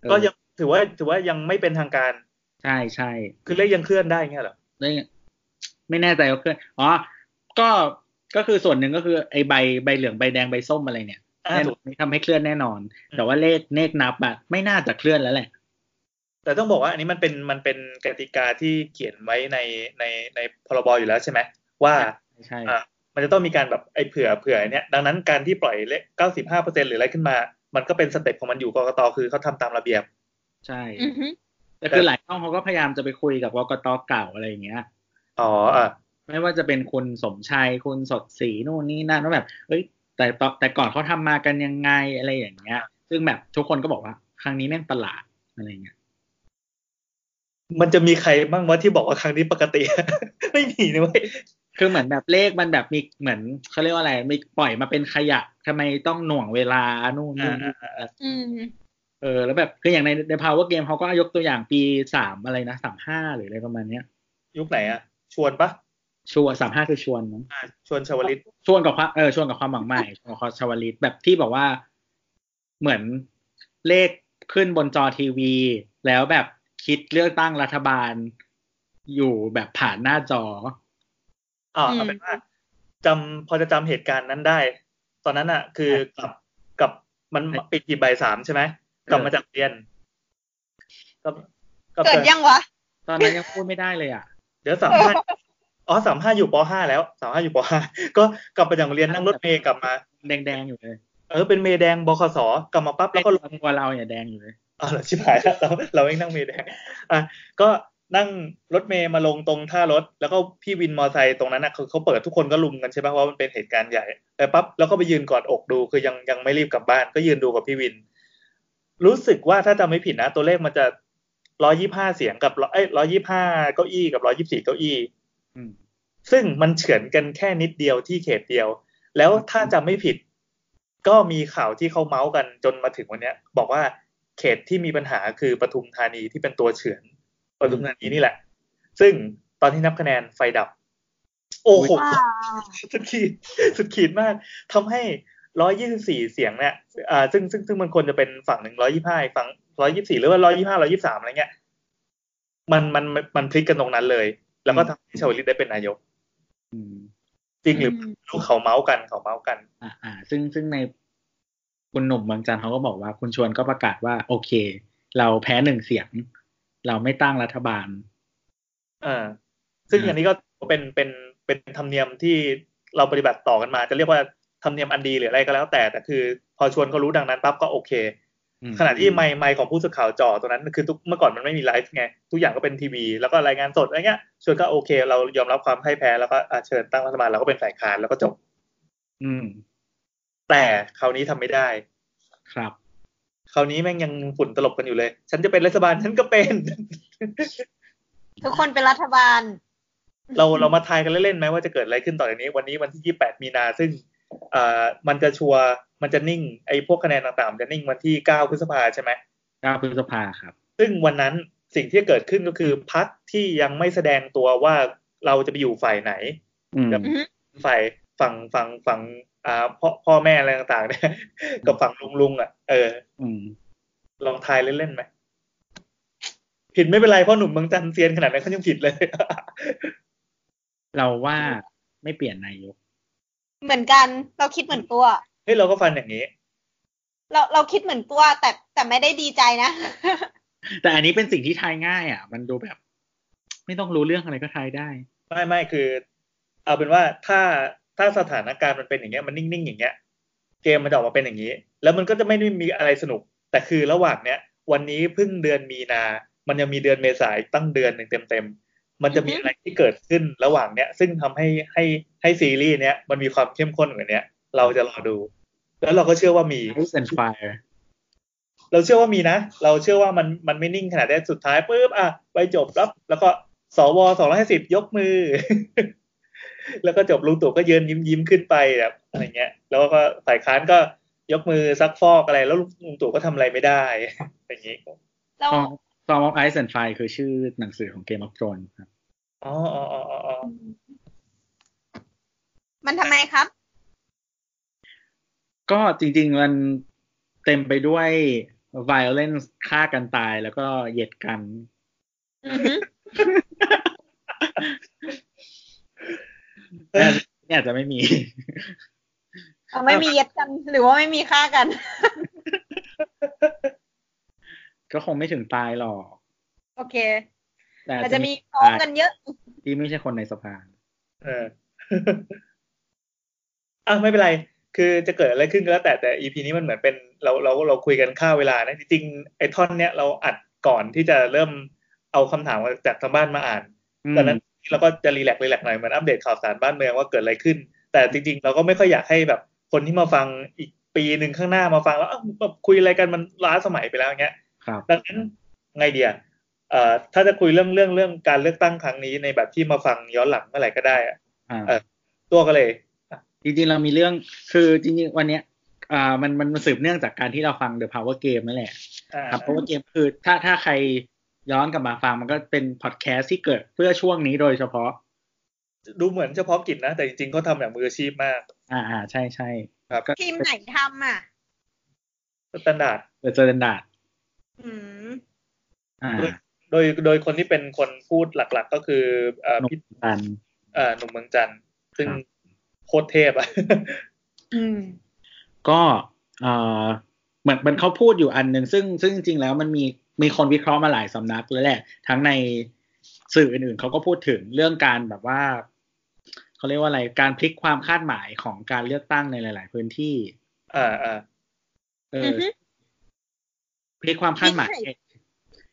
S3: เออ
S2: ก็ยังถือว่าถือว่ายังไม่เป็นทางการ
S3: ใช่ใช่
S2: คือเลขยังเคลื่อนได้เงี้ยเหรอ
S3: ๆไม่ไม่แน่ใจว่าเพื่อนอ๋อก็ก็คือส่วนหนึ่งก็คือไอใบใบเหลืองใบแดงใบส้มอะไรเนี่ย
S2: อ่า
S3: แน่น
S2: ถู
S3: อก นทำให้เคลื่อนแน่นอน แต่ว่าเลขเลขนับอะไม่น่าจะเคลื่อนแล้วแหละ
S2: แต่ต้องบอกว่าอันนี้มันเป็นมันเป็นกติกาที่เขียนไว้ในในในพรบอยู่แล้วใช่ไหมว่า
S3: ใช่
S2: อ่ะมันจะต้องมีการแบบไอ้เผื่อเผื่อเนี่ยดังนั้นการที่ปล่อยเลขเก้าสิบห้าเปอร์เซ็นหรืออะไรขึ้นมา มันก็เป็นสเต็ปของมันอยู่กกตคือเขาทำตามระเบียบ
S3: ใช่
S4: อือฮึ
S3: แต่คือหลายช่องเขาก็พยายามจะไปคุยกับกกตเก่าอะไรอย่างเงี้ย
S2: อ๋ออ่ะ
S3: ไม่ว่าจะเป็นคุณสมชัยคุณสดศรีนู่นนี่นั่นว่าแบบ เอ้ย แต่ตอนแต่ก่อนเขาทำมากันยังไงอะไรอย่างเงี้ย ซึ่งแบบทุกคนก็บอกว่า ครั้งนี้แม่งประหลาดอะไรเงี้ย
S2: มันจะมีใครบ้างวะที่บอกว่าครั้งนี้ปกติ ไม่มีนะเว้ย
S3: คือเหมือนแบบเลขมันแบบมีเหมือนเขาเรียกว่าอะไรมีปล่อยมาเป็นขยะทำไมต้องหน่วงเวลานู่นนี่นั่น
S4: อืม
S3: เออแล้วแบบคืออย่างในใน power game เขาก็ยกตัวอย่างปีสามอะไรนะสามห้าหรืออะไรประมาณเนี้ย
S2: ยุคไหนอ่ะ ชวนปะ
S3: ชวนสามห้าคือชวนมั้ง
S2: อ่ะชวนชวลิต
S3: ชวนกับความเออชวนกับความหวังใหม่ชวนกับความชาวลิตแบบที่บอกว่าเหมือนเลขขึ้นบนจอทีวี แล้วแบบคิดเลือกตั้งรัฐบาล อยู่แบบผ่านหน้าจอ
S2: อ่าเอาเป็นว่าจำพอจะจำเหตุการณ์นั้นได้ ตอนนั้นอ่ะ คือกลับกลับมันปิดกี่ใบายสามใช่ไหมกลับมาจากเรียนก็ก็
S4: เกิดยังวะ
S3: ตอนนั้นยังพูดไม่ได้เลยอ่ะ
S2: เดี๋ยวสามห้าอ๋อสามห้าอยู่ปห้าแล้วสามห้าอยู่ปห้า ก็กลับมาจากเรียนนั่งรถเมย์กลับมา
S3: แดงๆอยู่เลย
S2: เออเป็นเมย์แดงบคสกลับมาปั๊บแล้
S3: แล้
S2: ว ว
S3: ก็
S2: ก็
S3: ล
S2: ล
S3: ง
S2: ง
S3: ตัวเราเนี่ยแดงอยู่เลย
S2: อ๋อเหรอชิบหาย แล้วเราเราเองนั่งเมย์แดง อ่ะก็นั่งรถเมย์มาลงตรงท่ารถ แล้วก็พี่วินมอไซค์ตรงนั้นอ่ะคือเขาเปิดทุกคนก็ลุมกันใช่ปะว่ามันเป็นเหตุการณ์ใหญ่แต่ปั๊บแล้วก็ไปยืนกอดอกดูคือยังยังไม่รีบกลับบ้าน ก็ยืนดูกับพี่วิน รู้สึกว่าถ้าจำไม่ผิดนะ ตัวเลขมันจะร้อยี่ห้าเสียงกับ100เอ้ร้อยี่ห้าเก้าอี้กับร้อยี่สี่เก้าอี้
S3: อืม
S2: ซึ่งมันเฉือนกันแค่นิดเดียวที่เขตเดียว แล้วถ้าจำไม่ผิด ก็มีข่าวที่เขาเมาส์กันจนมาถึงวันเนี้ย บอกว่าเขตที่มีปัญหาคือปทุมธานีที่เป็นตัวเฉือนปทุมธานีนี่แหละ ซึ่งตอนที่นับคะแนนไฟดับ โอ้โห
S4: ว้าว
S2: สุดขีดสุดขีดมากทำให้ร้อยยี่สิบสี่เสียงเนี่ยอ่าซึ่งซึ่งซึ่งมันควรจะเป็นฝั่งหนึ่งร้อยยี่ห้าฝั่งร้อยยี่สี่หรือว่าร้อยยี่ห้าร้อยี่สามอะไรเงี้ยมันมันมันมันพลิกกันตรงนั้นเลย แล้วก็ทำให้ชาวลิตได้เป็นนายก
S3: อืม
S2: จริงหรือ
S4: ม
S2: ลูกเขาเมาส์กันเขาเมาส์กัน
S3: อ่าอ่า ซึ่งซึ่งในคุณหนุ่มบางจันทร์เขาก็บอกว่า คุณชวนก็ประกาศว่า โอเค เราแพ้หนึ่งเสียง เราไม่ตั้งรัฐบาล
S2: อ่า ซึ่ง
S3: อืม
S2: อันนี้ก็เป็นเป็นเป็นธรรมเนียมที่เราปฏิบัติต่อกันมา จะเรียกว่าธรรมเนียมอันดีหรืออะไรก็แล้วแต่แต่คือ พอชวนเขารู้ดังนั้นปั๊บก็โอเค
S3: อืม
S2: ขณะที่ไมค์ไมค์ของผู้สื่อข่าวจ่อตรงนั้นคือทุกเมื่อก่อนมันไม่มีไลฟ์ไง ทุกอย่างก็เป็นทีวี แล้วก็รายงานสดอะไรเงี้ยชวนก็โอเค เรายอมรับความพ่ายแพ้แล้วก็อ่ะเชิญตั้งรัฐบาลเราก็เป็นฝ่ายค้านแล้วก็จบ
S3: อืม
S2: แต่คราวนี้ทำไม่ได้
S3: ครับ
S2: คราวนี้แม่งยังฝุ่นตลบกันอยู่เลย ฉันจะเป็นรัฐบาลฉันก็เป็น
S4: ทุกคนเป็นรัฐบาล
S2: เราเรามาทายกันเล่นๆไหมว่าจะเกิดอะไรขึ้นต่อจากนี้ วันนี้วันที่ 28 มีนาซึ่งอ่ามันจะชัวร์มันจะนิ่งไอ้พวกคะแนนต่างๆมันจะนิ่งวันที่ 9 พฤษภาใช่ไหม
S3: เก้าพฤษภาครับ
S2: ซึ่งวันนั้นสิ่งที่เกิดขึ้นก็คือพักที่ยังไม่แสดงตัวว่าเราจะไปอยู่ฝ่ายไหน
S3: อืม
S2: ครับ ฝ่ายฝั่งฝั่งฝั่งอ่าพ่อพ่อแม่อะไรต่างๆเนี่ย กับฝั่งลุงลุงๆอ่ะเออ
S3: อืม
S2: ลองทายเล่นๆไหมผิดไม่เป็นไรเพราะหนุ่มเมืองจันทร์เซียนขนาดนั้นเขายังผิดเลย
S3: เราว่าไม่เปลี่ยนนายก
S4: เหมือนกัน เราคิดเหมือนตัว
S2: เฮ้ยเราก็ฟันอย่างนี้
S4: เราเราคิดเหมือนตัว แต่แต่ไม่ได้ดีใจนะ
S3: แต่อันนี้เป็นสิ่งที่ทายง่าย อ่ะ มันดูแบบ ไม่ต้องรู้เรื่องอะไรก็ทายได้
S2: ไม่ไม่คือ เอาเป็นว่าถ้าถ้าสถานการณ์มันเป็นอย่างเงี้ยมันนิ่งๆอย่างเงี้ย เกมมันจะออกมาเป็นอย่างนี้ แล้วมันก็จะไม่ได้มีอะไรสนุก แต่คือระหว่างเนี้ย วันนี้เพิ่งเดือนมีนา มันยังมีเดือนเมษายนตั้งเดือนหนึ่งเต็มๆมันจะมี
S4: อือฮึ
S2: อะไรที่เกิดขึ้นระหว่างเนี้ย ซึ่งทำให้ให้ให้ซีรีส์เนี้ยมันมีความเข้มข้นกว่าเนี้ย เราจะรอดู แล้วเราก็เชื่อว่ามี
S3: Ice and Fire
S2: เราเชื่อว่ามีนะ เราเชื่อว่ามันมันไม่นิ่งขนาดนี้สุดท้ายปุ๊บอ่ะไปจบรับแล้วก็สวสองร้อยห้าสิบยกมือ แล้วก็จบลุงตู่ก็ยืนยิ้มยิ้มๆขึ้นไปแบบอะไรเงี้ย แล้วก็ฝ่ายค้านก็ยกมือซักฟอกอะไร แล้วลุงตู่ก็ทำอะไรไม่ได้ อย่างงี้
S4: เรา
S3: ซองออฟไอซ์แอนด์ไฟคือชื่อหนังสือของเกมออฟโ n รนครับ
S2: อ๋ออ๋ออ๋ออ๋ออ๋อ
S4: มันทำไมครับ
S3: ก็จริงๆมันเต็มไปด้วย violence ฆ่ากันตายแล้วก็เหยียดกัน
S4: อือฮึ
S3: แต่นี่อาจจะไม่มี
S4: เราไม่มีเย็ดกันหรือว่าไม่มีฆ่ากัน
S3: ก็คงไม่ถึงตายหรอก
S4: โอเค
S3: แต่อา
S4: แต่
S3: จ
S4: จะ
S3: จะ
S4: มี
S3: มี
S4: ฟ้องกันเยอะ
S3: ที่ไม่ใช่คนในสภา
S2: เอ อ อ่ะไม่เป็นไร คือจะเกิดอะไรขึ้นก็แล้วแต่แต่ EP นี้มันเหมือนเป็นเราเราเราคุยกันค่าเวลานะจริงๆไอ้ท่อนเนี้ยเราอัดก่อนที่จะเริ่มเอาคำถามจากทางบ้านมาอ่าน
S3: อืม
S2: ดังนั้นเราก็จะรีแลกซ์รีแลกซ์หน่อยเหมือนอัปเดตข่าวสารบ้านเมืองว่าเกิดอะไรขึ้น แต่จริงๆ เราก็ไม่ค่อยอยากให้แบบคนที่มาฟังอีกปีหนึ่งข้างหน้ามาฟังแล้วเอ้าแบบคุยอะไรกันมันล้าสมัยไปแล้วอย่างเงี้ย
S3: ครับ
S2: ดังนั้นไงเดียเอ่อถ้าจะคุยเรื่องเรื่องเรื่องการเลือกตั้งครั้งนี้ในแบบที่มาฟังย้อนหลังเมื่อไหร่ก็ได้อะ
S3: อ่า
S2: ตัวก็เลย
S3: จริงๆเรามีเรื่องคือจริงๆวันเนี้ยอ่ามันมันมันสืบเนื่องจากการที่เราฟัง The Power Game นั่นแหละ
S2: อ่า
S3: ครับ Power Game คือถ้าถ้าใครย้อนกลับมาฟังมันก็เป็นพอดแคสต์ที่เกิดเพื่อช่วงนี้โดยเฉพาะ
S2: ดูเหมือนเฉพาะกิจนะ แต่จริงๆเขาทำอย่างมืออาชีพมาก
S3: อ่าอ่าใช่ใช่
S2: ครับ
S3: ก็
S4: ทีมไหนทำอ่ะ
S2: มาตรฐาน
S3: เปิดเจอเดนดาด
S4: อืม
S3: อ่า
S2: โดยโดยคนที่เป็นคนพูดหลักๆ ก็คือเอ่อ
S3: หนุ
S2: พี่
S3: มตัน
S2: เอ่อหนุ่มเมืองจันทร์ซึ่ง
S3: ครับ
S2: โคตรเทพอะ
S4: อืม
S3: ก็เอ่อเหมือนมันเขาพูดอยู่อันหนึ่งซึ่งซึ่งจริงๆแล้วมันมีมีคนวิเคราะห์มาหลายสำนักแล้วแหละ ทั้งในสื่ออื่นๆเขาก็พูดถึงเรื่องการแบบว่าเขาเรียกว่าอะไรการพลิกความคาดหมายของการเลือกตั้งในหลาย ๆ พื้นที่
S2: อ่าอ่า
S3: เอ
S4: อื
S3: อ
S4: อฮึ
S3: พลิกความคาดหมาย
S4: มีที่ไหน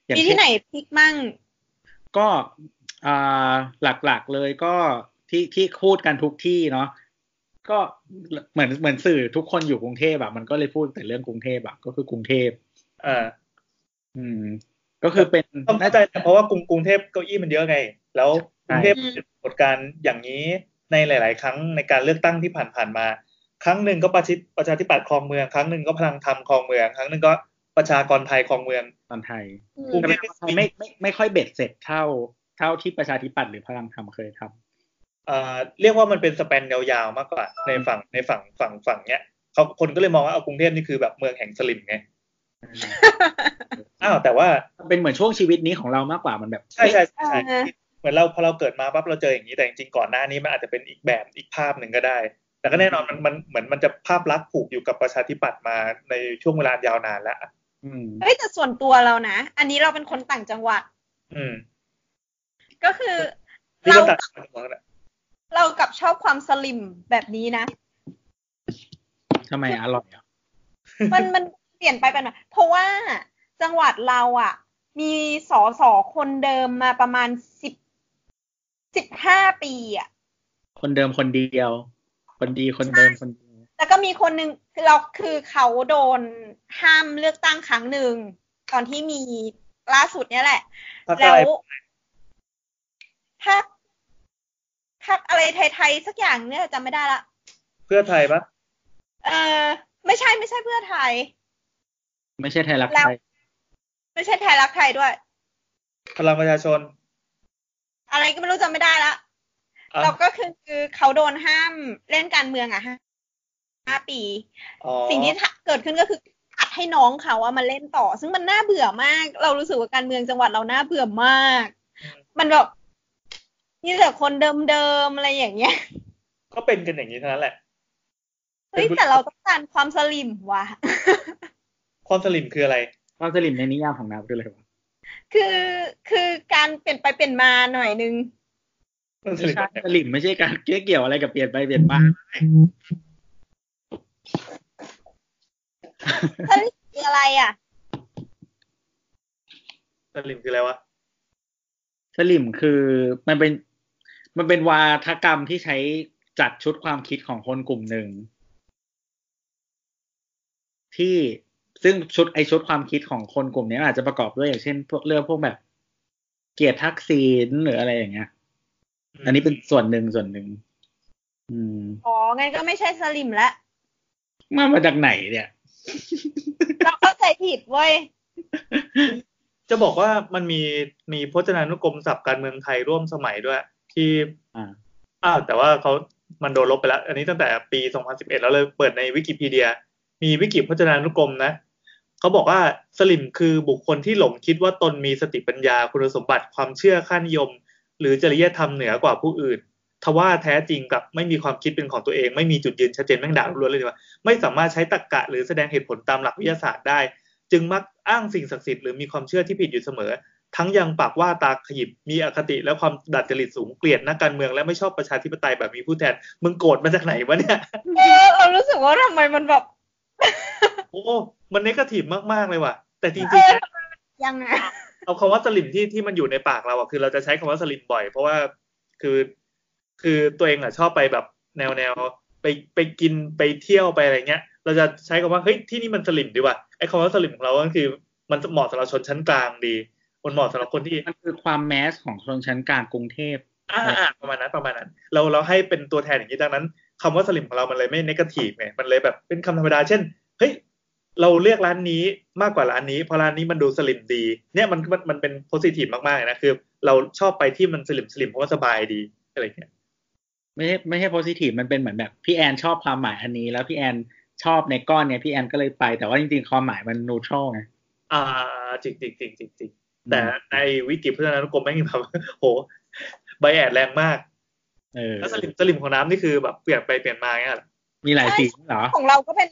S3: อย่าง
S4: มี
S3: เช่
S4: ที่
S3: น
S4: ไหนพลิกมั่ง
S3: ก็อ่าหลักๆเลยก็ที่ที่พูดกันทุกที่เนาะก็เหมือนเหมือนสื่อทุกคนอยู่กรุงเทพแบบมันก็เลยพูดแต่เรื่องกรุงเทพแบบก็คือกรุงเทพ
S2: อ่า
S3: อืม ก็คือเป็น
S2: ต้องเข้าใจนะเพราะว่ากรุงกรุงเทพเก้าอี้มันเยอะไง แล้วกรุงเทพ
S4: ใช่
S2: เป็นปรากฏการณ์อย่างนี้ในหลาย ๆ ครั้งในการเลือกตั้งที่ผ่านๆมา ครั้งหนึ่งก็ประชิประชาธิปัตย์คลองเมือง ครั้งหนึ่งก็พลังธรรมคลองเมือง ครั้งหนึ่งก็ประชากรไทยคลองเมือง
S3: ตอนไทย
S4: อืม
S2: กรุง
S3: แต่
S2: เท
S3: เป็
S2: พ
S3: นคนไทยไม่ไม่ไม่ค่อยเบ็ดเสร็จเท่า เท่าที่ประชาธิปัตย์หรือพลังธรรมเคยทำ
S2: เอ่อเรียกว่ามันเป็นสเปนยาว ๆ มากกว่า ในฝั่งในฝั่งฝั่งฝั่งเนี้ยเขาคนก็เลยมองว่าเอากรุงเทพนี่คือแบบเมืองแห่งสลิมไงอ้าวแต่ว่า
S3: มันเป็นเหมือนช่วงชีวิตนี้ของเรามากกว่ามันแบบ
S2: ใช่ใช่
S4: เอ
S2: ใช่ใช่
S4: อ
S2: เหมือนเราพอเราเกิดมาปั๊บเราเจออย่างนี้แต่จริงๆก่อนหน้านี้มันอาจจะเป็นอีกแบบอีกภาพหนึ่งก็ได้ แต่ก็แน่นอนมันมันเหมือนมันจะภาพลักษณ์ผูกอยู่กับประชาธิปัตย์มาในช่วงเวลายาวนานแล้ว
S3: อืม
S4: เฮ้ยแต่ส่วนตัวเรานะ อันนี้เราเป็นคนต่างจังหวัด
S2: อืม
S4: ก็คือ
S2: นี่
S4: เรา
S2: ก็ตัด
S4: กับ
S2: หัวกันอะ
S4: เรากับชอบความสลิมแบบนี้นะ
S3: ทำไมอร่อยอ่ะ
S4: มันมันเปลี่ยนไปเป็นมาเพราะว่าจังหวัดเราอ่ะ มีสอสอคนเดิมมาประมาณสิบสิบห้าปีอ่ะ
S3: คนเดิมคนเดียว คนดีคนเดิมคนเดียว
S4: แล้วก็มีคนหนึ่งคือเราคือเขาโดนห้ามเลือกตั้งครั้งหนึ่งตอนที่มีล่าสุดเนี่ยแหละ
S2: ภาค
S4: แล้
S2: ใต้
S4: วภาคภาคอะไรไทยๆสักอย่างเนี่ยจำไม่ได้ละ
S2: เพื่อไทยปะ
S4: เออไม่ใช่ไม่ใช่เพื่อไทย
S3: ไม่ใช่ไทยรัก
S4: แล้ว
S3: ไทย
S4: ไม่ใช่ไทยรักไทยด้วย
S2: พลังประชาชน
S4: อะไรก็ไม่รู้จำไม่ได้ละ
S2: อ่ะ
S4: เราก็คือคือเขาโดนห้ามเล่นการเมืองอ่ะห้าห้าปี
S2: อ๋อ
S4: สิ่งที่เกิดขึ้นก็คืออัดให้น้องเขาอะมาเล่นต่อ ซึ่งมันน่าเบื่อมาก เรารู้สึกว่าการเมืองจังหวัดเราน่าเบื่อมาก
S2: อืม
S4: มันแบบนี่แต่คนเดิมๆอะไรอย่างเงี้ย
S2: ก็เป็นกันอย่างนี้เท่านั้นแหละ
S4: เฮ้ยแต่เราต้องการความสลิมว่ะ
S2: ความสลิมคืออะไร
S3: ความสลิมในนิยามของนับด้วยเลยวะ
S4: คือคือการเปลี่ยนไปเปลี่ยนมาหน่อยนึง
S2: ความส
S3: ไม่
S2: ลิม
S3: ใช่
S2: แบบไหน
S3: สลิมไม่ใช่การเกี่ยวเกี่ยวอะไรกับเปลี่ยนไปเปลี่ยนมา
S4: สลิมคืออะไรอ่ะ
S2: สลิมคืออะไรวะ
S3: สลิมคือมันเป็น มันเป็นวาทกรรมที่ใช้จัดชุดความคิดของคนกลุ่มหนึ่ง ที่ ซึ่งชุดไอชุดความคิดของคนกลุ่มนี้อาจจะประกอบด้วยอย่างเช่น พวกเรื่องพวกแบบ เกียรติทักษิณหรืออะไรอย่างเงี้ย อันนี้เป็นส่วนหนึ่งส่วนหนึ่งอืม
S4: อ๋อ งั้นก็ไม่ใช่สลิมละ
S3: มามาจากไหนเนี่ย
S4: เราเข้าใจผิดเว้ย
S2: จะบอกว่ามันมีมีพจนานุกรมศัพท์การเมืองไทยร่วมสมัยด้วย ที่
S3: อ่า
S2: อ้าวแต่ว่าเขามันโดนลบไปแล้ว อันนี้ตั้งแต่ปี 2011 แล้วเลยเปิดในวิกิพีเดีย มีวิกิพจนานุกรมนะเขาบอกว่าสลิมคือบุคคลที่หลงคิดว่าตนมีสติปัญญาคุณสมบัติความเชื่อค่านิยม หรือจริยธรรมเหนือกว่าผู้อื่น ทว่าแท้จริงกลับไม่มีความคิดเป็นของตัวเอง ไม่มีจุดยืนชัดเจนแม่งด่าล้วนเลยดีกว่าไม่สามารถใช้ตรรกะหรือแสดงเหตุผลตามหลักวิทยาศาสตร์ได้ จึงมักอ้างสิ่งศักดิ์สิทธิ์หรือมีความเชื่อที่ผิดอยู่เสมอ ทั้งยังปากว่าตาขยิบมีอคติและความดัดจริตสูงเกลียดนักการเมืองและไม่ชอบประชาธิปไตยแบบมีผู้แทน มึงโกรธมาจากไหนวะเนี่ย
S4: เออเรารู้สึกว่าทำไมมันแบบ
S2: โอ้มันเนกาทีฟมากๆเลยว่ะ แต่จ
S4: เอ
S2: ริง
S4: อ
S2: ๆ
S4: ทำไมมันยังไง
S2: เอาคำว่าสลิมที่ที่มันอยู่ในปากเราอะคือเราจะใช้คำว่าสลิมบ่อย เพราะว่าคือคือตัวเองอะชอบไปแบบแนวแนวไปไปกินไปเที่ยวไปอะไรเงี้ย เราจะใช้คำว่าเฮ้ยที่นี่มันสลิมดีว่ะไอ้คำว่าสลิมของเราก็คือมันเหมาะสำหรับชนชั้นกลางดี มันเหมาะสำหรับคนที่
S3: มันคือความแมสของชนชั้นกลางกรุงเทพ
S2: อ่าอ่าประมาณนั้นประมาณนั้น เราเราให้เป็นตัวแทนอย่างนี้ดังนั้นคำว่าสลิมของเรามันเลยไม่นกาทีฟไงมันเลยแบบเป็นคำธรรมดา เช่นเฮ้ยเราเลือกร้านนี้มากกว่าร้านนี้เพราะร้านนี้มันดูสลิมดี เนี่ยมันมันมันเป็นโพซิทีฟมากๆเลยนะคือ เราชอบไปที่มันสลิมสลิมเพราะว่าสบายดีอะไรอย่างเงี้ย
S3: ไม่ใช่ไม่ใช่ positive มันเป็นเหมือนแบบพี่แอนชอบความหมายอันนี้ แล้วพี่แอนชอบในก้อนเนี้ยพี่แอนก็เลยไปแต่ว่าจริงๆความหมายมัน neutral ไง
S2: อ่าจริงจริงจริงจริงจริงแต่ในวิกิพัฒนานุกรมแม่งแบบโหใบแอดแรงมาก
S3: เออ
S2: แล้วสลิมสลิมของน้ำนี่คือแบบเปลี่ยนไปเปลี่ยนมาเงี้ยเหรอ
S3: มีหลายสีเหรอ
S4: ของเราก็เป็น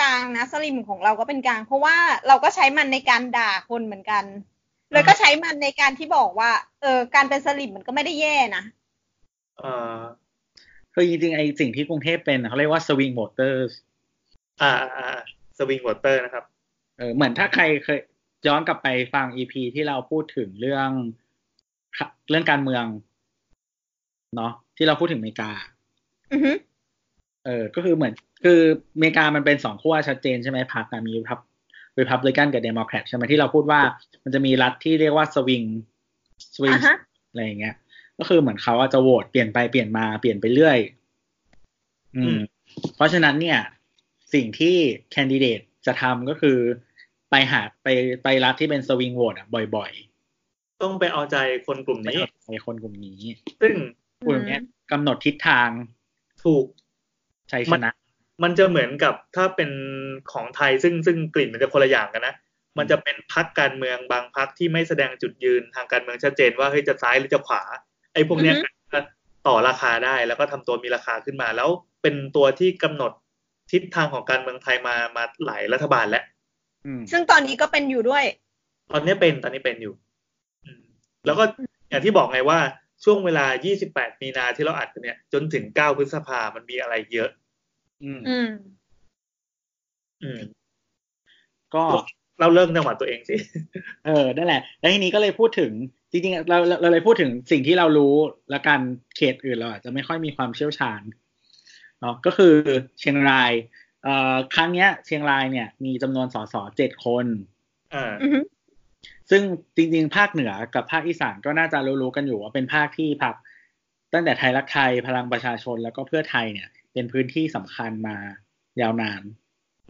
S4: กลางนะ สลิมของเราก็เป็นกลาง เพราะว่าเราก็ใช้มันในการด่าคนเหมือนกัน แล้วก็ใช้มันในการที่บอกว่า เออ การเป็นสลิมมันก็ไม่ได้แย่นะ
S2: อ่า
S3: คือจริงๆไอสิ่งที่กรุงเทพเป็นอะเขาเรียกว่า swing voters
S2: อ่าอ่าสวิงวอเตอร์นะครับ
S3: เออเหมือนถ้าใครเคยย้อนกลับไปฟัง EP ที่เราพูดถึงเรื่องเรื่องการเมืองเนาะที่เราพูดถึงอเมริกา
S4: อือฮึ
S3: เออ ก็คือเหมือน คืออเมริกามันเป็นสองขั้วชัดเจนใช่ไหมพรรคอะมีพับริพับลิกันกับเดโมแครตใช่ไหมที่เราพูดว่า มันจะมีรัฐที่เรียกว่าสวิงสวิง
S4: อ่ะฮะ
S3: อะไรอย่างเงี้ย ก็คือเหมือนเขาอะจะโหวตเปลี่ยนไปเปลี่ยนมาเปลี่ยนไปเรื่อย อื
S2: อื
S3: ม
S2: ม
S3: เพราะฉะนั้นเนี่ย สิ่งที่แคนดิเดตจะทำก็คือไปหาไปไปรัฐที่เป็นสวิงโหวตอะบ่อย
S2: ต้องไปเอาใจคนกลุ่ม
S3: ๆไป
S2: นี้
S3: เอาใจคนกลุ่มนี้
S2: ซึ่ง
S3: กลุ่มเนี้ยกำหนดทิศทาง
S2: ถูก
S3: ชัยชนะ
S2: มันจะเหมือนกับถ้าเป็นของไทยซึ่งซึ่งกลิ่นมันจะคนละอย่างกันนะ มันจะเป็นพักการเมืองบางพักที่ไม่แสดงจุดยืนทางการเมืองชัดเจนว่าเฮ้ยจะซ้ายหรือจะขวา ไอ้พวกเนี้ย
S4: อือฮึ
S2: ก็ต่อราคาได้แล้วก็ทำตัวมีราคาขึ้นมา แล้วเป็นตัวที่กำหนดทิศทางของการเมืองไทยมามาหลายรัฐบาลแล้ว
S3: อืม
S4: ซึ่งตอนนี้ก็เป็นอยู่ด้วย
S2: ตอนนี้เป็นตอนนี้เป็นอยู่อืมแล้วก็อย่างที่บอกไงว่าช่วงเวลา 28 มีนาที่เราอัดกันเนี่ย จนถึง 9 พฤษภามันมีอะไรเยอะ
S3: อืม
S4: อืม
S2: อืม
S3: ก็
S2: เราเริ่มจังหวัดตัวเองสิ
S3: เออ นั่นแหละ แล้วทีนี้ก็เลยพูดถึง จริงๆ เราเราเราเลยพูดถึงสิ่งที่เรารู้ และการเขตอื่นเราอาจจะไม่ค่อยมีความเชี่ยวชาญ เนาะ ก็คือเชียงราย เอ่อ ครั้งเนี้ย เชียงรายเนี่ยมีจำนวนสสเจ็ดคน
S2: อ่า
S4: อือฮึ
S3: ซึ่งจริงๆ ภาคเหนือกับภาคอีสานก็น่าจะรู้ๆกันอยู่ว่าเป็นภาคที่พักตั้งแต่ไทยรักไทยพลังประชาชนแล้วก็เพื่อไทยเนี่ย เป็นพื้นที่สำคัญมายาวนาน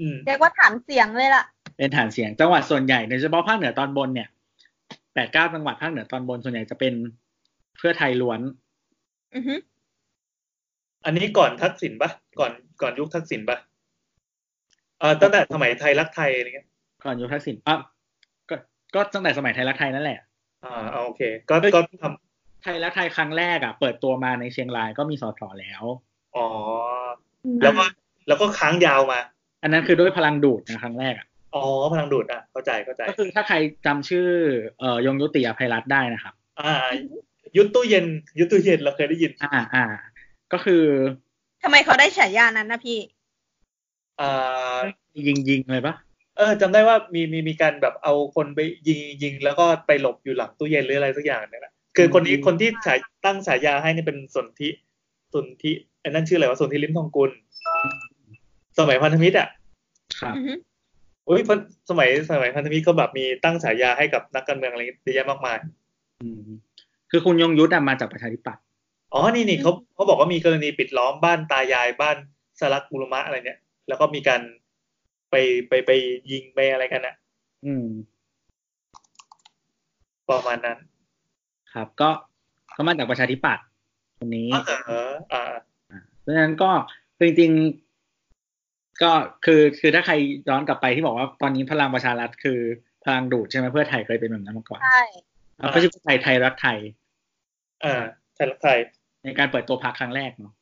S2: อืม
S4: เรียกว่าถามเสียงเลยล่ะ
S3: เป็นฐานเสียงจังหวัดส่วนใหญ่โดยเฉพาะภาคเหนือตอนบนเนี่ยแปดเก้าจังหวัดภาคเหนือตอนบนส่วนใหญ่จะเป็นเพื่อไทยล้วน
S4: อือฮึ
S2: อันนี้ก่อนทักษิณปะก่อนก่อนยุคทักษิณปะเอ่อตั้งแต่สมัยไทยรักไทยอะไรเงี้ย
S3: ก่อนยุคทักษิณอ่ะก็ก็ตั้งแต่สมัยไทยรักไทยนั่นแหละ
S2: อ่าเอาโอเค ก็ก็ท
S3: ไทยรักไทยครั้งแรกอ่ะเปิดตัวมาในเชียงรายก็มีสสแล้ว
S2: ำอ๋อ แล้วก็แล้วก็ค้างยาวมา
S3: อันนั้นคือด้วยพลังดูดนะครั้งแรกอ่ะ
S2: อ๋อพลังดูดอ่ะ เข้าใจเข้าใจ
S3: ก็คือถ้าใครจำชื่อเอ่อยงยุติอภัยรัตน์ได้นะครับ
S2: อ่า ยุทธตู้เย็น ยุทธตู้เย็นเราเคยได้ยิน
S3: อ่าอ่าก็คือ
S4: ทำไมเขาได้ฉายานั้นนะพี่
S2: อ่า
S3: ยิงยิงเลยปะ
S2: เออจำได้ว่ามีมีมีการแบบเอาคนไปยิงยิงแล้วก็ไปหลบอยู่หลังตู้เย็นหรืออะไรสักอย่างเนี่ยแหละคือคนนี้คนที่ฉายตั้งฉายาให้นี่เป็นสนธิสนธิไอ้นั่นชื่ออะไรวะสนธิลิ้มทองกุล สมัยพันธมิตรอ่ะ
S3: ครับ
S4: อือฮึ
S2: อุ้ยพันสมัยสมัยพันธมิตรเขาแบบมีตั้งฉายาให้กับนักการเมืองอะไรเยอะแยะมากมาย
S3: อืมคือคุณยงยุทธอะมาจากประชาธิปัตย์
S2: อ๋อ นี่นี่เขาเขาบอกว่ามีกรณีปิดล้อมบ้านตายายบ้านสลักบุรมะอะไรเนี่ย แล้วก็มีการไปไปไปยิงไปอะไรกันอะ
S3: อืม
S2: ประมาณนั้น
S3: ครับ ก็เขามาจากประชาธิปัตย์คนนี้
S2: อ๋อเหรออ่า
S3: เพราะฉะนั้นก็จริงๆก็คือคือถ้าใครย้อนกลับไปที่บอกว่าตอนนี้พลังประชารัฐคือพลังดูดใช่ไหมเพื่อไทยเคยเป็นแบบนั้นมาก่อน
S4: ใช่
S2: อ่า
S3: ก็ชื่อไทยไทยรักไทย
S2: อ่าไทยรักไทย
S3: ในการเปิดตัวพรรคครั้งแรกเนาะ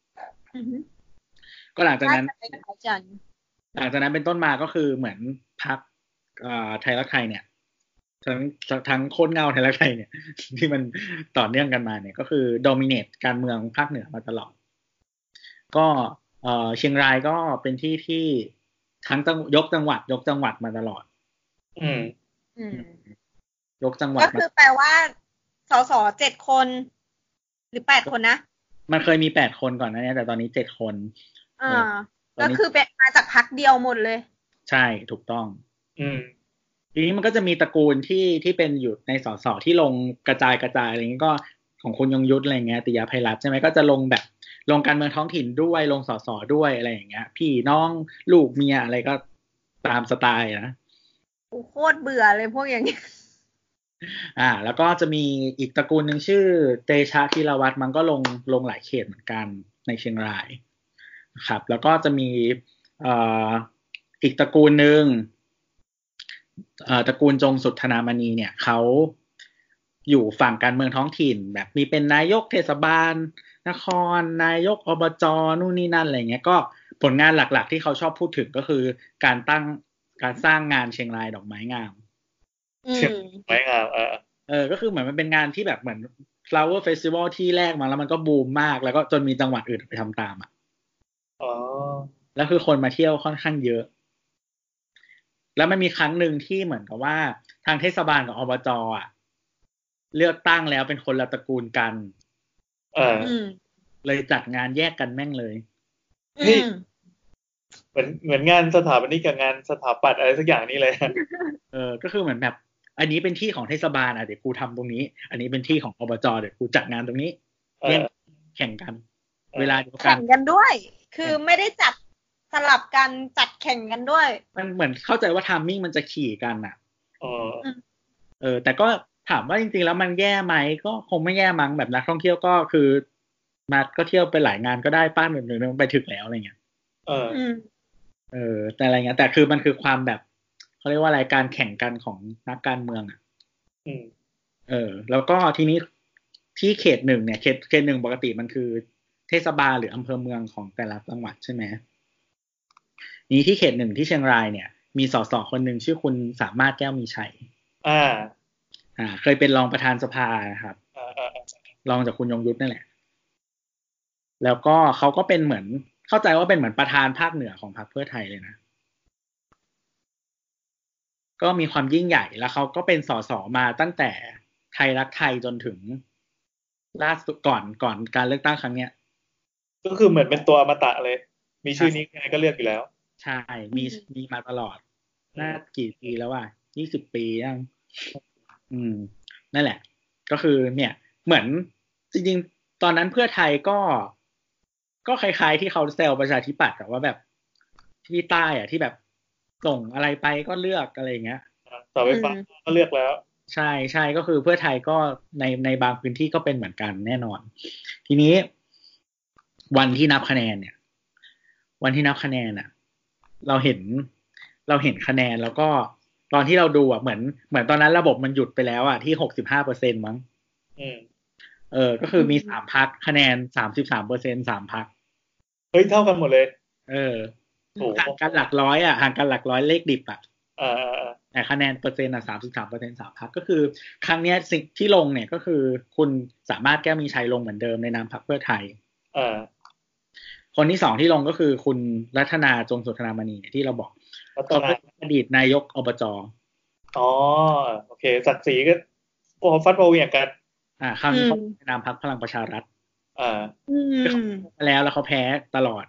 S4: อือฮึ
S3: ก็หลังจาก
S4: น่า
S3: นั้น
S4: จะเป็นอาจารย์
S3: หลังจากนั้นเป็นต้นมาก็คือเหมือนพรรคเอ่อไทยรักไทยเนี่ย ทั้งทั้งโคตรเงาไทยรักไทย เนี่ย ที่มันต่อเนื่องกันมาเนี่ย ก็คือด m มิเนตการเมืองภาคเหนือมาตลอด ก็เอ่อเชียงรายก็เป็นที่ที่ทั้งจังยกจังหวัด ยกจังหวัดมาตลอด
S2: อืม
S4: อืม
S3: ยกจังหวัด
S4: ก็
S3: มา
S4: คือแปลว่า สสเจ็ดคน หรือแปดคนนะ
S3: มันเคยมีแปดคนก่อนหนะเนี่ยแต่ตอนนี้เจ็ดคน
S4: อ่า
S3: ตอน
S4: ก็
S3: นี้
S4: คือเป็นมาจากพักเดียวหมดเลย
S3: ใช่ถูกต้อง
S2: อืม
S3: ทีนี้มันก็จะมีตระกูลที่ที่เป็นอยู่ในสสที่ลงกระจายกระจายอะไรเงี้ยก็ของคุณยงยุทธอะไรเงี้ยติยาภัยรัฐใช่ไหมก็จะลงแบบลงการเมืองท้องถิ่นด้วยลงสสด้วยอะไรอย่างเงี้ย พี่น้องลูกเมียอะไรก็ตามสไตล์นะ
S4: กูโคตรเบื่อเลยพวกอย่างเงี้ย
S3: อ่า แล้วก็จะมีอีกตระกูลหนึ่งชื่อเตชะธีรวัตรมันก็ลงลงหลายเขตเหมือนกันในเชียงรายนะครับ แล้วก็จะมีเอ่ออีกตระกูลหนึ่ง เอ่อตระกูลจงสุทธนามณีเนี่ยเขาอยู่ฝั่งการเมืองท้องถิ่น แบบมีเป็นนายกเทศบาล นคร นายกอบจนู่นนี่นั่นอะไรเงี้ยก็ผลงานหลักๆ ที่เขาชอบพูดถึงก็คือการตั้งการสร้างงานเชียงรายดอกไม้งาม
S4: อืม
S2: ไม้งามเออ
S3: เออ ก็คือเหมือนมันเป็นงานที่แบบเหมือน flower festival ที่แรกมาแล้วมันก็บูมมากแล้วก็จนมีจังหวัดอื่นไปทำตามอ่ะ
S2: อ๋อ
S3: แล้วคือคนมาเที่ยวค่อนข้างเยอะ แล้วมันมีครั้งหนึ่งที่เหมือนกับว่าทางเทศบาลกับอบจอ่ะ เลือกตั้งแล้วเป็นคนละตระกูลกัน
S2: เออ
S4: อืม
S3: เลยจัดงานแยกกันแม่งเลย
S2: นี่
S4: อืม
S2: เหมือนเหมือนงานสถาปนิกกับงานสถาปัตย์อะไรสักอย่างนี่เลย
S3: เออ ก็คือเหมือนแบบ อันนี้เป็นที่ของเทศบาลอ่ะเดี๋ยวกูทำตรงนี้ อันนี้เป็นที่ของอบจเดี๋ยวกูจัดงานตรงนี้
S2: เอ
S3: แย่ง
S2: อ
S3: แข่งกัน
S2: เออ
S3: เวลาเดียวกั
S4: แข่
S3: น
S4: งกันด้วย คือไม่ได้จัดสลับกันจัดแข่งกันด้วย
S3: มันเหมือนเข้าใจว่าทามมิ่งมันจะขี่กันอ่ะ
S2: อ๋อ
S3: เออแต่ก็ถามว่าจริงๆแล้วมันแย่ไหมก็คงไม่แย่มั้งแบบนักท่องเที่ยวก็คือ มาก็เที่ยวไปหลายงานก็ได้ป้านแบบหนึ่งมันไปถึงแล้วอะไรเงี้ย
S2: เออ
S4: อืม
S3: เออแต่อะไรเงี้ยแต่คือมันคือความแบบเขาเรียกว่าอะไรการแข่งกันของนักการเมืองอ่ะ
S2: อืม
S3: เออ แล้วก็ทีนี้ที่เขตหนึ่งเนี่ยเขตเขตหนึ่งปกติมันคือ เทศบาลหรืออำเภอเมืองของแต่ละจังหวัดใช่ไหมนี้ที่เขตหนึ่งที่เชียงรายเนี่ย มีสสคนหนึ่งชื่อคุณสามารถแก้วมีชัย
S2: อ่า
S3: อ่า เคยเป็นรองประธานสภานะครับ
S2: อ่าอ่าอ่าร
S3: องจากคุณยงยุทธนั่นแหละ แล้วก็เขาก็เป็นเหมือน เข้าใจว่าเป็นเหมือนประธานภาคเหนือของพรรคเพื่อไทยเลยนะ ก็มีความยิ่งใหญ่แล้วเขาก็เป็นสสมาตั้งแต่ไทยรักไทยจนถึงล่าสุดก่อนก่อนการเลือกตั้งครั้งเนี้ย
S2: ก็คือเหมือนเป็นตัวอมตะเลย มีชื่อนี้ใครก็เลือกอยู่แล้ว
S3: ใช่ มีมีมาตลอด น่ากี่ปีแล้วว่ายี่สิบปียัง อืม นั่นแหละ ก็คือเนี่ย เหมือนจริงๆ ตอนนั้นเพื่อไทยก็ ก็คล้าย ๆ ที่เขาเซลประชาธิปัตย์แต่ว่าแบบที่ใต้อะที่แบบส่งอะไรไปก็เลือกอะไรอย่างเงี้ย
S2: ต่อไปฟ้าก็เลือกแล้ว
S3: ใช่ใช่ก็คือเพื่อไทยก็ในในบางพื้นที่ก็เป็นเหมือนกันแน่นอน ทีนี้ วันที่นับคะแนนเนี่ย วันที่นับคะแนนอะเราเห็นเราเห็นคะแนนแล้วก็ตอนที่เราดูอะเหมือน เหมือนตอนนั้นระบบมันหยุดไปแล้วอะที่หกสิบห้าเปอร์เซ็นมั้ง
S2: อืม
S3: เออก็คือมีสามพักคะแนนสามสิบสามเปอร์เซ็นสามพัก
S2: เฮ้ยเท่ากันหมดเลย
S3: เออ
S2: โอ้โห
S3: ห่างกันหลักร้อยอะห่างกันหลักร้อยเลขดิบอะ
S2: อ่าอ่าอ่า
S3: แต่คะแนนเปอร์เซ็นต์อ่ะสามสิบสามเปอร์เซ็นต์สามพักก็คือ ครั้งเนี้ยสิ่งที่ลงเนี่ยก็คือ คุณสามารถแก้วมีชัยลงเหมือนเดิมในนามพรรคเพื่อไทย
S2: อ่า
S3: คนที่สองที่ลงก็คือคุณรัตนาจงสุธนามณีเนี่ยที่เราบอก
S2: พัฒ
S3: เขา
S2: นา
S3: เป็นอดีตนายกอบจ
S2: อ๋อ โอเค ศักดิ์ศรีก็พอฟัดพอเหวี่ยงกัน
S3: อ่าคราวนี้เขา
S4: อืม
S3: ในนามพรรคพลังประชารัฐ
S2: อ่า
S4: อืม
S3: มาแล้วแล้วเขาแพ้ตลอด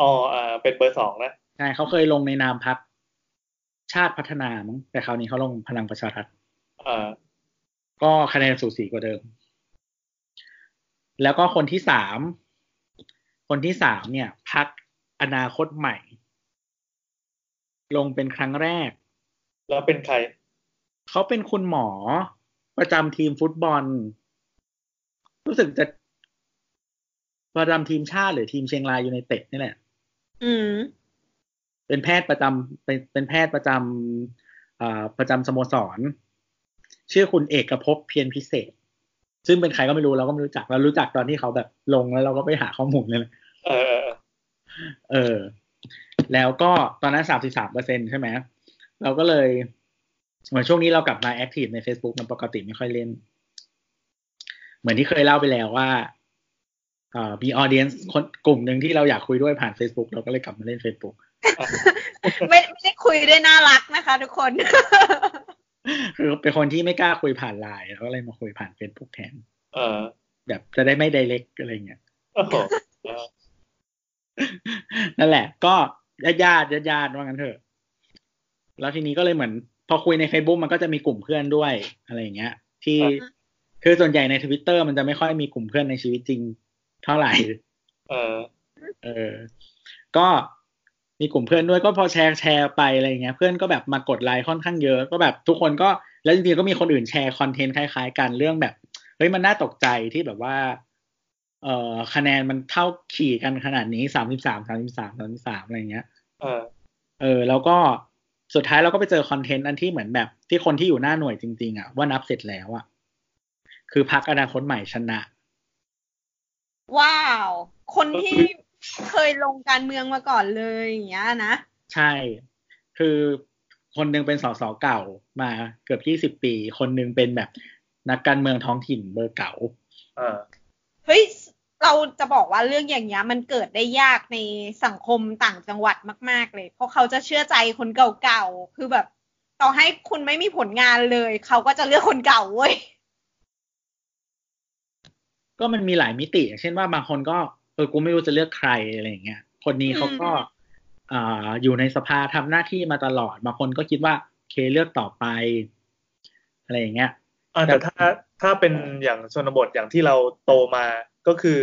S2: อ๋อ อ่า เป็นเบอร์สองนะ
S3: ใช่เขาเคยลงในนามพรรค ชาติพัฒนามั้งแต่คราวนี้เขาลงพลังประชารัฐ
S2: อ่า
S3: ก็คะแนนสูสีกว่าเดิม แล้วก็คนที่สาม คนที่สามเนี่ยพักอนาคตใหม่ ลงเป็นครั้งแรก
S2: แล้วเป็นใคร
S3: เขาเป็นคุณหมอประจำทีมฟุตบอล รู้สึกจะประจำทีมชาติหรือทีมเชียงรายยูไนเต็ดนี่แหละ
S4: อืม
S3: เป็นแพทย์ประจำเป็นเป็นแพทย์ประจำอ่าประจำสโมสร ชื่อคุณเอกภพเพียรพิเศษ ซึ่งเป็นใครก็ไม่รู้เราก็ไม่รู้จักเรารู้จักตอนที่เขาแบบลงแล้วเราก็ไปหาข้อมูลเลยนะ
S2: เออเออเออ
S3: เออ แล้วก็ตอนนั้นสามสิบสามเปอร์เซ็นใช่ไหมเราก็เลยเหมือนช่วงนี้เรากลับมาแอคทีฟใน Facebook มันปกติไม่ค่อยเล่น เหมือนที่เคยเล่าไปแล้วว่าอ่ามีออเดียนคนกลุ่มหนึ่งที่เราอยากคุยด้วยผ่าน Facebook เราก็เลยกลับมาเล่น Facebook
S4: ไม่ไม่ได้คุยด้วยน่ารักนะคะทุกคน
S3: คือเป็นคนที่ไม่กล้าคุยผ่านไลน์แล้วก็เลยมาคุยผ่านเฟซบุ๊กแทน
S2: เออ
S3: แบบจะได้ไม่ไดเรกอะไรเงี้ย
S2: โอ้โหเออ
S3: นั่นแหละ ก็ญาติญาติญาติญาติว่างั้นเถอะ แล้วทีนี้ก็เลยเหมือน พอคุยใน Facebook มันก็จะมีกลุ่มเพื่อนด้วยอะไรอย่างเงี้ย ที่คือส่วนใหญ่ในทวิตเตอร์มันจะไม่ค่อยมีกลุ่มเพื่อนในชีวิตจริงเท่าไหร่
S2: เออ
S3: เออ ก็มีกลุ่มเพื่อนด้วยก็พอแชร์แชร์ไปอะไรอย่างเงี้ย เพื่อนก็แบบมากดไลค์ค่อนข้างเยอะก็แบบทุกคนก็แล้วจริงๆก็มีคนอื่นแชร์คอนเทนต์คล้ายๆกันเรื่องแบบเฮ้ยมันน่าตกใจที่แบบว่า เอ่อคะแนนมันเท่าขี่กันขนาดนี้สามสิบสามสามสิบสามสามสิบสามอะไรอย่างเงี้ย
S2: เออ
S3: เออแล้วก็สุดท้ายเราก็ไปเจอคอนเทนต์อันที่เหมือนแบบที่คนที่อยู่หน้าหน่วยจริงๆอ่ะว่านับเสร็จแล้วอ่ะคือพักอนาคตใหม่ชนะ
S4: ว้าว คนที่เคยลงการเมืองมาก่อนเลยอย่างเงี้ยนะ
S3: ใช่ คือคนหนึ่งเป็นสสเก่ามาเกือบยี่สิบ20 ปี คนหนึ่งเป็นแบบนักการเมืองท้องถิ่นเบอร์เก่า
S2: เออ
S4: เฮ้ย เราจะบอกว่าเรื่องอย่างเงี้ยมันเกิดได้ยากในสังคมต่างจังหวัดมาก ๆ เลย เพราะเขาจะเชื่อใจคนเก่าๆ คือแบบต่อให้คุณไม่มีผลงานเลย เขาก็จะเลือกคนเก่าเว้ย
S3: ก็มันมีหลายมิติอย่างเช่นว่าบางคนก็เออกูไม่รู้จะเลือกใครอะไรอย่างเงี้ย คนนี้เขาก็อ่าอยู่ในสภาทำหน้าที่มาตลอด บางคนก็คิดว่าโอเคเลือกต่อไป อะไรอย่างเงี้ย
S2: อ่ะแต่ถ้าถ้าเป็นอย่างชนบทอย่างที่เราโตมาก็คือ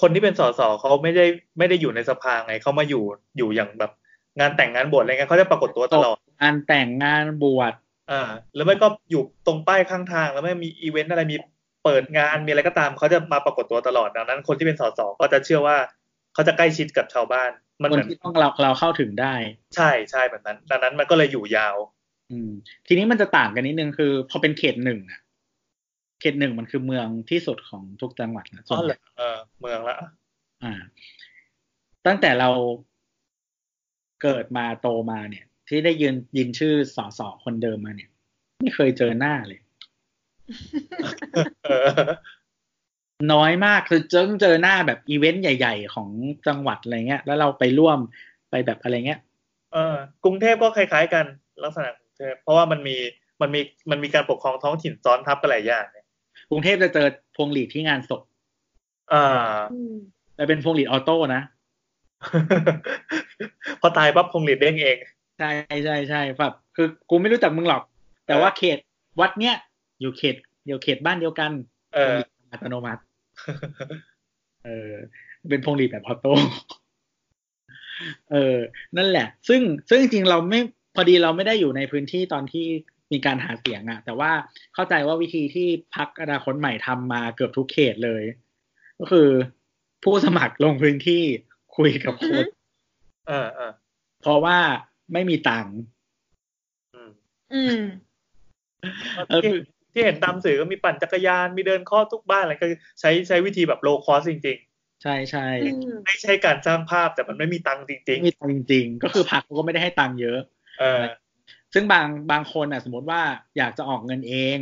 S2: คนที่เป็นสสเขาไม่ได้ไม่ได้อยู่ในสภาไงเขามาอยู่อยู่อย่างแบบงานแต่งงานบวชอะไรเงี้ยเขาจะปรากฏตัวตลอด
S3: งานแต่งงานบวช
S2: อ่าหรือไม่ก็อยู่ตรงป้ายข้างทาง แล้วไม่มีอีเวนต์อะไรมีเปิดงานมีอะไรก็ตามเขาจะมาปรากฏตัวตลอดดังนั้น คนที่เป็นสสก็จะเชื่อว่าเขาจะใกล้ชิดกับชาวบ้าน มัน
S3: ค
S2: เห
S3: น
S2: มือน
S3: ที่ต้องเราเราเข้าถึงได้
S2: ใช่ใช่แบบนั้น ดังนั้นมันก็เลยอยู่ยาว
S3: อืมทีนี้มันจะต่างกันนิดนึงคือ พอเป็นเขตหนึ่งอะเขตหนึ่งมันคือเมืองที่สุดของทุกจังหวัดนะส่
S2: อ๋
S3: ว
S2: อนเห
S3: ให
S2: ร
S3: ญ่
S2: อเออเมืองละ
S3: อ่า ตั้งแต่เราเกิดมาโตมาเนี่ย ที่ได้ยินยินชื่อสอสอคนเดิมมาเนี่ย ไม่เคยเจอหน้าเลย
S2: เออ
S3: น้อยมากคือเจอเจอหน้าแบบอีเวนต์ใหญ่ ๆ ของจังหวัดอะไรเงี้ย แล้วเราไปร่วมไปแบบอะไรเงี้ย
S2: เออกรุงเทพก็คล้าย ๆ กันลักษณะกรุงเทพเพราะว่ามันมีมันมีมันมีการปกครองท้องถิ่นซ้อนทับกันหลายอย่างเนี่ย
S3: กรุงเทพจะเจอพวงหลีดที่งานศพ
S2: อ่ า
S3: แต่เป็นพวงหลีดออโต้นะ
S2: พอตายปั๊บคงหลีดเด้งเอง
S3: ใช่ใช่ใช่แบบคือกูไม่รู้จักมึงหรอก แต่ว่าเขตวัดเนี้ยอยู่เขตเดียวเขตบ้านเดียวกัน
S2: เออ
S3: อัตโนมัติ เออ เป็นพวงหลีดแบบออโต้เออ นั่นแหละ ซึ่งซึ่งจริงๆเราไม่พอดีเราไม่ได้อยู่ในพื้นที่ตอนที่มีการหาเสียงอะแต่ว่าเข้าใจว่าวิธีที่พักอนาคตใหม่ทำมาเกือบทุกเขตเลย ก็คือผู้สมัครลงพื้นที่คุยกับค
S4: อือน ฮึ
S2: เออเออ
S3: เพราะว่าไม่มีตังค์
S2: อืม
S4: อืม
S3: เออ
S2: ที่ที่เห็นตามสื่อก็มีปั่นจักรยาน มีเดินข้อทุกบ้านอะไรก็ใช้ใช้วิธีแบบโลคอสจริง
S3: ใช่ใช่
S4: อืม
S2: ๆ ไม่ใช่การสร้างภาพแต่มันไม่มีตังค์จริง
S3: ไม่มีตังค์จริงๆ ก็คือพักเขาก็ไม่ได้ให้ตังค์เยอะ
S2: ๆ เออ
S3: ซึ่งบางบางคนอ่ะ สมมติว่าอยากจะออกเงินเอง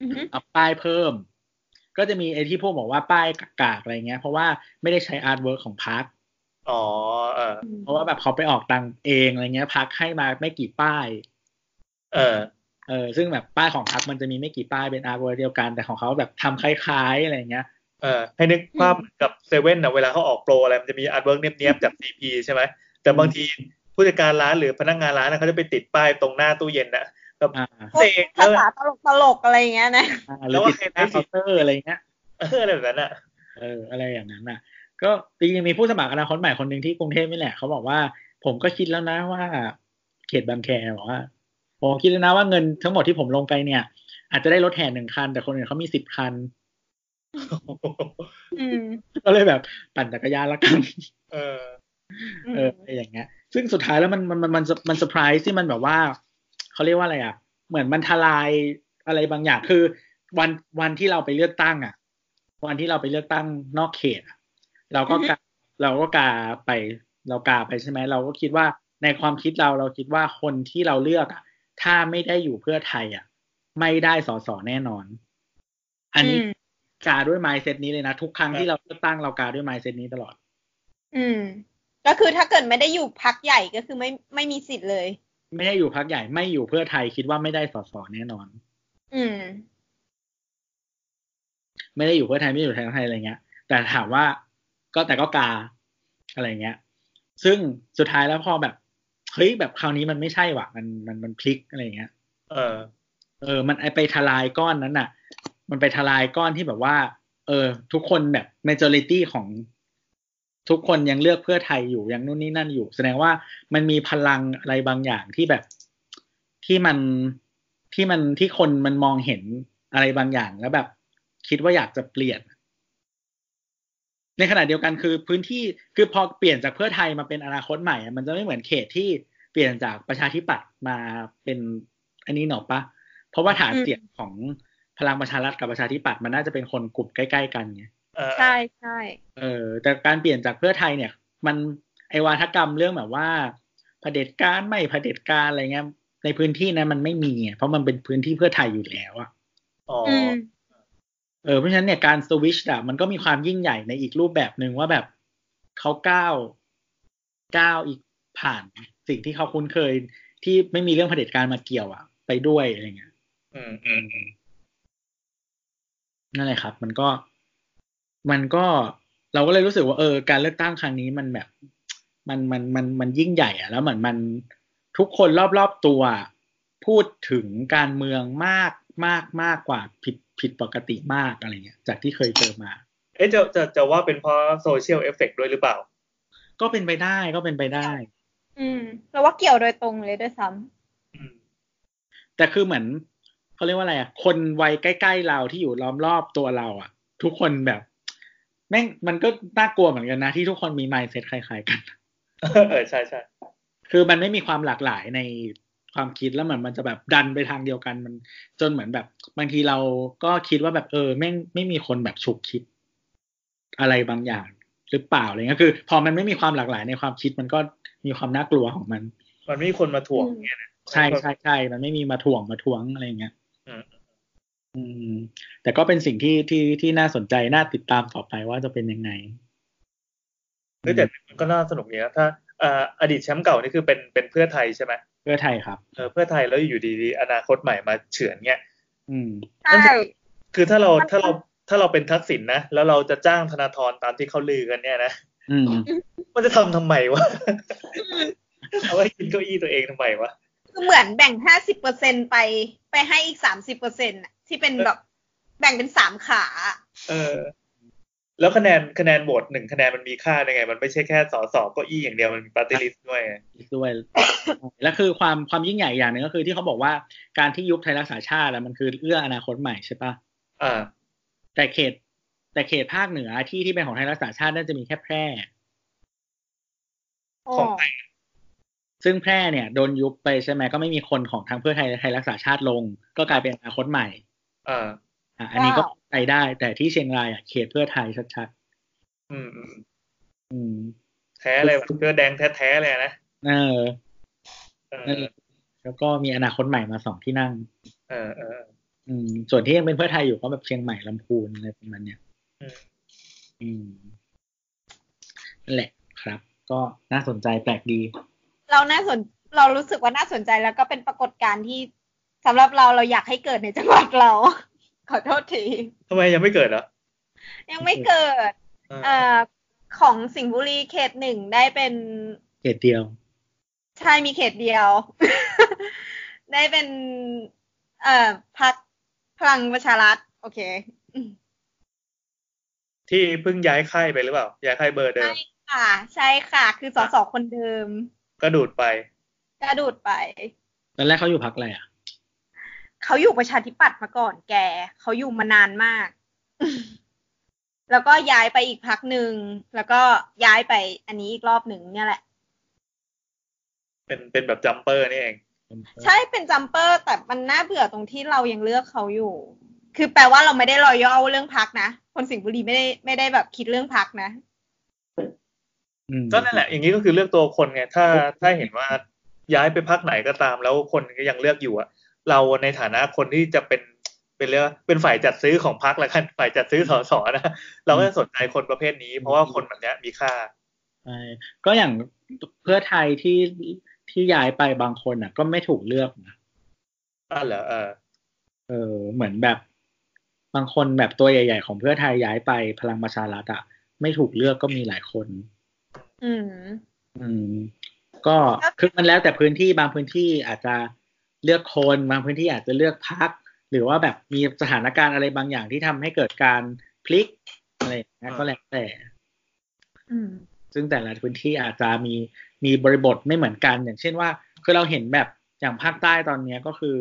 S4: อืม
S3: เอาป้ายเพิ่ม ก็จะมีไอ้ที่พวกบอกว่าป้ายกากๆอะไรเงี้ย เพราะว่าไม่ได้ใช้อาร์ตเวิร์กของพัก
S2: อ๋อเออ
S3: เพราะว่าแบบเขาไปออกตังค์เองอะไรเงี้ยพักให้มาไม่กี่ป้าย
S2: เออ
S3: เออซึ่งแบบป้ายของพักมันจะมีไม่กี่ป้ายเป็นอาร์ตเวิร์กเดียวกัน แต่ของเขาแบบทำคล้ายๆอะไรเงี้ย
S2: เออให้นึกภาพเหมือนกับเซเว่นนะเวลาเขาออกโปรอะไรมันจะมีอาร์ตเวิร์กเนี้ยบๆจากซีพีใช่ไหมแต่บางที ผู้ ผู้จัดการร้านหรือพนักงานร้านนะเขาจะไปติดป้ายตรงหน้าตู้เย็นนะ
S3: อ่า
S4: พวกภาษาตลกตลกๆอะไรอย่างเงี้ยนะ
S3: อ่าหรือติดหน้าเคาน์เตอร์อะไรเงี้ย
S2: เอออะไรแบบนั้นอ่ะ
S3: เอออะไรอย่างนั้นน่ะ ก็จริงๆมีผู้สมัครอนาคตใหม่คนหนึ่งที่กรุงเทพนี่แหละเขาบอกว่า ผมก็คิดแล้วนะว่าเขตบางแคบอกว่าผมคิดแล้วนะว่าเงินทั้งหมดที่ผมลงไปเนี่ย อาจจะได้รถแห่หนึ่งคัน แต่คนอื่นเขามีสิบคัน
S4: อืม
S3: ก็เลยแบบปั่นจักรยานละกัน
S2: เออ
S3: เอออะไรอย่างเงี้ย ซึ่งสุดท้ายแล้วมันมันมันมันมันเซอร์ไพรส์ที่มันแบบว่าเขาเรียกว่าอะไรอ่ะ เหมือนมันทลายอะไรบางอย่างคือ วันวันที่เราไปเลือกตั้งอ่ะ วันที่เราไปเลือกตั้งนอกเขตอะเราก็กาเราก็กาไป เรากาไปใช่ไหมเราก็คิดว่าในความคิดเราเราคิดว่าคนที่เราเลือกอ่ะ ถ้าไม่ได้อยู่เพื่อไทยอ่ะ ไม่ได้สสแน่นอน อันนี้กาด้วยไมเซตนี้เลยนะทุกครั้งที่เราเลือกตั้งเรากาด้วยไมเซตนี้ตลอด
S4: อืม ก็คือถ้าเกิดไม่ได้อยู่พักใหญ่ก็คือไม่ไม่มีสิทธิ์เลย
S3: ไม่ได้อยู่พักใหญ่ไม่อยู่เพื่อไทยคิดว่าไม่ได้สสแน่นอน
S4: อืม
S3: ไม่ได้อยู่เพื่อไทยไม่ได้อยู่ไทยทั้งไทยอะไรเงี้ย แต่ถามว่าก็แต่ก็กาอะไรเงี้ย ซึ่งสุดท้ายแล้วพอแบบเฮ้ยแบบคราวนี้มันไม่ใช่ว่ะมันมันมันพลิกอะไรเงี้ย
S2: เออ
S3: เออ มันไปทลายก้อนนั้นน่ะ มันไปทลายก้อนที่แบบว่า เออ ทุกคนแบบ majority ของทุกคนยังเลือกเพื่อไทยอยู่ยังนู่นนี่นั่นอยู่ แสดงว่ามันมีพลังอะไรบางอย่างที่แบบที่มันที่มันที่คนมันมองเห็นอะไรบางอย่างแล้วแบบ คิดว่าอยากจะเปลี่ยน ในขณะเดียวกันคือพื้นที่คือพอเปลี่ยนจากเพื่อไทยมาเป็นอนาคตใหม่อะมันจะไม่เหมือนเขตที่เปลี่ยนจากประชาธิปัตย์มาเป็นอันนี้หนอปะเพราะว่าฐาน
S4: อืม
S3: เสียงของพลังประชารัฐกับประชาธิปัตย์มันน่าจะเป็นคนกลุ่มใกล้ๆกันไง
S2: เออ
S4: ใช่ใช่
S3: เออแต่การเปลี่ยนจากเพื่อไทยเนี่ย มันไอวาทกรรมเรื่องแบบว่าเผด็จการไม่เผด็จการอะไรเงี้ยในพื้นที่นั้นมันไม่มีอะเพราะมันเป็นพื้นที่เพื่อไทยอยู่แล้วอะ
S2: อ๋ออ
S4: อืม
S3: เออเพราะฉะนั้นเนี่ยการสวิชอะมันก็มีความยิ่งใหญ่ในอีกรูปแบบหนึ่งว่าแบบเขาก้าวก้าวอีกผ่านสิ่งที่เขาคุ้นเคย ที่ไม่มีเรื่องเผด็จการมาเกี่ยวอะไปด้วยอะไรเงี้ย
S2: อืมอืมอืม
S3: นั่นแหละครับ มันก็มันก็เราก็เลยรู้สึกว่าเออการเลือกตั้งครั้งนี้มันแบบ มันมันมันมันยิ่งใหญ่อะแล้วเหมือนมันทุกคนรอบๆตัวอะพูดถึงการเมืองมากมากมากกว่าผิดผิดปกติมากอะไรเงี้ย จากที่เคยเจอมา
S2: เอ๊ะจะจะจะว่าเป็นเพราะโซเชียลเอฟเฟกด้วยหรือเปล่า
S3: ก็เป็นไปได้ก็เป็นไปได้
S4: อืมเราว่าเกี่ยวโดยตรงเลยด้วยซ้ำ
S2: อืม
S3: แต่คือเหมือนเขาเรียกว่าอะไรอะคนวัยใกล้ๆเราที่อยู่ล้อมรอบตัวเราอะทุกคนแบบแม่งมันก็น่ากลัวเหมือนกันนะ ที่ทุกคนมีม n d เซ็ตคล้ายๆกัน
S2: เออใช่ใช่
S3: คือมันไม่มีความหลากหลายในความคิดแล้วเหมือนมันจะแบบดันไปทางเดียวกันมัน จนเหมือนแบบบางทีเราก็คิดว่าแบบเออแม่งไม่มีคนแบบฉุกคิด อะไรบางอย่างหรือเปล่าอะไรเงี้ยคือ พอมันไม่มีความหลากหลายในความคิดมันก็มีความน่ากลัวของมัน
S2: มันไม่มีคนมาถ่วงอย่างเงี้ยนะ
S3: ใช่ใช่ใช่ มันไม่มีมาถ่วงมาท้วงอะไรอย่างเงี้ย
S2: อืม
S3: อืม แต่ก็เป็นสิ่งที่ที่ที่น่าสนใจน่าติดตามต่อไปว่าจะเป็นยังไง
S2: เฮ้ยแต่มันก็น่าสนุกดีนะถ้าเอ่ออดีตแชมป์เก่านี่คือเป็นเป็นเพื่อไทยใช่ไหม
S3: เพื่อไทยครับ
S2: เออเพื่อไทยแล้วอยู่ดีๆอนาคตใหม่มาเฉือนเงี้ย
S3: อืม
S4: ใช่
S2: คือถ้าเราถ้าเราถ้าเราเป็นทักษิณนะ แล้วเราจะจ้างธนาธรตามที่เขาลือกันเนี่ยนะ
S3: อืม
S2: มันจะทำทำไม วะ เอาไว้กินเก้าอี้ตัวเองทำไมวะ
S4: คือเหมือนแบ่งห้าสิบเปอร์เซ็นไปไปให้อีกสามสิบเปอร์เซ็นที่เป็นแบบ แบ่งเป็นสามขา
S2: เออ แล้วคะแนนคะแนนโหวตหนึ่งคะแนนมันมีค่ายังไง มันไม่ใช่แค่สอสอเก้าอี้อย่างเดียวมันมีปาร์ตี้ลิสต์ด้วยไง
S3: ด้วย แล้วคือความความยิ่งใหญ่อย่างหนึ่งก็คือที่เขาบอกว่าการที่ยุบไทยรักษาชาติแล้วมันคือเอื้ออนาคตใหม่ใช่ปะ
S2: อ่า
S3: แต่เขต แต่เขตภาคเหนือที่ที่เป็นของไทยรักษาชาติน่าจะมีแค่แพร่
S4: อ๋อ
S2: ของใคร
S3: ซึ่งแพร่เนี่ยโดนยุบไปใช่ไหมก็ไม่มีคนของทางเพื่อไทยและไทยรักษาชาติลง ก็กลายเป็นอนาคตใหม่
S2: อ่า
S3: อ่ะอันนี้ก็ไปได้ แต่ที่เชียงรายอ่ะเขตเพื่อไทยชัด
S2: อืมอืม
S3: ๆอืม
S2: แท้เลยเสื้อแดงแท้ๆเลยนะ
S3: เออ
S2: เออ
S3: นั่นแหละแล้วก็มีอนาคตใหม่มาสองที่นั่ง
S2: เออเออ
S3: อืม ส่วนที่ยังเป็นเพื่อไทยอยู่ก็แบบเชียงใหม่ลำพูนอะไรประมาณเนี้ย
S2: อืม
S3: อืมนั่นแหละครับ ก็น่าสนใจแปลกดี
S4: เราน่าสนเรารู้สึกว่าน่าสนใจแล้วก็เป็นปรากฏการณ์ที่สำหรับเราเราอยากให้เกิดในจังหวัดเรา ขอโทษที
S2: ทำไมยังไม่เกิดเหรอ
S4: ยังไม่เกิด
S2: อ่า
S4: เอ่อของสิงห์บุรีเขตหนึ่งได้เป็น
S3: เขตเดียว
S4: ใช่มีเขตเดียว ได้เป็น เอ่อพักพลังประชารัฐ โอเค
S2: ที่เพิ่งย้ายค่ายไปหรือเปล่า ย้ายค่ายเบอร์เดิ
S4: ใช่
S2: ม
S4: ค่ะ ใช่ค่ะ คือสสคนเดิม
S2: ก็ดูดไป
S4: กระดูดไป
S3: ตอนแรกเขาอยู่พักอะไรอ่ะ
S4: เขาอยู่ประชาธิปัตย์มาก่อนแก เขาอยู่มานานมาก แล้วก็ย้ายไปอีกพักหนึ่ง แล้วก็ย้ายไปอันนี้อีกรอบหนึ่งเนี่ยแหละ
S2: เป็นเป็นแบบจัมเปอร์นี่เอง
S4: ใช่เป็นจัมเปอร์แต่มันน่าเบื่อตรงที่เรายังเลือกเขาอยู่ คือแปลว่าเราไม่ได้รอยย่อเรื่องพักนะ คนสิงห์บุรีไม่ได้ไม่ได้แบบคิดเรื่องพักนะ
S3: อืม
S2: ก็นั่นแหละ อย่างนี้ก็คือเลือกตัวคนไง ถ้าถ้าเห็นว่าย้ายไปพักไหนก็ตาม แล้วคนก็ยังเลือกอยู่อะเราในฐานะคนที่จะเป็นเป็นเรียกว่าเป็นฝ่ายจัดซื้อของพักละกัน ฝ่ายจัดซื้อสสนะ เราก็จะสนใจคนประเภทนี้ เพราะว่าคนแบบเนี้ยมีค่า
S3: ใช่ก็อย่างเพื่อไทยที่ที่ย้ายไปบางคนอ่ะ ก็ไม่ถูกเลือกนะ
S2: อ่าเหรอเออ
S3: เออ เหมือนแบบบางคนแบบตัวใหญ่ ๆ ของเพื่อไทยย้ายไปพลังประชารัฐอ่ะไม่ถูกเลือกก็มีหลายคน
S4: อืม
S3: อืม ก็คือมันแล้วแต่พื้นที่บางพื้นที่อาจจะเลือกคนบางพื้นที่อาจจะเลือกพัก หรือว่าแบบมีสถานการณ์อะไรบางอย่างที่ทำให้เกิดการพลิกอะไรอย่างเงี้ย
S2: อ่า
S3: ก็แล้วแต่
S4: อืม
S3: ซึ่งแต่ละพื้นที่อาจจะมีมีบริบทไม่เหมือนกัน อย่างเช่นว่า คือเราเห็นแบบอย่างภาคใต้ตอนเนี้ยก็คือ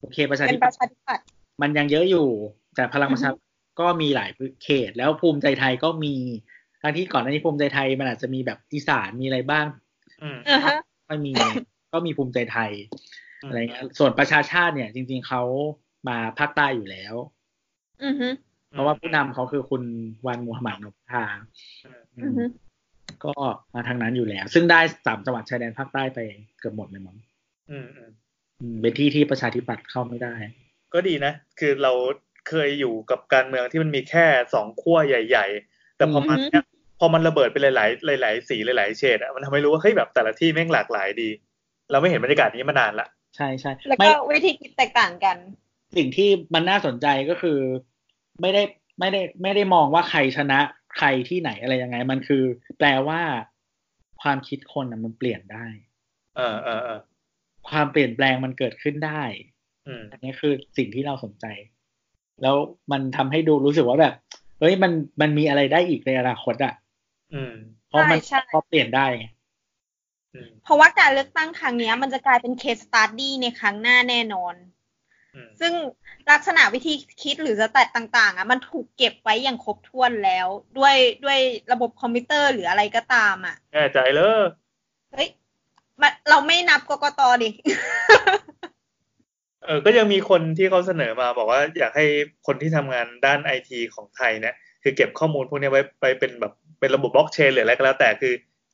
S3: โอเคประชา
S4: เป็
S3: ธิ
S4: นป
S3: ปั
S4: ระ
S3: ตย์
S4: ชาธิปัตย์
S3: มันยังเยอะอยู่ แต่พลังประชารัฐก็มีหลายพื้นเขต แล้วภูมิใจไทยก็มีทั้งที่ก่อนหน้านี้ภูมิใจไทยมันอาจจะมีแบบอีสานมีอะไรบ้าง
S2: อืม
S4: อ่าฮะ
S3: ไม่มี ก็มีภูมิใจไทย
S2: อืม
S3: อะไรเงี้ยส่วนประชาชาติเนี่ยจริง ๆเขามาภาคใต้อยู่แล้ว
S4: อือฮึ
S3: เพราะว่าผู้นำเขาคือคุณวันมูฮัมหมัดนพทาอื
S4: อื
S3: ม
S4: อฮึ
S3: ก็มาทางนั้นอยู่แล้ว ซึ่งได้สามจังหวัดชายแดนภาคใต้ไปเกือบหมดเลยมั้ง
S2: อืมอืม
S3: อืมเป็นที่ที่ประชาธิปัตย์เข้าไม่ได้
S2: ก็ดีนะ คือเราเคยอยู่กับการเมืองที่มันมีแค่สองขั้วใหญ่ ๆ แต่พอมันเนี่ยพอมันระเบิดไปหลายๆหลาย ๆ สีหลาย ๆ เฉดอะมันทำให้รู้ว่าเฮ้ยแบบแต่ละที่แม่งหลากหลายดี เราไม่เห็นบรรยากาศนี้มานานละ
S3: ใช่ใช่
S4: แล้ว
S3: ไม่
S4: ก็วิธีคิดแตกต่างกัน
S3: สิ่งที่มันน่าสนใจก็คือ ไม่ได้ไม่ได้ไม่ได้มองว่าใครชนะใครที่ไหนอะไรยังไง มันคือ แปลว่าความคิดคนน่ะมันเปลี่ยนได้
S2: เออเออเออ
S3: ความเปลี่ยนแปลงมันเกิดขึ้นได้
S2: อืม
S3: อันนี้คือสิ่งที่เราสนใจ แล้วมันทำให้ดูรู้สึกว่าแบบ เฮ้ยมันมันมีอะไรได้อีกในอนาคตอ่ะ
S2: อืม
S3: เพราะมัน
S4: ใช่ใช่
S3: เพราะเปลี่ยนได้ไง
S2: อืม
S4: เพราะว่าการเลือกตั้งครั้งเนี้ย มันจะกลายเป็นเคสสตาร์ดี้ในครั้งหน้าแน่นอน
S2: อืม
S4: ซึ่งลักษณะวิธีคิดหรือสแตทต่าง ๆ อ่ะ มันถูกเก็บไว้อย่างครบถ้วนแล้ว ด้วยด้วยระบบคอมพิวเตอร์หรืออะไรก็ตามอ่ะ
S2: แน่ใจเลย
S4: เฮ้ยมันเราไม่นับกกตดิ
S2: เออก็ยังมีคนที่เขาเสนอมาบอกว่าอยากให้คนที่ทำงานด้านไอทีของไทยเนี่ยคือเก็บข้อมูลพวกเนี้ยไว้ไปเป็นแบบเป็นระบบบล็อกเชนหรืออะไรก็แล้วแต่คือ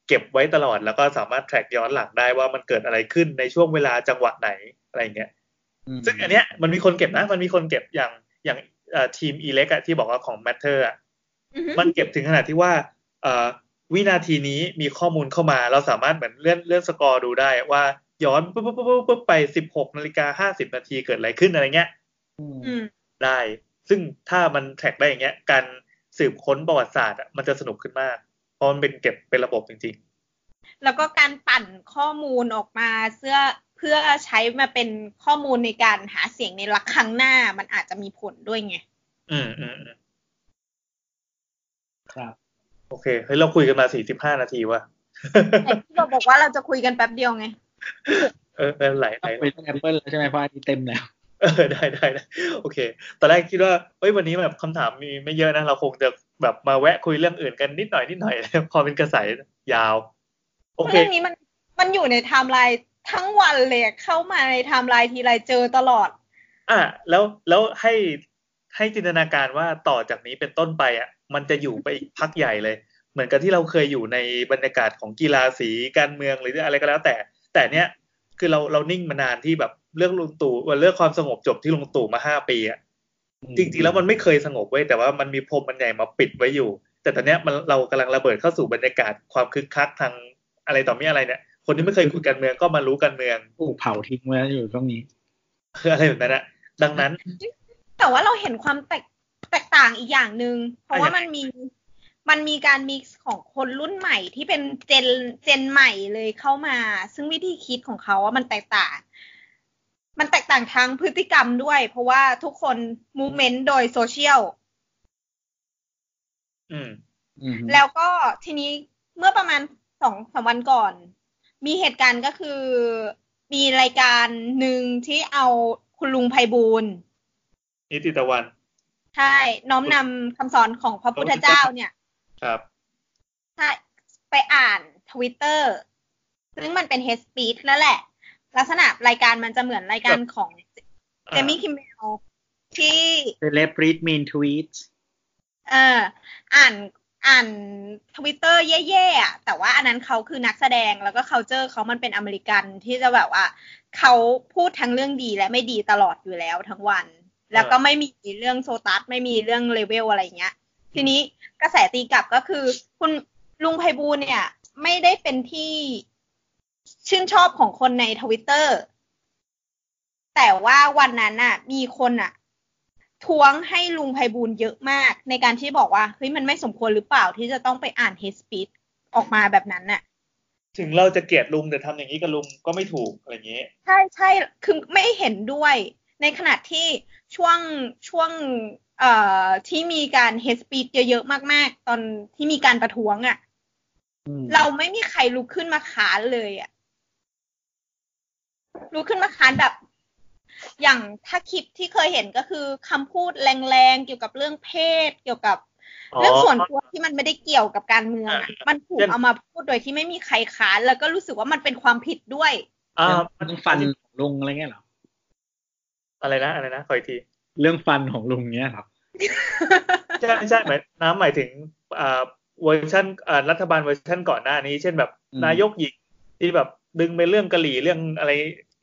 S2: เก็บไว้ตลอดแล้วก็สามารถแทร็กย้อนหลังได้ว่ามันเกิดอะไรขึ้นในช่วงเวลาจังหวะไหนอะไรอย่างเงี้ยซึ่งอันเนี้ยมันมีคนเก็บนะมันมีคนเก็บอย่างอย่างเอ่อทีมอีเล็กอะที่บอกว่าของ Matter อะ
S4: อือฮึ
S2: มันเก็บถึงขนาดที่ว่าเอ่อวินาทีนี้มีข้อมูลเข้ามา เราสามารถเหมือนเลื่อนเลื่อนสกอร์ดูได้ว่าย้อนปุ๊บปุ๊บปุ๊บปุ๊บไปสิบหกนาฬิกาห้าสิบนาทีเกิดอะไรขึ้นอะไรเงี้ย
S3: อืม
S4: อืม
S2: ได้ ซึ่งถ้ามันแท็กได้อย่างเงี้ย การสืบค้นประวัติศาสตร์อะมันจะสนุกขึ้นมาก เพราะมันเป็นเก็บเป็นระบบจริง
S4: แล้วก็การปั่นข้อมูลออกมาเพื่อเพื่อใช้มาเป็นข้อมูลในการหาเสียงในลักครั้งหน้ามันอาจจะมีผลด้วยไง
S2: ๆ อืมอืมอืม
S3: ครับ
S2: โอเค เฮ้ย เราคุยกันมาสี่สิบห้านาทีว่ะ
S4: แต่ที่เราบอกว่าเราจะคุยกันแป๊บเดียวไง
S2: เออเออไหลไหล
S3: ต้องไปต้องแอปเปิลแล้วใช่ไหมเพราะอันนี้เต็มแล้ว
S2: เอ อได้ได้ได้โอเค ตอนแรกคิดว่าเอ้ย วันนี้แบบคำถามมีไม่เยอะนะ เราคงจะแบบมาแวะคุยเรื่องอื่นกันนิดหน่อยนิดหน่อย พอเป็นกระแสยาว โอเค
S4: เรื่องนี้มันมันอยู่ในไทม์ไลน์ทั้งวันเลยอะเข้ามาในไทม์ไลน์ทีไรเจอตลอด
S2: อ่ะแล้วแล้วให้ให้จินตนาการว่าต่อจากนี้เป็นต้นไปอ่ะ มันจะอยู่ไปอีกพักใหญ่เลย เหมือนกับที่เราเคยอยู่ในบรรยากาศของกีฬาสีการเมืองหรืออะไรก็แล้วแต่ แต่เนี้ยคือเราเรานิ่งมานานที่แบบเลือกลุงตู่เอ่อเลือกความสงบจบที่ลุงตู่มาห้าปีอ่ะจริงๆแล้วมันไม่เคยสงบเว้ยแต่ว่ามันมีพรมมันใหญ่มาปิดไว้อยู่ แต่ตอนเนี้ยมันเรากำลังระเบิดเข้าสู่บรรยากาศความคึกคักทางอะไรต่อมีอะไรเนี่ย คนที่ไม่เคยคุยการเมืองก็มารู้การเมือง
S3: ถูกเผาทิ้งไว้อยู่ตรงนี้
S2: คืออะไรแบบนั้นอะดังนั้น
S4: แต่ว่าเราเห็นความแตกแตกต่างอีกอย่างหนึ่งเพราะว่า
S2: อ่ะยัง
S4: มัน
S2: ไง
S4: มี มันมีการมิกซ์ของคนรุ่นใหม่ที่เป็นเจนเจนใหม่เลยเข้ามา ซึ่งวิธีคิดของเขาว่ามันแตกต่าง มันแตกต่างทางพฤติกรรมด้วย เพราะว่าทุกคนมูเมนต์โดยโซเชียล
S2: อืม
S3: อืม
S4: แล้วก็ทีนี้เมื่อประมาณสองสามวันก่อน มีเหตุการณ์ก็คือมีรายการหนึ่งที่เอาคุณลุงไพบูลย์
S2: นิติตะวัน
S4: ใช่น้อมนำคำสอนของพระพุทธเจ้าเนี่ย
S2: ครับ
S4: ใช่ไปอ่านทวิตเตอร์ซึ่งมันเป็น hate speech แล้วแหละ ลักษณะรายการมันจะเหมือนรายการของเจมี่คิมเบลที่
S3: เซเลบริตมีนทวีต
S4: เอออ่านอ่านทวิตเตอร์แย่ๆอะแต่ว่าอันนั้นเขาคือนักแสดงแล้วก็ culture เขามันเป็นอเมริกันที่จะแบบว่าเขาพูดทั้งเรื่องดีและไม่ดีตลอดอยู่แล้วทั้งวัน แล้วก็ไม่มีเรื่องโซตัส ไม่มีเรื่องเลเวลอะไรอย่างเงี้ย ทีนี้กระแสตีกลับก็คือ คุณลุงไพบูลย์เนี่ย ไม่ได้เป็นที่ชื่นชอบของคนในทวิตเตอร์ แต่ว่าวันนั้นน่ะ มีคนน่ะ ท้วงให้ลุงไพบูลย์เยอะมาก ในการที่บอกว่าเฮ้ยมันไม่สมควรหรือเปล่าที่จะต้องไปอ่านเฮสปีดออกมาแบบนั้นน่ะ
S2: ถึงเราจะเกลียดลุงแต่ทำอย่างนี้กับลุงก็ไม่ถูกอะไรอย่างนี้
S4: ใช่ใช่คือไม่เห็นด้วย ในขณะที่ช่วงช่วงเอ่อที่มีการเฮสปีดเยอะๆมากๆ ตอนที่มีการประท้วงอะ่ะ
S3: อืม
S4: เราไม่มีใครลุกขึ้นมาค้านเลยอะลุกขึ้นมาค้านแบบ อย่างถ้าคลิปที่เคยเห็นก็คือคำพูดแรงๆ เกี่ยวกับเรื่องเพศ เกี่ยวกับ เรื่องส่วนตัวที่มันไม่ได้เกี่ยวกับการเมืองอะมันถูก
S2: เช่น
S4: เอามาพูดโดยที่ไม่มีใครค้านแล้วก็รู้สึกว่ามันเป็นความผิดด้วย
S2: อ่า
S3: เรื่องฟันของลุงอะไรเงี้ยเหรอ
S2: อะไรนะอะไรนะขออีกที
S3: เรื่องฟันของลุงเนี้ยเหรอ
S2: ใช่ใช่หมายน้ำหมายถึงอ่าเวอร์ชันอ่ารัฐบาลเวอร์ชันก่อนหน้านี้ เช่นแบบ
S3: อืม
S2: นายกหญิงที่แบบดึงไปเรื่องกะหรี่เรื่องอะไร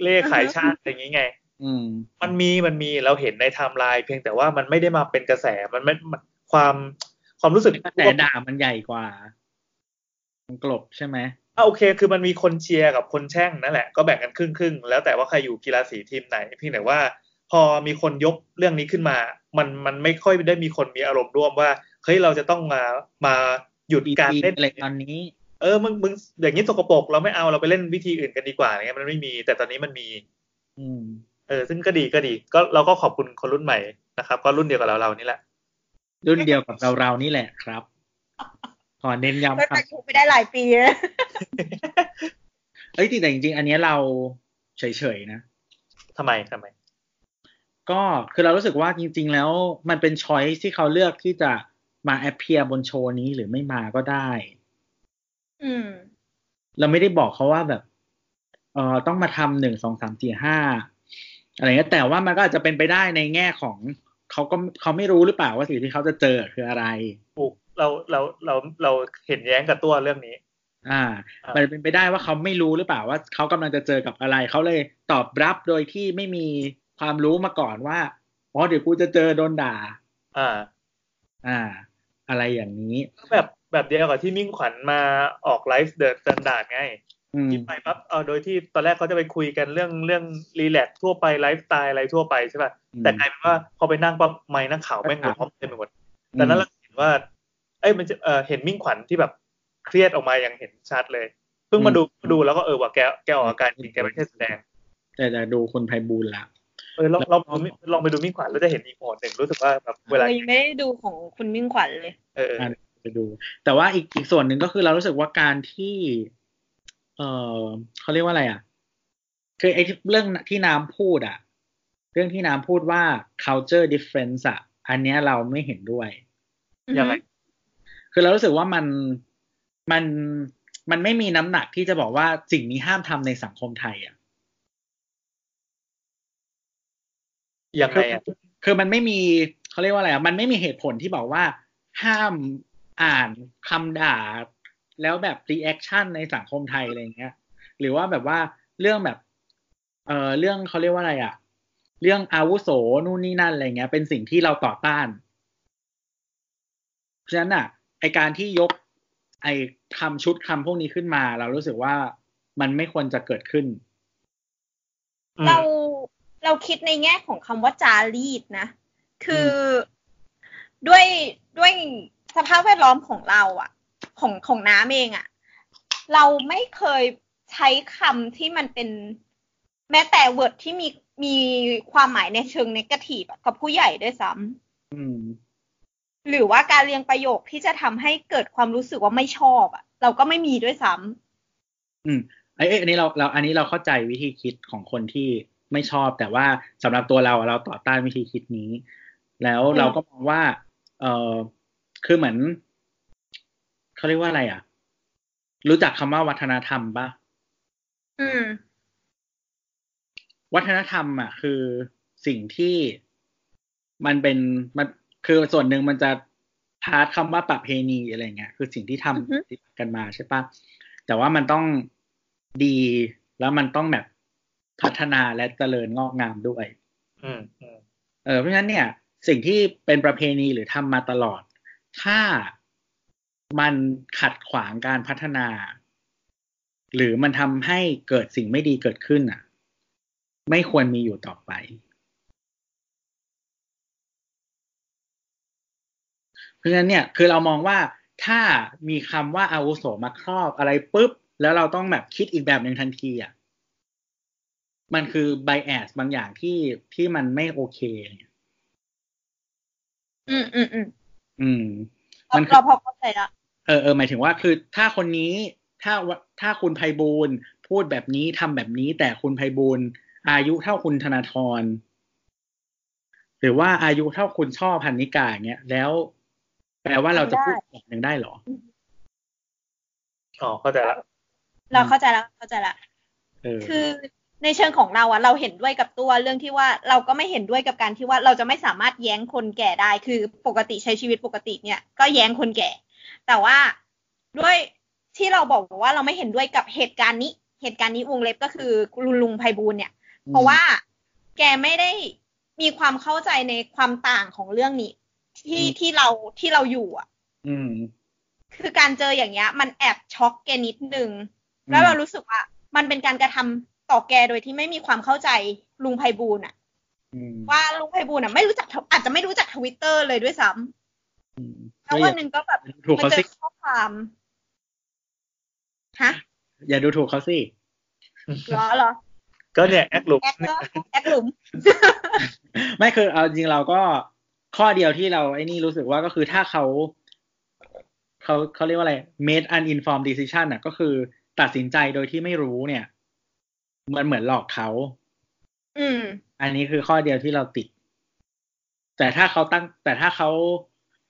S2: เล่ขายชาติอย่างนี้ไง
S3: อืม
S2: มันมีมันมีเราเห็นในไทม์ไลน์เพียงแต่ว่ามันไม่ได้มาเป็นกระแสมันไม่มันความความรู้สึก
S3: กระแสด่ามันใหญ่กว่า มันกลบใช่ไหม
S2: อ่ะโอเค คือมันมีคนเชียร์กับคนแช่งนั่นแหละก็แบ่งกันครึ่งครึ่งๆแล้วแต่ว่าใครอยู่กีฬาสีทีมไหนเพียงแต่ว่า พอมีคนยกเรื่องนี้ขึ้นมา มันมันไม่ค่อยได้มีคนมีอารมณ์ร่วมว่าเฮ้ยเราจะต้องมามาหยุด
S3: ดี
S2: การ
S3: ดี
S2: เล่น
S3: เหล็กตอนนี้
S2: เออ มึง มึง อย่างนี้สกปรก เราไม่เอา เราไปเล่นวิธีอื่นกันดีกว่าอะไรเงี้ย มันไม่มี แต่ตอนนี้มันมี
S3: อืม
S2: เออ ซึ่งก็ดี ก็ดี ก็เราก็ขอบคุณคนรุ่นใหม่นะครับ ก็รุ่นเดียวกับเราเรานี่แหละ
S3: รุ่นเดียวกับเราเราๆนี่แหละครับ ขอเน้น
S4: ก็
S3: ย้ำค
S4: จากถูกไปได้หลายปีนะ
S3: ำเอ้ยจริงแต่จริงๆ อันเนี้ยเราเฉยๆนะ
S2: ทำไมทำไม
S3: ก็คือเรารู้สึกว่าจริง ๆ แล้วมันเป็นช้อยที่เขาเลือกที่จะมาแอ p เ e ียบนโชว์นี้หรือไม่มาก็ได้
S4: อืม
S3: เราไม่ได้บอกเขาว่าแบบ เออต้องมาทำหนึ่งสองสามสี่ห้าอะไรเงี้ยแต่ว่ามันก็อาจจะเป็นไปได้ในแง่ของเขาก็เขาไม่รู้หรือเปล่าว่าสิ่งที่เขาจะเจอคืออะไร
S2: ถูก เรา เรา เรา เราเห็นแย้งกับตัวเรื่องนี้
S3: อ่า
S2: ครับ
S3: มันเป็นไปได้ว่าเขาไม่รู้หรือเปล่าว่าเขากำลังจะเจอกับอะไร เขาเลยตอบรับโดยที่ไม่มีความรู้มาก่อนว่าอ๋อเดี๋ยวกูจะเจอโดนด่า
S2: อ่า
S3: อ่า อะไรอย่างนี้
S2: แบบ แบบเดียวกับที่มิ่งขวัญมาออกไลฟ์เดอะสแตนดาร์ดไง
S3: อืม
S2: ที่ไปปั๊บเอาโดยที่ตอนแรกเขาจะไปคุยกันเรื่อง เรื่องรีแลกซ์ทั่วไป ไลฟ์สไตล์อะไรทั่วไปใช่ป่ะ แต่กลายเป็นว่าพอไปนั่งปั๊บไม่นักข่าวแม่งล้อมเต็มไปหมด ดังนั้นเราเห็นว่า เอ้ยมันจะเอ่อเห็นมิ่งขวัญที่แบบเครียดออกมาอย่างเห็นชัดเลย เพิ่งมาดูดูแล้วก็เออว่าแกแกออกอาการจริงแกไม่ใช่แสดง
S3: แต่จะดูคนไพบูลย์ละ
S2: เออลองลองลองลองไปดูมิ่งขวัญแล้วจะเห็นอีกโหมดหนึ่งรู้สึกว่าแบบเวลา
S4: เรายังไม่ได้ดูของคุณมิ่งขวัญเลย
S2: เออเออ
S3: ไปดู แต่ว่าอีกอีกส่วนหนึ่งก็คือเรารู้สึกว่าการที่ เออเขาเรียกว่าอะไรอ่ะ คือไอ้ที่เรื่องที่น้ำพูดอ่ะ เรื่องที่น้ำพูดว่า culture difference อ่ะ อันเนี้ยเราไม่เห็นด้วย
S2: ยังไง
S3: คือเรารู้สึกว่ามันมันมันไม่มีน้ำหนักที่จะบอกว่าสิ่งนี้ห้ามทำในสังคมไทยอ่ะ
S2: ยังไงอ่ะ
S3: คือมันไม่มีเขาเรียกว่าอะไรอ่ะมันไม่มีเหตุผลที่บอกว่า ห้ามอ่านคำด่า แล้วแบบรีแอคชั่นในสังคมไทยอะไรอย่างเงี้ย หรือว่าแบบว่าเรื่องแบบ เออเรื่องเขาเรียกว่าอะไรอ่ะ เรื่องอาวุโสนู่นนี่นั่นอะไรเงี้ย เป็นสิ่งที่เราต่อต้าน เพราะฉะนั้นอ่ะไอการที่ยก ไอคำชุดคำพวกนี้ขึ้นมา เรารู้สึกว่ามันไม่ควรจะเกิดขึ้น
S2: อืม
S4: เราเราคิดในแง่ของคำว่าจารีตนะ คืออด้วยด้วยส ภาพแวดล้อมของเราอะของของน้ำเองอะเราไม่เคยใช้คำที่มันเป็นแม้แต่เวิร์ดที่มีมีความหมายในเชิงเนกาทีฟกับผู้ใหญ่ด้วยซ้
S3: อืม
S4: ำหรือว่าการเรียงประโยคที่จะทำให้เกิดความรู้สึกว่าไม่ชอบอะเราก็ไม่มีด้วยซ้ำ
S3: อืมไอ้ยอันนี้เราเราอันนี้เราเข้าใจวิธีคิดของคนที่ไม่ชอบ แต่ว่าสำหรับตัวเราอะเราต่อต้านวิธีคิดนี้ แล้วเราก็มองว่า เออคือเหมือนเขาเรียกว่าอะไรอ่ะ รู้จักคำว่าวัฒนธรรมปะ
S4: อืม
S3: วัฒนธรรมอ่ะ คือสิ่งที่มันเป็นมันคือส่วนหนึ่งมันจะพาร์ทคำว่าประเพณีอะไรเงี้ยคือสิ่งที่ท
S4: อือฮึ
S3: ำกันมาใช่ปะแต่ว่ามันต้องดีแล้วมันต้องแบบพัฒนาและเจริญงอกงามด้วย
S2: อืมอืม
S3: เออเพราะฉะนั้นเนี่ย สิ่งที่เป็นประเพณีหรือทำมาตลอด ถ้ามันขัดขวางการพัฒนา หรือมันทำให้เกิดสิ่งไม่ดีเกิดขึ้นอ่ะ ไม่ควรมีอยู่ต่อไป เพราะฉะนั้นเนี่ย คือเรามองว่าถ้ามีคำว่าอาวุโสมาครอบอะไรปุ๊บ แล้วเราต้องแบบคิดอีกแบบหนึ่งทันทีอ่ะ มันคือ bias บางอย่างที่ที่มันไม่โอเคเนี่ย
S4: อืมอืมอืม
S3: อืม
S4: เรา
S3: มันคือ
S4: เราพอเข้าใจละ
S3: เออเออหมายถึงว่าคือถ้าคนนี้ถ้าวะถ้าคุณไพบูลย์พูดแบบนี้ทำแบบนี้ แต่คุณไพบูลย์อายุเท่าคุณธนาธรหรือว่าอายุเท่าคุณช่อพันนิกาอย่างเงี้ยแล้ว แปลว่าเราจะพูดแบบหนึ่งได้เหรอ
S2: อ๋อเข้าใจละ
S4: เราเข้าใจละเข้าใจละ
S3: เออ
S4: คือในเชิงของเราอะเราเห็นด้วยกับตัวเรื่องที่ว่าเราก็ไม่เห็นด้วยกับการที่ว่าเราจะไม่สามารถแย้งคนแก่ได้ คือปกติใช้ชีวิตปกติเนี่ย ก็แย้งคนแก่ แต่ว่าด้วยที่เราบอกว่าเราไม่เห็นด้วยกับเหตุการณ์นี้ เหตุการณ์นี้วงเล็บก็คือลุงลุงไพบูลย์เนี่ย เพราะว่าแกไม่ได้มีความเข้าใจในความต่างของเรื่องนี้ ที่
S3: อืม
S4: ที่เราที่เราอยู่อะ
S3: อืม
S4: คือการเจออย่างเงี้ย มันแอบช็อกแกนิดนึง
S3: ม
S4: แล้วเรารู้สึกว่ามันเป็นการกระทำต่อแกโดยที่ไม่มีความเข้าใจลุงไพบูลย์อะ
S3: อืม
S4: ว่าลุงไพบูลย์อะไม่รู้จักทวอาจจะไม่รู้จักทวิตเตอร์เลยด้วยซ้
S3: อืม
S4: ำแล้ววันหนึ่งก็แบบ
S3: อย่าดูถูก
S4: มา
S3: เขา
S4: เจ
S3: สิ
S4: อข้อความฮะ
S3: อย่าดูถูกเขาสิ
S4: เหรอเหรอ
S2: ก็เนี่ยแอคลุก
S4: แอคก็แอคหลุม
S3: ไม่คือเอาจริงเราก็ข้อเดียวที่เราไอ้นี่รู้สึกว่าก็คือถ้าเขาเขาเขาเรียกว่าอะไร made an informed decision อ่ะ ก็คือตัดสินใจโดยที่ไม่รู้เนี่ย มันเหมือนหลอกเขา
S4: อืม
S3: อันนี้คือข้อเดียวที่เราติด แต่ถ้าเขาตั้ง แต่ถ้าเขา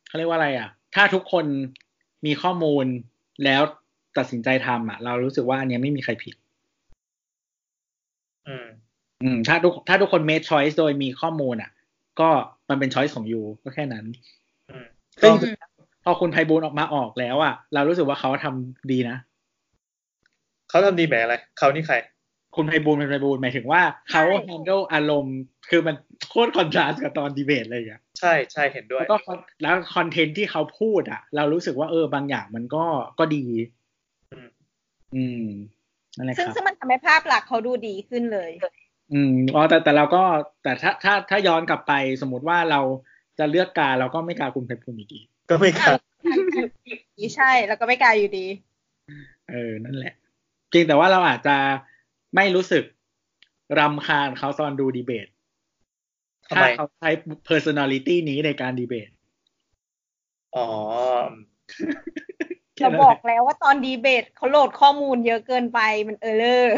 S3: เขาเรียกว่าอะไร อ่ะ ถ้าทุกคนมีข้อมูลแล้วตัดสินใจทำอ่ะ เรารู้สึกว่าอันเนี้ยไม่มีใครผิด
S2: อืม
S3: อืมถ้าทุกถ้าทุกคน made choice โดยมีข้อมูลอ่ะ ก็มันเป็น choice ของ you ก็แค่นั้น
S2: อืม
S3: ซึ่ง
S4: อืม
S3: พอคุณไพบูลย์ออกมาออกแล้วอ่ะ เรารู้สึกว่าเขาทำดีนะ
S2: เขาทำดีแหมอะไรเขานี่ใคร
S3: คุณไพบูลย์เป็นไพบูลย์หมายถึงว่าเขา
S4: ใช่
S3: แฮนด l ลอารมณ์ คือมันโคตรคอนทราสต์กับตอนดีเบตเลยอ่ะ
S2: ใช่ใช่เห็นด้วย
S3: แล้วก็แล้วคอนเทนต์ที่เขาพูดอ่ะ เรารู้สึกว่าเออบางอย่างมันก็ก็ดี
S2: อืม
S3: อืมนั่นแหละ
S4: ซึ่ง
S3: ครับ
S4: ซึ่งมันทำให้ภาพลักษณ์เขาดูดีขึ้นเลย
S3: อืมอ๋อแต่แต่เราก็แต่ถ้าถ้าถ้าย้อนกลับไปสมมติว่าเราจะเลือกกาเราก็ไม่กาคุณไพบูลย์อยู่ดี
S2: ก็ไม่กล้า
S4: ใช่ แล้วก็ไม่กลายอยู่ดี
S3: เออ นั่นแหละ จริงแต่ว่าเราอาจจะไม่รู้สึกรำคาญเขาตอนดูดีเบต
S2: ทำ
S3: ถ้า
S2: ไม
S3: เขาใช้ personality นี้ในการดีเบต
S2: อ๋อ
S3: แค่
S4: เรา
S3: นั้น
S4: บอก
S3: แหละ
S4: แล้วว่าตอนดีเบตเขาโหลดข้อมูลเยอะเกินไปมันเออเลอร์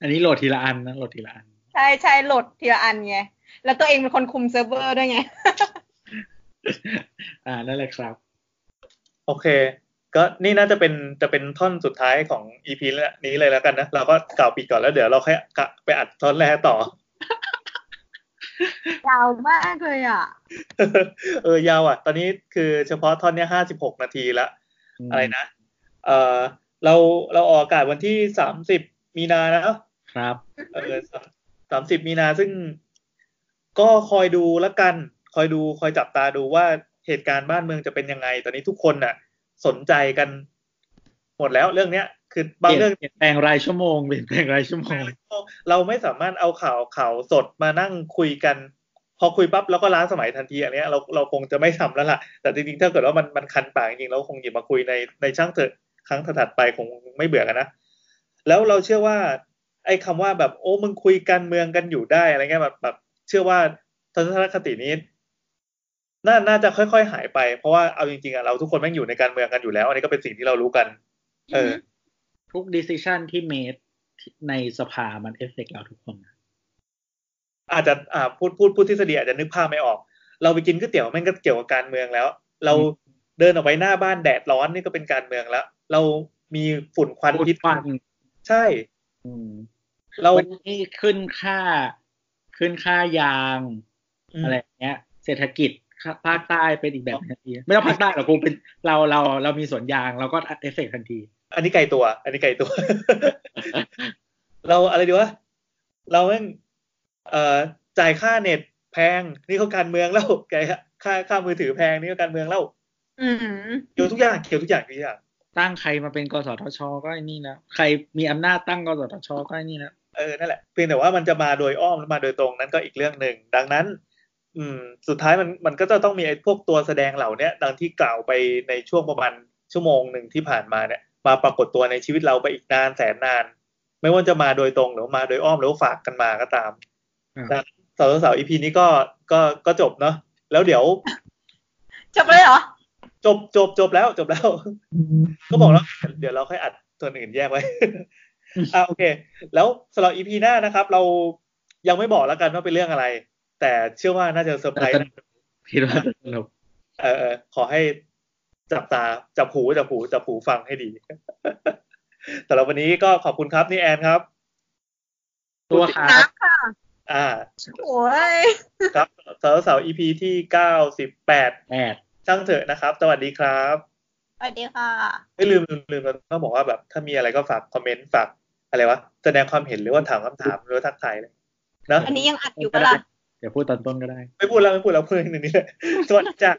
S3: อันนี้โหลดทีละอันนะโหลดทีละอัน
S4: ใช่ใช่โหลดทีละอันไง แล้วตัวเองเป็นคนคุมเซิร์ฟเวอร์ด้วยไง
S3: อ่า นั่นแหละครับ
S2: โอเค ก็นี่น่าจะเป็นจะเป็นท่อนสุดท้ายของ EP นี้เลยแล้วกันนะ เราก็กล่าวปิดก่อนแล้วเดี๋ยวเราค่อยกะไปอัดท่อนแรกต่อ
S4: ยาวมากเลยอ่ะ
S2: เออยาวอ่ะ ตอนนี้คือเฉพาะท่อนเนี้ยห้าสิบหกนาทีละ อะไรนะ เออเราเราออกอากาศวันที่สามสิบมีนานะ
S3: ครับ
S2: เออสามสิบมีนาซึ่งก็คอยดูละกัน คอยดูคอยจับตาดูว่าเหตุการณ์บ้านเมืองจะเป็นยังไง ตอนนี้ทุกคนน่ะ สนใจกัน หมดแล้วเรื่องเนี้ย คือบางเรื่อง
S3: เปลี่ยนแปลงรายชั่วโมงเปลี่ยนแปลงรายชั่วโมง
S2: เราไม่สามารถเอาข่าวข่าวสดมานั่งคุยกัน พอคุยปั๊บเราก็ล้าสมัยทันทีอันเนี้ยเราเราคงจะไม่ทำแล้วล่ะ แต่จริงๆถ้าเกิดว่ามันมันคันปากจริงๆเราคงหยิบมาคุยในในช่างเถอะครั้งถัดๆไปคงไม่เบื่อกันนะ แล้วเราเชื่อว่า ไอ้คำว่าแบบโอ้มึงคุยการเมืองกันอยู่ได้อะไรเงี้ยแบบแบบเชื่อว่าทัศนคตินี้ น่าน่าจะค่อยๆหายไป เพราะว่าเอาจริงๆอะเราทุกคนแม่งอยู่ในการเมืองกันอยู่แล้ว อันนี้ก็เป็นสิ่งที่เรารู้กัน เออ
S3: ทุก decision ที่ made ในสภามันเอฟเฟกเราทุกคนนะ
S2: อาจจะอ่าพูดพูดพูดทฤษฎีอาจจะนึกภาพไม่ออก เราไปกินก๋วยเตี๋ยวแม่งก็เกี่ยวกับการเมืองแล้ว เราเดินออกไปหน้าบ้านแดดร้อนนี่ก็เป็นการเมืองแล้ว เรามีฝุ่นควัน
S3: พูด
S2: พิษ
S3: ฟัง
S2: ใช่
S3: อืม
S2: เรา
S3: วันนี้ขึ้นค่าขึ้นค่ายางอะไรอย่างเงี้ย เศรษฐกิจภาคใต้เป็นอีกแบบทันทีไม่ต้องภาคใต้หรอกคงเป็นเราเราเรามีสวนยางเราก็เอฟเฟกทันที
S2: อันนี้ไกลตัว อันนี้ไกลตัว เราอะไรดีวะ เราแม่งเอ่อจ่ายค่าเน็ตแพง นี่เขาการเมืองแล้ว ไกค่าค่ามือถือแพงนี่ก็การเมืองแล้ว
S4: อืม
S2: เกี่ยวทุกอย่างเกี่ยวทุกอย่างเกี่ยวทุกอย่าง
S3: ตั้งใครมาเป็นกสทช ก็ไอ้นี่แล้วใครมีอำนาจตั้งกสทช ก็ไอ้นี่แล้ว
S2: เออ นั่นแหละ เพียงแต่ว่ามันจะมาโดยอ้อมหรือมาโดยตรงนั้นก็อีกเรื่องหนึ่ง ดังนั้น อืม สุดท้ายมันมันก็จะต้องมีไอ้พวกตัวแสดงเหล่าเนี้ย ดังที่กล่าวไปในช่วงประมาณชั่วโมงหนึ่งที่ผ่านมาเนี่ย มาปรากฏตัวในชีวิตเราไปอีกนานแสนนาน ไม่ว่าจะมาโดยตรงหรือมาโดยอ้อมหรือว่าฝากกันมาก็ตาม
S3: อ่ะ
S2: สาวสาวอีพีนี้ก็ก็ก็จบเนาะแล้วเดี๋ยว
S4: จบเลยเหรอ
S2: จบจบจบแล้วจบแล้ว ก็บอกแล้วเดี๋ยวเราค่อยอัดส่วนอื่นแยก ไว้ อ่าโอเค แล้วสำหรับอีพีหน้านะครับ เรายังไม่บอกแล้วกันว่าเป็นเรื่องอะไร แต่เชื่อว่าน่าจะเซอร์ไพรส์นะ
S3: คิดว่าจะสนุก
S2: เออเออขอให้จับตาจับหูจับหูจับหูฟังให้ดี สำหรับวันนี้ก็ขอบคุณครับนี่แอนครับ
S3: ตัวขา
S4: น้ำค่ะ
S2: อ่า
S4: โอ้ย
S2: ครับสาวสาวอีพีที่เก้าสิบแปด
S3: แปด
S2: ช่างเถอะนะครับ สวัสดีครับ
S4: สวัสดีค่ะ
S2: ไม่ลืมลืมลืมเราต้องบอกว่าแบบ ถ้ามีอะไรก็ฝากคอมเมนต์ฝากอะไรวะแสดงความเห็นหรือว่าถามคำถามหรือว่าทักทายเลยนะ
S4: อันนี้ยังอัดอยู่ปะล่ะ
S3: เดี๋ยวพูดตอนต้นก็ได้
S2: ไม่พูดแล้วไม่พูดแล้วพูดในนี้เลยสวัสดีจ้ะ